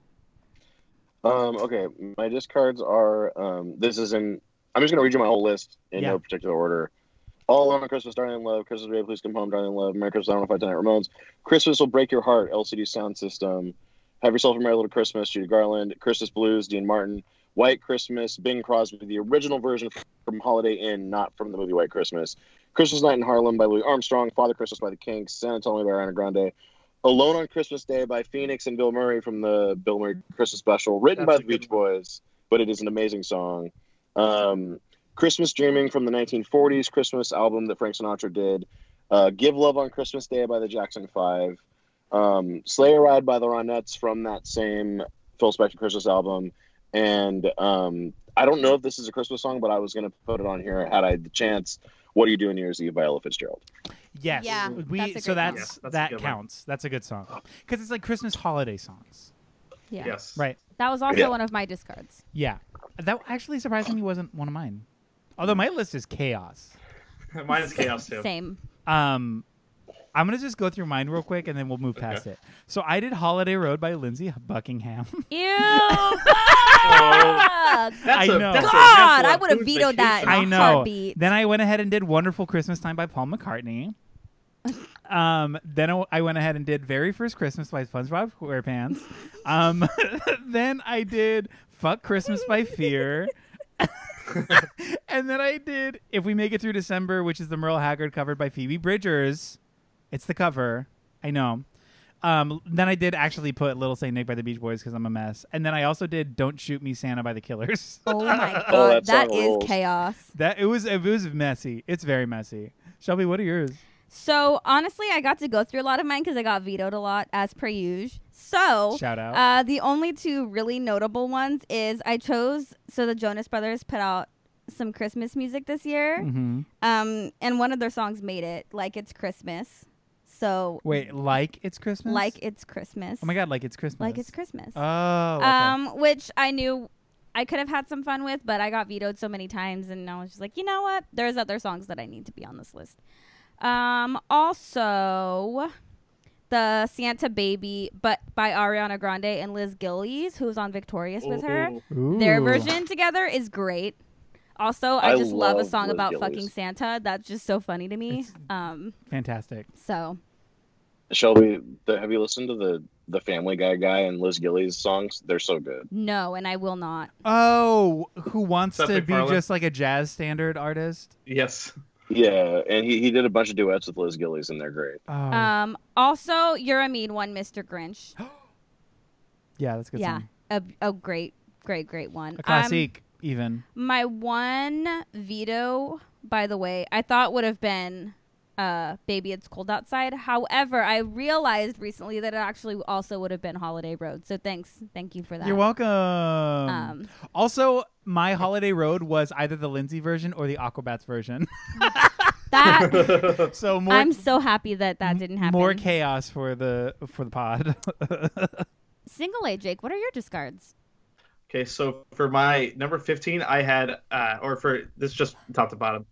D: Um, okay, my discards are. Um, this is in. I'm just gonna read you my whole list in
B: Yeah.
D: no particular order. All Alone on Christmas, Darling in Love, Christmas Baby, Please Come Home, Darling in Love, Merry Christmas, I Don't Know If I Tonight, Ramones, Christmas Will Break Your Heart, LCD Sound System, Have Yourself a Merry Little Christmas, Judy Garland, Christmas Blues, Dean Martin, White Christmas, Bing Crosby, the original version from Holiday Inn, not from the movie White Christmas, Christmas Night in Harlem by Louis Armstrong, Father Christmas by the Kinks, Santa Tell Me by Ariana Grande, Alone on Christmas Day by Phoenix and Bill Murray from the Bill Murray Christmas special, written
A: That's a
D: by the
A: good
D: Beach Boys, but it is an amazing song. Um, Christmas Dreaming from the 1940s Christmas album that Frank Sinatra did, uh, Give Love on Christmas Day by the Jackson Five, um, Slayer Ride by the Ronettes from that same Phil Spector Christmas album, and um, I don't know if this is a Christmas song, but I was going to put it on here had I the chance. What do you do on New Year's Eve by Ella Fitzgerald?
B: Yes.
C: Yeah,
B: we
C: that's a
B: so
A: song.
C: great
B: that's,
A: Yeah, that's a
B: that
A: good one.
B: counts. That's a good song. Cuz it's like Christmas holiday songs.
C: Yeah.
A: Yes.
B: Right.
C: That was also
D: Yeah.
C: one of my discards.
B: Yeah. That actually surprisingly wasn't one of mine. Although my list is chaos.
A: Mine is chaos too.
C: Same.
B: Um I'm going to just go through mine real quick and then we'll move past it. So I did Holiday Road by Lindsay Buckingham.
C: Ew. fuck.
A: Oh, That's
B: I
A: a-
B: know.
A: that's a-
C: God,
A: that's a
C: I would have
A: food
C: vetoed that.
A: vacation.
B: I
C: a
B: know.
C: heartbeat.
B: Then I went ahead and did Wonderful Christmas Time by Paul McCartney. um, then I- I went ahead and did Very First Christmas by SpongeBob SquarePants. um, then I did Fuck Christmas by Fear. and then I did If We Make It Through December, which is the Merle Haggard covered by Phoebe Bridgers. It's the cover. I know. Um, then I did actually put Little Saint Nick by the Beach Boys because I'm a mess. And then I also did Don't Shoot Me Santa by the Killers.
C: Oh my
D: Oh,
C: god,
D: that song
C: that is
D: rules.
C: chaos.
B: That it was it was messy. It's very messy. Shelby, what are yours?
C: So honestly, I got to go through a lot of mine because I got vetoed a lot as per usual. So
B: Shout out.
C: Uh, the only two really notable ones is I chose. So the Jonas Brothers put out some Christmas music this year,
B: hmm
C: um, and one of their songs made it like it's Christmas. So
B: Wait, like it's Christmas.
C: like it's Christmas.
B: oh my god, like it's Christmas.
C: Like it's Christmas.
B: Oh. okay.
C: Um, which I knew I could have had some fun with, but I got vetoed so many times, and I was just like, you know what? There's other songs that I need to be on this list. Um, also, the Santa Baby, but by Ariana Grande and Liz Gillies, who's on Victorious with her.
A: Ooh.
B: Oh, Ooh.
C: Um, Their version together is great. Also, I,
D: I
C: just love, a
D: love
C: song
D: Liz
C: about
D: Gillies.
C: fucking Santa. That's just so funny to me.
B: It's-
C: Um,
B: Fantastic.
C: so
D: Shelby, the, have you listened to the the Family Guy guy and Liz Gillies songs? They're so good.
C: no, and I will not.
B: Oh, who wants
A: Seth
B: to be
A: MacFarlane?
B: just like a jazz standard artist?
A: Yes.
D: Yeah, and he, he did a bunch of duets with Liz Gillies, and they're great.
B: Oh.
C: Um, also, you're a mean one, Mr. Grinch.
B: yeah, that's a good.
C: yeah,
B: song.
C: a, a great, great, great one.
B: A
C: Um,
B: classic even.
C: my one veto, by the way, I thought would have been uh, "Baby It's Cold Outside." However, I realized recently that it actually also would have been "Holiday Road." So thanks, thank you for that.
B: You're welcome.
C: Um,
B: also, my holiday road was either the Lindsay version or the Aquabats version.
C: that
B: so more
C: I'm so happy that that didn't happen.
B: more chaos for the for the pod.
C: Single A, Jake. What are your discards?
A: Okay, so for my number 15, I had, uh, or for this is just top to bottom,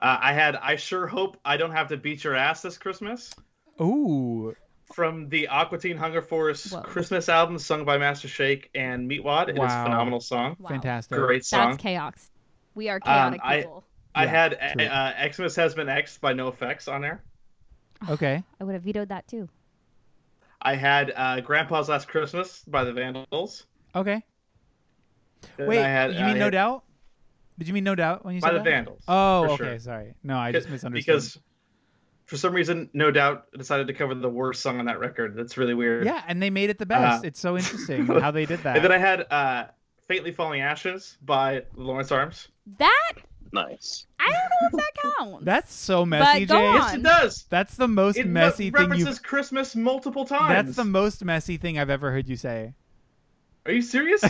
A: uh, I had, I sure hope I don't have to beat your ass this Christmas
B: Ooh.
A: from the Aqua Teen Hunger Force
C: Whoa.
A: Christmas album sung by Master Shake and Meatwad. It is
B: Wow.
A: a phenomenal song.
C: Wow.
B: Fantastic.
A: Great song.
C: That's chaos. We are
A: Um,
C: chaotic
A: I-
C: people.
A: I
B: Yeah,
A: had
B: true.
A: uh, Xmas Has Been X by No Effects on there.
B: Okay.
C: I would have vetoed that too.
A: I had uh, Grandpa's Last Christmas by the Vandals.
B: Okay.
A: Then
B: Wait,
A: I had,
B: you
A: uh,
B: mean no doubt? Did you mean no doubt when you
A: by
B: said
A: the
B: that?
A: Vandals.
B: Oh,
A: for
B: okay.
A: sure.
B: Sorry. No, I just misunderstood.
A: Because for some reason, No Doubt decided to cover the worst song on that record. That's really weird.
B: yeah, and they made it the best.
A: Uh,
B: it's so interesting how they did that.
A: And then I had uh, Faintly Falling Ashes by Lawrence Arms.
C: That
D: Nice.
C: I don't know if that counts.
B: That's so messy,
C: go
B: Jay.
A: Yes,
C: on.
A: it does.
B: That's the most
A: It re-
B: messy thing
A: references
B: you've.
A: Christmas multiple times.
B: That's the most messy thing I've ever heard you say.
A: Are you serious?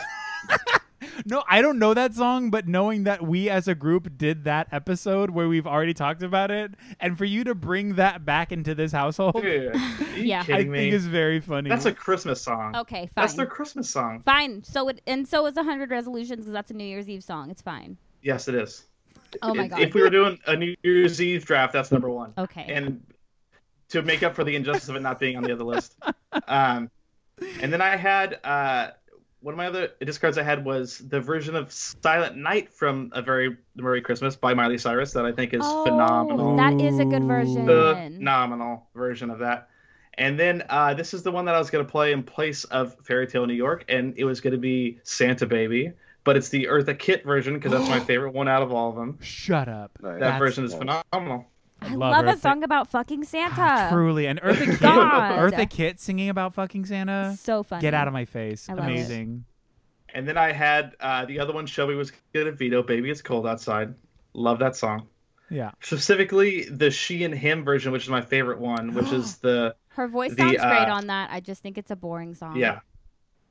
B: No, I don't know that song, but knowing that we as a group did that episode where we've already talked about it, and for you to bring that back into this household,
A: Dude, are you
C: Yeah.
B: Oh, I
A: kidding
B: think
A: me?
B: is very funny.
A: That's a Christmas song.
C: okay, fine.
A: That's their Christmas song.
C: Fine. So it and so is 100 resolutions because that's a New Year's Eve song. It's fine.
A: Yes, it is.
C: Oh my
A: If-
C: god.
A: If we were doing a New Year's Eve draft, that's number one.
C: okay.
A: And to make up for the injustice of it not being on the other list. Um, and then I had uh, one of my other discards I had was the version of Silent Night from A Very Merry Christmas by Miley Cyrus that I think is
C: oh,
A: phenomenal.
C: That is a good
B: Ooh.
C: version.
A: Phenomenal version of that. And then uh, this is the one that I was going to play in place of Fairy Tale New York, and it was going to be Santa Baby, but it's the Eartha Kitt version because that's my favorite one out of all of them.
B: Shut up.
D: Nice.
A: That
B: That's-
A: version is phenomenal.
C: I love, a
B: Eartha-
C: song about fucking Santa.
B: Truly, and Eartha Kitt,
C: God.
B: Eartha Kitt singing about fucking Santa.
C: So funny.
B: Get out of my face!
C: I love it.
B: Amazing.
A: And then I had uh, the other one Shelby was good at veto. Baby, it's cold outside. Love that song.
B: Yeah.
A: Specifically the she and him version, which is my favorite one, which is the
C: Her voice
A: The,
C: sounds great
A: uh,
C: on that. I just think it's a boring song.
A: yeah.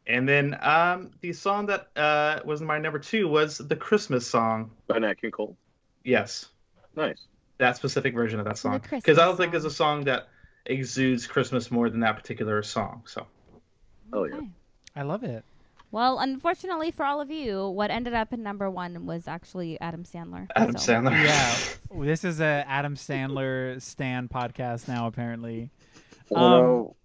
A: And then um, the song that uh, was my number two was the Christmas song.
D: By Nat King Cole.
A: Yes,
D: Nice.
A: that specific version of that song.
C: Christmas
A: Because I don't think
C: song.
A: there's a song that exudes Christmas more than that particular song. So
D: Oh yeah.
C: Okay.
B: I love it.
C: Well, unfortunately for all of you, what ended up in number one was actually Adam Sandler.
A: Adam
C: So-
A: Sandler.
B: Yeah, this is a Adam Sandler Stan podcast now. Apparently,
D: Well,
C: Um,
D: no,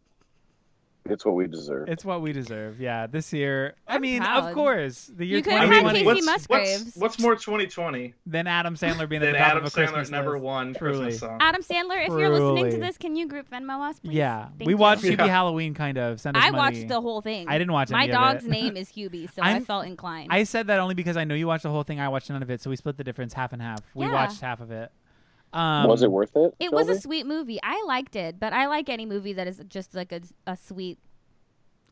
D: it's what we deserve.
B: it's what we deserve. Yeah, this year. i
C: I'm
B: mean,
C: proud.
B: of course, the year
C: You could
A: I
C: have
A: mean,
C: had
B: 2020.
C: Casey
A: what's,
C: Musgraves.
A: What's, what's more 2020
B: Then Adam Sandler being at
A: than
B: the top
A: Adam
B: of a
A: Sandler
B: Christmas
A: number
B: list.
A: one
B: Truly.
A: Christmas song?
C: Adam Sandler, if you're listening to
B: Truly.
C: this, can you group Venmo us, please?
B: Yeah,
C: Thank
B: we
C: you.
B: watched Hubie
A: Yeah.
B: Halloween kind of. Send us
C: I
B: money.
C: watched the whole thing.
B: I didn't watch
C: My
B: any of
C: dog's
B: it.
C: name is Hubie, so I
B: I'm-
C: felt inclined.
B: I said that only because I know you watched the whole thing. I watched none of it, so we split the difference half and half. We
C: Yeah.
B: watched half of it. Um,
D: was it worth it?
C: it was a
D: Shelby?
C: sweet movie. I liked it, but I like any movie that is just like a, a sweet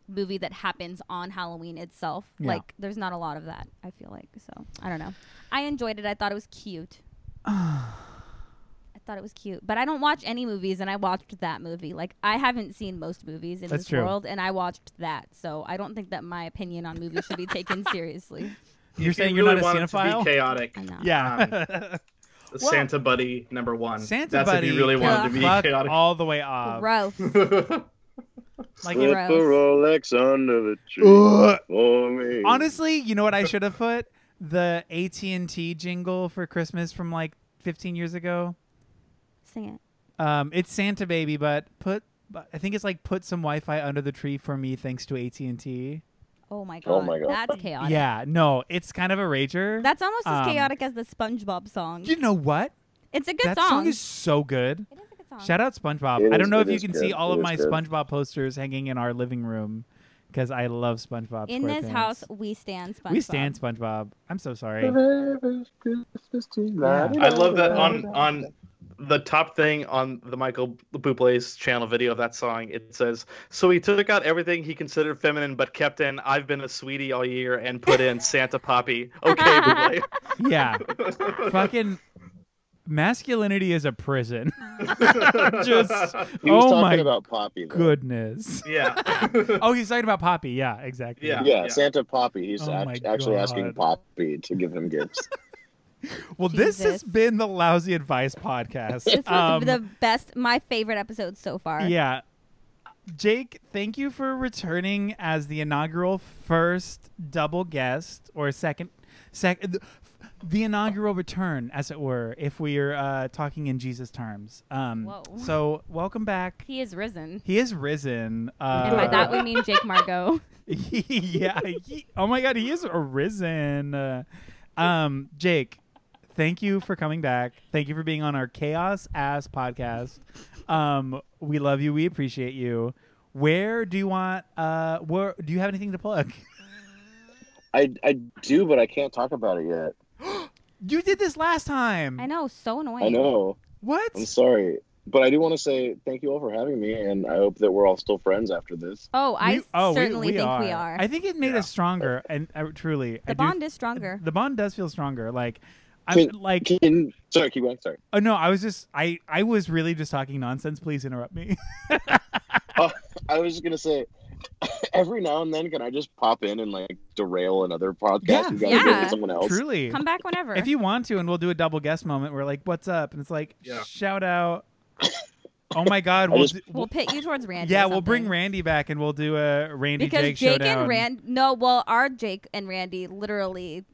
C: movie that happens on Halloween itself.
B: Yeah.
C: Like, there's not a lot of that, I feel like. So, I don't know. I enjoyed it. I thought it was cute. I thought it was cute. But I don't watch any movies, and I watched that movie. Like, I haven't seen most movies in
B: That's
C: this
B: true.
C: world, and I watched that. So, I don't think that my opinion on movies should be taken seriously.
B: You're
A: If you
B: saying
A: really
B: you're not a
A: wanted to
B: cinephile?
A: be chaotic.
C: I know.
B: yeah.
A: the
B: Well-
A: Santa Buddy number one.
B: Santa
A: That's
B: Buddy
A: if you really wanted to
B: can
A: be
B: fuck
A: chaotic.
B: all the way off.
C: Gross.
B: Like,
D: Put
B: if-
C: Gross.
D: the Rolex under the tree
B: Ugh.
D: for me.
B: honestly, you know what I should have put the AT and T jingle for Christmas from like 15 years ago.
C: Sing it.
B: Um, it's Santa Baby, but put but I think it's like put some Wi-Fi under the tree for me, thanks to AT and T.
C: Oh my god.
D: Oh my God.
C: That's chaotic.
B: Yeah, no, it's kind of a rager.
C: That's almost as
B: Um,
C: chaotic as the SpongeBob song.
B: you know what?
C: It's a good
B: that song. is so good.
C: it is a good song.
B: Shout out SpongeBob.
D: It
B: I
D: is-
B: don't know if
D: it
B: you
D: is
B: can
D: good.
B: see all of
D: It is
B: my
D: good.
B: SpongeBob posters hanging in our living room because I love SpongeBob.
C: In this
B: SquarePants.
C: house, we stand SpongeBob.
B: we stand SpongeBob. I'm so sorry.
A: I love that on on the top thing on the Michael Bublé's channel video of that song. It says, "So he took out everything he considered feminine, but kept in I've been a sweetie all year and put in Santa Poppy." Okay, Bublé.
B: yeah. Fucking masculinity is a prison. Just
D: He was
B: oh
D: talking
B: my
D: about Poppy. Though.
B: goodness.
A: yeah.
B: Oh, he's talking about Poppy. Yeah, exactly.
A: Yeah.
D: Yeah, Santa Poppy. He's
B: Oh
D: act-
B: my
D: actually
B: God.
D: asking Poppy to give him gifts.
B: Well, this has
C: Jesus.
B: been the Lousy Advice podcast.
C: This was
B: Um,
C: the best, my favorite episode so far.
B: Yeah. Jake, thank you for returning as the inaugural first double guest or second sec th- the inaugural return as it were if we are uh, talking in Jesus terms. Um
C: Whoa.
B: so welcome back.
C: He is risen.
B: He is risen. Uh,
C: and by that, we mean Jake Margot.
B: yeah. he- oh my God, he is arisen. Uh, um, Jake, thank you for coming back. Thank you for being on our Chaos Ass podcast. Um, we love you. We appreciate you. Where do you want? Uh, where do you have anything to plug?
D: I I do, but I can't talk about it yet.
B: You did this last time.
C: I know, so annoying.
D: I know.
B: What?
D: I'm sorry, but I do want to say thank you all for having me, and I hope that we're all still friends after this.
C: Oh, I
B: We- oh, we-
C: certainly think we are.
B: I think it made
A: Yeah.
B: us stronger, and uh, truly,
C: the
B: I do
C: bond is stronger.
B: the bond does feel stronger like I
D: Can-
B: like
D: Can, sorry, keep going. Sorry.
B: oh no, I was just I I was really just talking nonsense. Please interrupt me.
D: I was just gonna say, every now and then, can I just pop in and like derail another podcast?
B: Yeah.
D: you gotta
C: Yeah.
D: with someone else.
B: Truly.
C: Come back whenever.
B: If you want to, and we'll do a double guest moment where like, what's up? And it's like,
A: Yeah.
B: shout out. Oh my God,
D: I
B: we'll,
D: just-
B: do,
C: we'll pit you towards Randy. or
B: yeah, we'll bring
C: something.
B: Randy back and we'll do a Randy
C: because
B: Jake,
C: Jake,
B: showdown.
C: and Rand. No, well, our Jake and Randy literally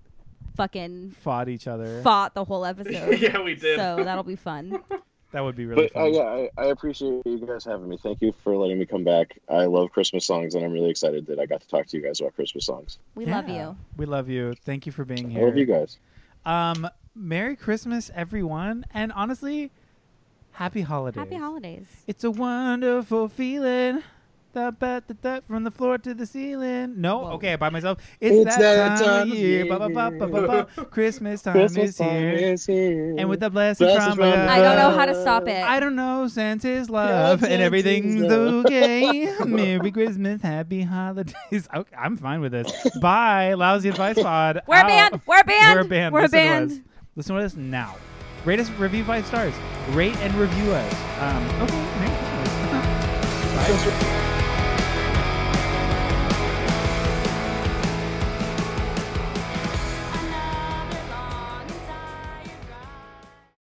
C: fucking
B: fought each other.
C: fought the whole episode.
A: yeah, we did.
C: So that'll be fun.
B: That would be really
D: But uh,
B: fun.
D: yeah, I, I appreciate you guys having me. Thank you for letting me come back. I love Christmas songs, and I'm really excited that I got to talk to you guys about Christmas songs.
C: We
B: Yeah.
C: love you.
B: We love you. Thank you for being
D: I
B: here.
D: love you guys.
B: Um, Merry Christmas, everyone, and honestly, Happy Holidays.
C: Happy holidays.
B: It's a wonderful feeling. Da, ba, da, da, from the floor to the ceiling. No,
C: Whoa.
B: okay, by myself. It's,
D: It's
B: that, time, of year. Ba, ba, ba, ba, ba, ba. Christmas time is here.
D: here.
B: and with the blessing
D: Blessings
B: from
D: from
B: above.
C: I don't know how to stop it.
B: I don't know, Santa's love
D: Santa's
B: and everything's
D: love.
B: okay. Merry Christmas, happy holidays. Okay, I'm fine with this. Bye, lousy advice pod.
C: We're a
B: Out.
C: band. We're a band.
B: We're a band.
C: We're a
B: Listen to
C: band.
B: us. Listen to us now. Rate us, review five stars. Rate and review us. Um, okay, Merry Christmas. Bye.